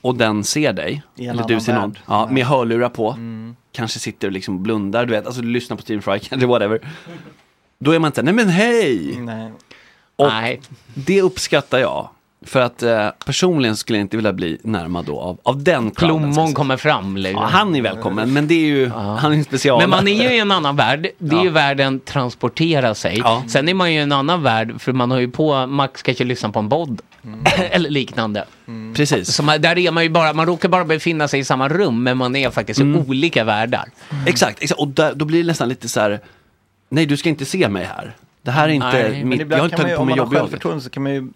[SPEAKER 2] och den ser dig,
[SPEAKER 7] I en
[SPEAKER 2] eller
[SPEAKER 7] annan
[SPEAKER 2] du ser någon,
[SPEAKER 7] värld. Mm.
[SPEAKER 2] ja, med hörlurar på, kanske sitter och liksom blundar, du vet, alltså du lyssnar på Stephen Fry eller whatever. Då är man inte, nej men hej!
[SPEAKER 7] Nej.
[SPEAKER 2] Och det uppskattar jag. För att eh, personligen skulle jag inte vilja bli närmad då av, av den Plommon
[SPEAKER 6] kommer fram. Liksom.
[SPEAKER 2] Ja, han är välkommen, men det är ju, han är ju en special.
[SPEAKER 6] Men man är ju i en annan värld. Det är ju
[SPEAKER 2] Ja.
[SPEAKER 6] världen transportera sig. Sen är man ju i en annan värld för man har ju på, Max kanske lyssnar på en podd. Eller liknande.
[SPEAKER 2] Mm.
[SPEAKER 7] Mm.
[SPEAKER 2] Precis.
[SPEAKER 6] Så man, där är man ju bara, man råkar bara befinna sig i samma rum men man är faktiskt i olika världar.
[SPEAKER 2] Mm. Exakt, exakt. och där, då blir det nästan lite så här, nej du ska inte se mig här. Det här är inte
[SPEAKER 7] Nej, men
[SPEAKER 2] mitt, jag
[SPEAKER 7] ibland
[SPEAKER 2] har inte
[SPEAKER 7] kan man ju, om
[SPEAKER 2] tagit på mig
[SPEAKER 7] man har
[SPEAKER 2] jobb jag.
[SPEAKER 7] självförtroende så kan man ju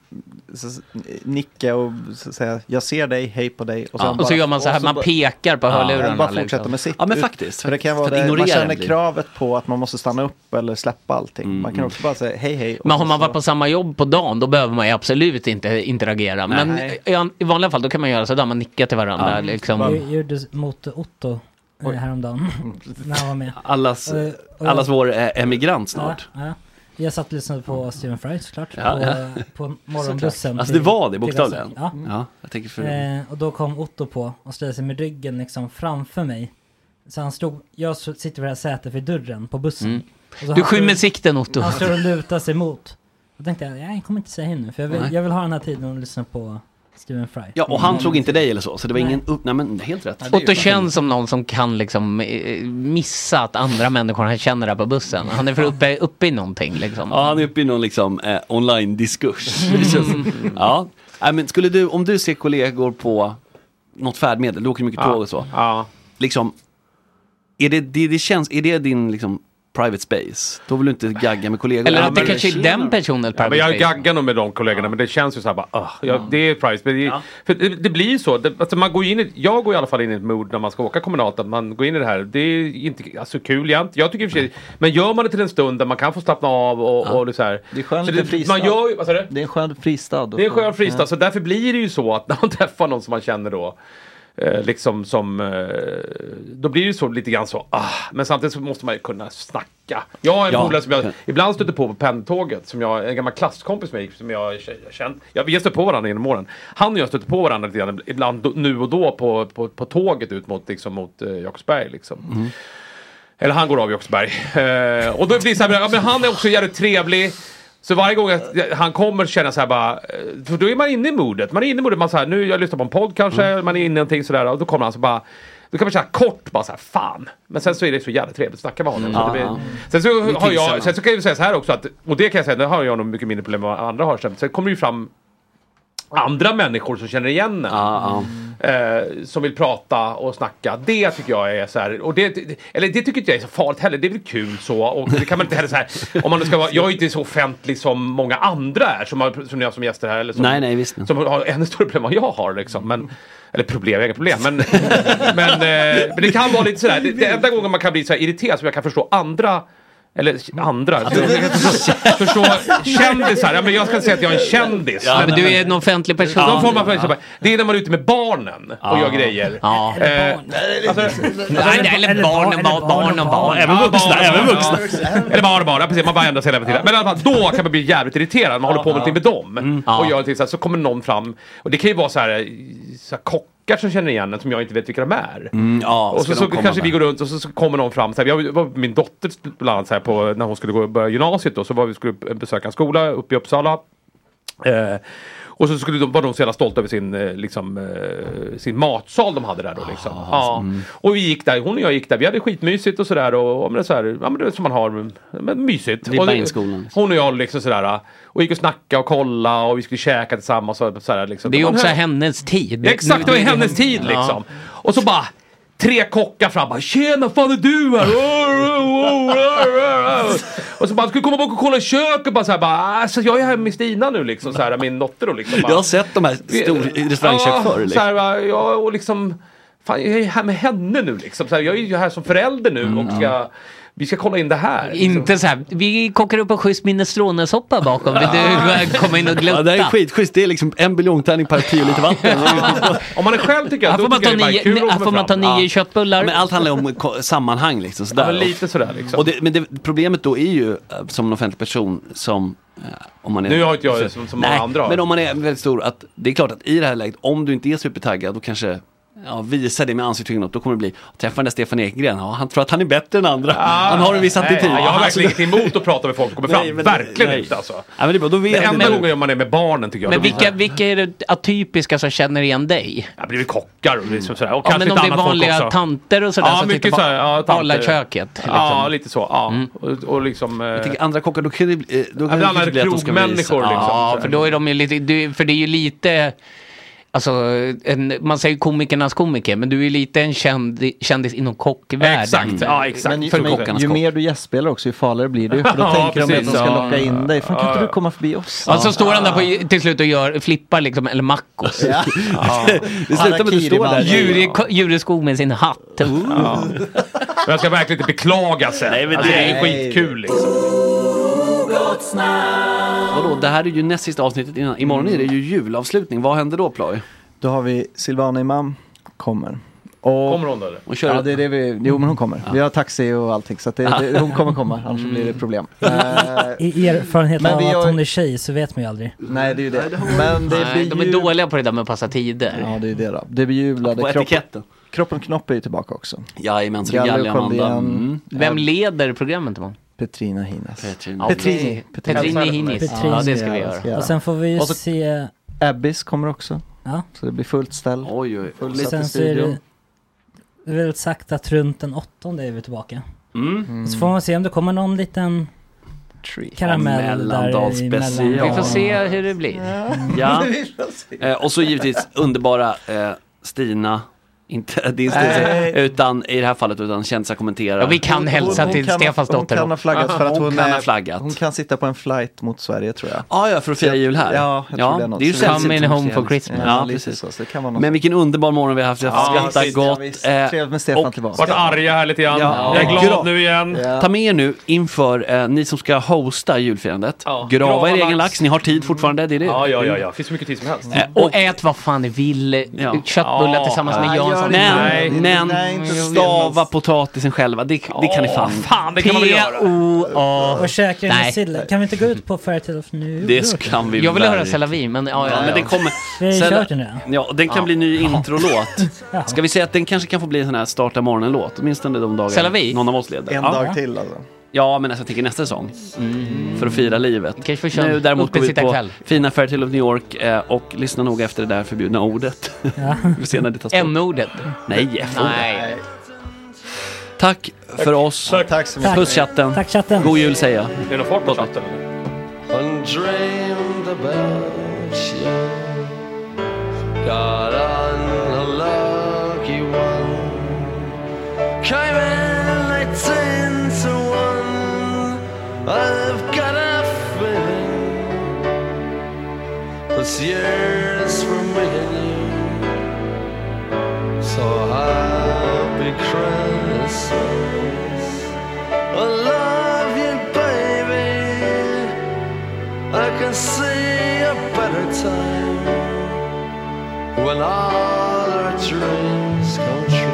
[SPEAKER 7] så, så, nicka och så, säga jag ser dig, hej på dig.
[SPEAKER 2] Ja.
[SPEAKER 7] sen
[SPEAKER 2] Och så gör man så här, man
[SPEAKER 7] bara-
[SPEAKER 2] pekar på hörlurarna,
[SPEAKER 7] Och bara
[SPEAKER 2] liksom.
[SPEAKER 7] fortsätter med sitt.
[SPEAKER 2] Ja, men faktiskt.
[SPEAKER 7] För det kan vara
[SPEAKER 2] För
[SPEAKER 7] det,
[SPEAKER 2] att
[SPEAKER 7] man
[SPEAKER 2] ignorera liksom.
[SPEAKER 7] känner
[SPEAKER 2] blir-
[SPEAKER 7] kravet på att man måste stanna upp eller släppa allting. man kan
[SPEAKER 6] mm.
[SPEAKER 7] också bara säga hej, hej. och
[SPEAKER 6] Men har
[SPEAKER 7] så-
[SPEAKER 6] man varit på samma jobb på dagen då behöver man ju absolut inte interagera.
[SPEAKER 7] Nej.
[SPEAKER 6] Men i an- i vanliga fall då kan man göra sådär, man nickar till varandra. Liksom.
[SPEAKER 5] Jag gjorde s- mot Otto eh, häromdagen. när han var med.
[SPEAKER 2] Allas,
[SPEAKER 5] Och- och jag-
[SPEAKER 2] allas vår eh, emigrant snart.
[SPEAKER 5] Ja, ja. Jag satt och lyssnade på Stephen Fry såklart.
[SPEAKER 2] Ja,
[SPEAKER 5] på,
[SPEAKER 2] ja.
[SPEAKER 5] på morgonbussen.
[SPEAKER 2] Alltså det
[SPEAKER 5] till-
[SPEAKER 2] var det
[SPEAKER 5] till
[SPEAKER 2] bokstavligen. Mm.
[SPEAKER 5] Västra- Ja.
[SPEAKER 2] ja, jag tänker för...
[SPEAKER 5] Eh, och då kom Otto på och ställde sig med ryggen liksom framför mig. Så han stod, jag s- sitter vid det här sätet vid dörren på bussen.
[SPEAKER 6] Mm.
[SPEAKER 5] Och
[SPEAKER 6] Du
[SPEAKER 5] så han
[SPEAKER 6] skymmer
[SPEAKER 5] står-
[SPEAKER 6] sikten, Otto.
[SPEAKER 5] Han står och lutar sig mot. Då tänkte jag, nej jag kommer inte säga hej nu för jag
[SPEAKER 2] Nej.
[SPEAKER 5] vill, jag vill ha den här tiden och lyssna på Stephen Fry.
[SPEAKER 2] Ja, och han
[SPEAKER 5] Mm.
[SPEAKER 2] såg inte dig eller så, så det var
[SPEAKER 5] Nej.
[SPEAKER 2] ingen upp... Nej men helt rätt.
[SPEAKER 6] Otto känns som någon som kan liksom eh, missa att andra människor han känner där på bussen. Han är för uppe, uppe i någonting liksom.
[SPEAKER 2] Ja, han är uppe i någon liksom eh, online-diskurs.
[SPEAKER 4] Mm.
[SPEAKER 2] Det känns- ja. Nej, men skulle du, om du ser kollegor på något färdmedel, du åker mycket
[SPEAKER 4] Ja.
[SPEAKER 2] tåg och så. Liksom, är det, det, det känns, är det din liksom, private space. Då vill du inte gagga med kollegor.
[SPEAKER 6] Eller att det kanske är den personen
[SPEAKER 4] Ja, men
[SPEAKER 6] private
[SPEAKER 4] jag
[SPEAKER 6] space.
[SPEAKER 4] gaggar nog med de kollegorna men det känns ju såhär bara, ah, ja, det är price. Men det, för det, det blir ju så, det, alltså man går in i, jag går i alla fall in i ett mood när man ska åka kommunalt, att man går in i det här, det är inte alltså, kul jämt. Jag tycker i och för sig, men gör man det till en stund där man kan få slappna av och, och det så här.
[SPEAKER 7] Det är skönt
[SPEAKER 4] så
[SPEAKER 7] liten fristad.
[SPEAKER 4] man gör, ju- vad sa du?
[SPEAKER 7] Det är en skön fristad.
[SPEAKER 4] Det är en
[SPEAKER 12] Mm.
[SPEAKER 4] skön fristad,
[SPEAKER 7] Ja.
[SPEAKER 4] så därför blir det ju så att när man träffar någon som man känner då Eh, liksom som, eh, då blir det så lite grann så, ah, men samtidigt så måste man ju kunna snacka. Jag har en
[SPEAKER 12] Ja.
[SPEAKER 4] polare som jag ibland stöter på på pendeltåget, som jag, en gammal klasskompis med som jag k- känt, jag, vi har stött på varandra genom åren. Han och jag stöter på varandra lite grann, ibland då- nu och då på, på, på tåget ut mot, liksom, mot eh, Jakobsberg liksom. Eller han går av i Oxberg. Eh, och då blir det så här, ja, men han är också jävligt trevlig. Så varje gång att jag- han kommer känner jag så här bara, eh, för då är man inne i modet. Man är inne i modet, man så här, nu jag lyssnar på en podd kanske,
[SPEAKER 12] Mm.
[SPEAKER 4] man är inne i någonting sådär och då kommer han så bara, då kan man säga kort bara så här, fan. Men sen så är det så jävligt trevligt att snacka med honom.
[SPEAKER 12] Mm.
[SPEAKER 4] Så det
[SPEAKER 12] Ja.
[SPEAKER 4] blir, sen så
[SPEAKER 12] Det
[SPEAKER 4] har
[SPEAKER 12] fixar han.
[SPEAKER 4] jag, sen så kan jag ju säga så här också att, och det kan jag säga, det har jag nog mycket mindre problem med än vad andra har. Sen sen kommer det ju fram andra människor som känner igen en. Eh, som vill prata och snacka. Det tycker jag är så här, och det, det- eller det tycker inte jag är så farligt heller. Det är väl kul så och det kan man inte heller så här, om man nu ska vara, jag är ju inte så offentlig som många andra är som, har, som ni har som gäster här. Eller som,
[SPEAKER 2] Nej, nej, visst.
[SPEAKER 4] Som har ännu större problem än vad jag har liksom. Men, eller problem, jag har inga problem. Men, men, eh, men det kan vara lite sådär, det, det enda gången man kan bli så här irriterad som jag kan förstå andra eller andra. Förstå kändisar. Ja, men jag ska inte säga att jag är en kändis.
[SPEAKER 6] Ja, men du är en offentlig person.
[SPEAKER 4] Någon form av ja. Det är när man är ute med barnen och
[SPEAKER 6] Ja.
[SPEAKER 4] gör grejer.
[SPEAKER 6] Ja.
[SPEAKER 4] Eh, alltså,
[SPEAKER 6] Nej, nej, eller barn och barn, barn och barn.
[SPEAKER 4] Ja, barn, barn, ja. Eller barn och barn, ja, precis. Man bara ändrar sig hela tiden. Men i alla fall, då kan man bli jävligt irriterad. Man håller på med någonting med dem. Och
[SPEAKER 12] Ja.
[SPEAKER 4] gör någonting så, här, så kommer någon fram. Och det kan ju vara så här, så här kockar som känner igen en som jag inte vet vilka de är.
[SPEAKER 2] ja,
[SPEAKER 4] och så,
[SPEAKER 2] ska
[SPEAKER 4] så
[SPEAKER 2] de komma
[SPEAKER 4] kanske
[SPEAKER 2] med?
[SPEAKER 4] vi går runt och så, så kommer någon fram. Så här, jag var min dotter bland annat så här, på, när hon skulle gå, börja gymnasiet då, så var vi skulle besöka en skola uppe i Uppsala. Eh, och så skulle de, var de så jävla stolta över sin, eh, liksom, eh, sin matsal de hade där då. Liksom. ja. Och vi gick där, hon och jag gick där, vi hade skitmysigt och sådär. Och, och men det är så här, ja, men det är som man har, men mysigt.
[SPEAKER 2] Ribba
[SPEAKER 4] Och det-
[SPEAKER 2] in skolan,
[SPEAKER 4] Hon och jag liksom sådär. Och gick och snackade och kollade och vi skulle käka tillsammans. Och sådär, liksom.
[SPEAKER 6] Det är ju
[SPEAKER 4] Man
[SPEAKER 6] också
[SPEAKER 4] hör-
[SPEAKER 6] hennes tid.
[SPEAKER 4] Exakt, det var hennes tid liksom. Och så bara tre kockar fram bara “Tjena, fan är du här?” Och så bara “Ska du komma bak och kolla i köket?” bara så här, bara, alltså, “Jag är här med Stina nu liksom” så här, min dotter då liksom.
[SPEAKER 2] Jag har sett de här stor- restaurangkök
[SPEAKER 4] ja,
[SPEAKER 2] förr.
[SPEAKER 4] Så
[SPEAKER 2] Liksom.
[SPEAKER 4] här, bara, ja, och liksom, fan, jag är här med henne nu liksom. Så här, jag är ju här som förälder nu
[SPEAKER 2] Mm,
[SPEAKER 4] och ska, vi ska kolla in det här. Liksom.
[SPEAKER 6] Inte så här, vi kokar upp en schysst minnestrånesoppa bakom. Vill du komma in och glutta?
[SPEAKER 2] Ja, det här är skitschysst, det är liksom en buljongtärning per tio liter vatten.
[SPEAKER 4] Om man är själv tycker
[SPEAKER 6] Här
[SPEAKER 4] jag,
[SPEAKER 6] får
[SPEAKER 4] då
[SPEAKER 6] man
[SPEAKER 4] tycker
[SPEAKER 6] ta
[SPEAKER 4] jag det
[SPEAKER 6] nio-
[SPEAKER 4] är bara kul
[SPEAKER 6] nej,
[SPEAKER 4] att
[SPEAKER 6] här
[SPEAKER 4] komma
[SPEAKER 6] får man
[SPEAKER 4] fram.
[SPEAKER 6] ta nio köttbullar.
[SPEAKER 2] Men allt handlar ju om ko- sammanhang liksom. Sådär.
[SPEAKER 4] Ja, men lite sådär liksom.
[SPEAKER 2] Och det, men det, problemet då är ju eh, som en offentlig person som eh, om man är,
[SPEAKER 4] Nu har inte jag det som- som många
[SPEAKER 2] Nej,
[SPEAKER 4] andra har.
[SPEAKER 2] Men om man är väldigt stor, att det är klart att i det här läget, om du inte är supertaggad, då kanske Ja, visa det med ansiktet inåt, då kommer det bli, träffa den där Stefan Ekgren, ja, han tror att han är bättre än andra. han har en viss
[SPEAKER 4] Ah, nej,
[SPEAKER 2] attityd.
[SPEAKER 4] nej, Jag
[SPEAKER 2] Ja,
[SPEAKER 4] har
[SPEAKER 2] alltså,
[SPEAKER 4] verkligen inget emot att prata med folk som kommer fram.
[SPEAKER 2] Nej, men-
[SPEAKER 4] verkligen
[SPEAKER 2] nej.
[SPEAKER 4] inte alltså.
[SPEAKER 2] Ja, men det är bra, då vet
[SPEAKER 4] Det enda
[SPEAKER 2] ni-
[SPEAKER 4] gången jag- man är med barnen tycker jag.
[SPEAKER 6] Men
[SPEAKER 4] då blir
[SPEAKER 6] vilka, vilka är det atypiska som känner igen dig?
[SPEAKER 4] Ja, det är väl kockar och liksom sådär. Och
[SPEAKER 6] Ja,
[SPEAKER 4] kanske
[SPEAKER 6] men om
[SPEAKER 4] lite
[SPEAKER 6] det är
[SPEAKER 4] annat folk
[SPEAKER 6] vanliga
[SPEAKER 4] också.
[SPEAKER 6] tanter och sådär
[SPEAKER 4] Ja,
[SPEAKER 6] som
[SPEAKER 4] mycket
[SPEAKER 6] tittar på
[SPEAKER 4] sådär, ja, tanter.
[SPEAKER 6] Arlaköket, liksom. Mm.
[SPEAKER 4] Ja, lite så. Ja. Och, och liksom... eh,
[SPEAKER 2] jag tänker andra kockar, då kan det bli... eh, Då kan
[SPEAKER 4] men
[SPEAKER 2] det
[SPEAKER 4] alla
[SPEAKER 2] kanske bli att de ska
[SPEAKER 4] krogmänniskor,
[SPEAKER 2] visa-
[SPEAKER 4] liksom.
[SPEAKER 6] Ja, för då är de ju lite, du, för det är ju lite, alltså en, man säger komikernas komiker, men du är ju lite en känd, kändis inom
[SPEAKER 2] Mm.
[SPEAKER 6] kockvärlden.
[SPEAKER 7] Men,
[SPEAKER 6] För
[SPEAKER 7] men,
[SPEAKER 6] kockarnas
[SPEAKER 7] ju
[SPEAKER 6] kock.
[SPEAKER 7] mer du gästspelar också, ju farligare blir det ju. För då
[SPEAKER 6] Ja,
[SPEAKER 7] tänker de att de
[SPEAKER 6] precis,
[SPEAKER 7] ska
[SPEAKER 6] ja.
[SPEAKER 7] locka in dig. Fan, kan
[SPEAKER 6] Ja,
[SPEAKER 7] inte du
[SPEAKER 6] ja.
[SPEAKER 7] komma förbi oss?
[SPEAKER 6] Ja, så Alltså, står han där på, till slut och gör, flippar liksom, eller mackos.
[SPEAKER 7] Ja.
[SPEAKER 4] Det slutar med att du står där.
[SPEAKER 6] Djur i, ko- djur i skog med sin hatt. Ooh.
[SPEAKER 4] Men jag ska verkligen inte beklaga sig. Nej,
[SPEAKER 2] men
[SPEAKER 4] alltså, det är
[SPEAKER 2] nej.
[SPEAKER 4] skitkul liksom.
[SPEAKER 2] Vadå, det här är ju näst sista avsnittet innan. Imorgon är det ju julavslutning, vad händer då Ploy?
[SPEAKER 7] Då har vi Silvana Imam kommer. Och,
[SPEAKER 4] Kommer hon då, eller?
[SPEAKER 2] Hon kör-
[SPEAKER 7] ja, det är det vi, jo men hon kommer. Vi har taxi och allting så att det, det, hon kommer komma, annars blir det problem. Eh,
[SPEAKER 5] I erfarenhet
[SPEAKER 7] Men
[SPEAKER 5] av
[SPEAKER 7] vi
[SPEAKER 5] att
[SPEAKER 7] har-
[SPEAKER 5] hon är tjej så vet man ju aldrig.
[SPEAKER 7] Nej, det är ju det. Men det
[SPEAKER 6] Nej,
[SPEAKER 7] blir
[SPEAKER 6] de är
[SPEAKER 7] ju-
[SPEAKER 6] dåliga på det där med att passa tider.
[SPEAKER 7] Ja, det är det då. Det bejublade
[SPEAKER 6] På
[SPEAKER 7] kroppen-
[SPEAKER 6] etiketten.
[SPEAKER 7] Kroppen Knopp är ju tillbaka också.
[SPEAKER 2] Jajamän,
[SPEAKER 7] så det är Gallia Gallia Amanda. Sköldén. Mm.
[SPEAKER 6] Vem leder programmet imorgon?
[SPEAKER 7] Petrina Hinas.
[SPEAKER 6] Petrina.
[SPEAKER 7] Petrini.
[SPEAKER 6] Petrini Hinis. Ja, det ska vi göra.
[SPEAKER 5] Och sen får vi ju
[SPEAKER 7] Och så-
[SPEAKER 5] se...
[SPEAKER 7] Abbis kommer också.
[SPEAKER 5] Ja.
[SPEAKER 7] Så det blir fullt ställ.
[SPEAKER 2] Oj, oj.
[SPEAKER 7] Full
[SPEAKER 5] Och sen så är det det är väl sagt att runt den åttonde är vi tillbaka.
[SPEAKER 2] Mm.
[SPEAKER 5] Och så får man se om det kommer någon liten karamell där
[SPEAKER 2] Mellandagsspecial.
[SPEAKER 5] emellan.
[SPEAKER 2] Vi får se
[SPEAKER 6] hur det blir.
[SPEAKER 2] Ja. Eh, och så givetvis underbara eh, Stina Inte din styvsyster, utan i det här fallet utan kändisar kommenterar.
[SPEAKER 6] Ja, vi kan hälsa till
[SPEAKER 7] kan ha-
[SPEAKER 6] Stefans dotter
[SPEAKER 7] Hon kan
[SPEAKER 6] då.
[SPEAKER 7] ha flaggat för att
[SPEAKER 2] Hon
[SPEAKER 7] hon,
[SPEAKER 2] kan
[SPEAKER 7] är,
[SPEAKER 2] ha flaggat.
[SPEAKER 7] Mm. Hon kan sitta på en flight mot Sverige tror jag.
[SPEAKER 2] Ah, ja, för att fira jul här.
[SPEAKER 7] Ja, jag tror det är något
[SPEAKER 2] ju
[SPEAKER 7] sånt.
[SPEAKER 2] sällsynt
[SPEAKER 7] Coming home
[SPEAKER 2] kommersiellt.
[SPEAKER 7] for Christmas.
[SPEAKER 2] Ja,
[SPEAKER 7] Ja, lite
[SPEAKER 2] precis.
[SPEAKER 7] så, så det kan vara något.
[SPEAKER 2] Men vilken underbar morgon vi har haft. Vi har
[SPEAKER 7] Ja,
[SPEAKER 2] haft skrattat
[SPEAKER 7] visst, ja,
[SPEAKER 2] gott.
[SPEAKER 7] visst.
[SPEAKER 2] eh,
[SPEAKER 7] Trevligt med Stefan
[SPEAKER 2] och-
[SPEAKER 7] tillbaka.
[SPEAKER 4] Vart arga här lite grann.
[SPEAKER 2] Ja.
[SPEAKER 4] Jag är glad
[SPEAKER 2] Gra-
[SPEAKER 4] nu igen.
[SPEAKER 2] Ta med er nu inför eh, ni som ska hosta julfirandet. Grava
[SPEAKER 4] Grava
[SPEAKER 2] er egen
[SPEAKER 4] lax.
[SPEAKER 2] lax, ni har tid fortfarande. Det Mm. är det.
[SPEAKER 4] Ja, ja, ja, ja. Finns hur mycket tid som helst.
[SPEAKER 6] Eh, Och ät vad fan ni vill. eh, Köttbullar
[SPEAKER 2] Ja.
[SPEAKER 6] tillsammans med
[SPEAKER 2] Ja, gör
[SPEAKER 6] Jansson.
[SPEAKER 2] det. Men, men stava potatisen själva, det, det kan ni fan.
[SPEAKER 6] fan, det kan man väl göra.
[SPEAKER 2] P-O-A.
[SPEAKER 5] Och käka den
[SPEAKER 2] Nej.
[SPEAKER 5] med sillen. Kan vi inte gå ut på Fairytale of New
[SPEAKER 2] Det kan vi
[SPEAKER 6] Jag vill höra
[SPEAKER 2] verkligen.
[SPEAKER 6] Selavi, men ja, ja,
[SPEAKER 2] Ja,
[SPEAKER 6] ja.
[SPEAKER 2] men det kommer.
[SPEAKER 5] Vi har ju
[SPEAKER 2] Sen-
[SPEAKER 5] kört den redan.
[SPEAKER 2] Ja, den kan
[SPEAKER 6] Ja.
[SPEAKER 2] bli ny introlåt. Ska vi säga att den kanske kan få bli en sån här starta morgonen-låt? Åtminstone de
[SPEAKER 6] Sälla
[SPEAKER 2] dagar
[SPEAKER 6] vi?
[SPEAKER 2] någon av oss leder.
[SPEAKER 7] En
[SPEAKER 2] Ja.
[SPEAKER 7] dag till alltså.
[SPEAKER 2] Ja, men alltså, jag tänker nästa säsong. För att fira livet.
[SPEAKER 6] Mm. vi kör
[SPEAKER 2] nu
[SPEAKER 6] en
[SPEAKER 2] däremot går vi ut på
[SPEAKER 6] uppesittarkväll.
[SPEAKER 2] fina Fairytale of New York eh, och lyssna noga efter det där förbjudna ordet. vi får se när det tas bort.
[SPEAKER 6] N-ordet.
[SPEAKER 2] Nej, F-ordet.
[SPEAKER 6] Nej.
[SPEAKER 2] Tack för oss.
[SPEAKER 7] Tack så mycket.
[SPEAKER 2] Puss chatten.
[SPEAKER 5] Tack chatten.
[SPEAKER 2] God jul säger jag.
[SPEAKER 4] Är det någon fart på chatten? eller?
[SPEAKER 12] and dreamed about you. Got unlucky one. Came in eighteen to one. I've got a feeling this year's for me and you. So happy Christmas. I love you, baby. I can see a better time when all our dreams come true.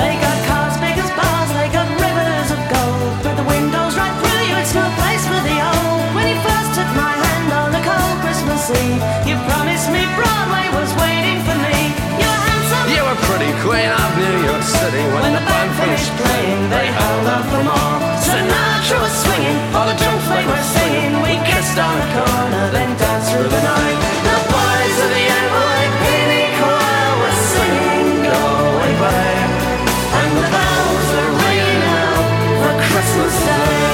[SPEAKER 13] They got cars big as bars, they got rivers of gold. But the windows right through you, it's no place for the old. When you first took my hand on a cold Christmas Eve, you promised me Broadway was waiting for me. You're handsome.
[SPEAKER 12] You were pretty queen of New York City when, the band finished playing. They held out for more.
[SPEAKER 13] Sinatra was swinging, all the junk they were singing. We kissed on a corner, then danced through the night. The boys of the NYPD choir were singing, go away, babe. And the bells are ringing out for Christmas Day.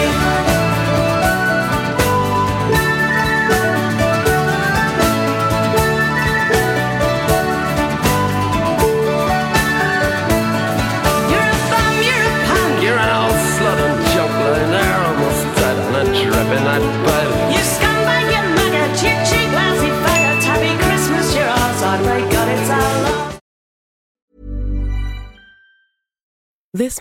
[SPEAKER 12] You're a bum, you're a punk. You're an old slut and joke laying there almost dead on a dripping night bed.
[SPEAKER 13] You scumbag, you maggot, cheap, cheap, lousy faggot. Happy Christmas, you're ours. I pray God it's our love.
[SPEAKER 14] This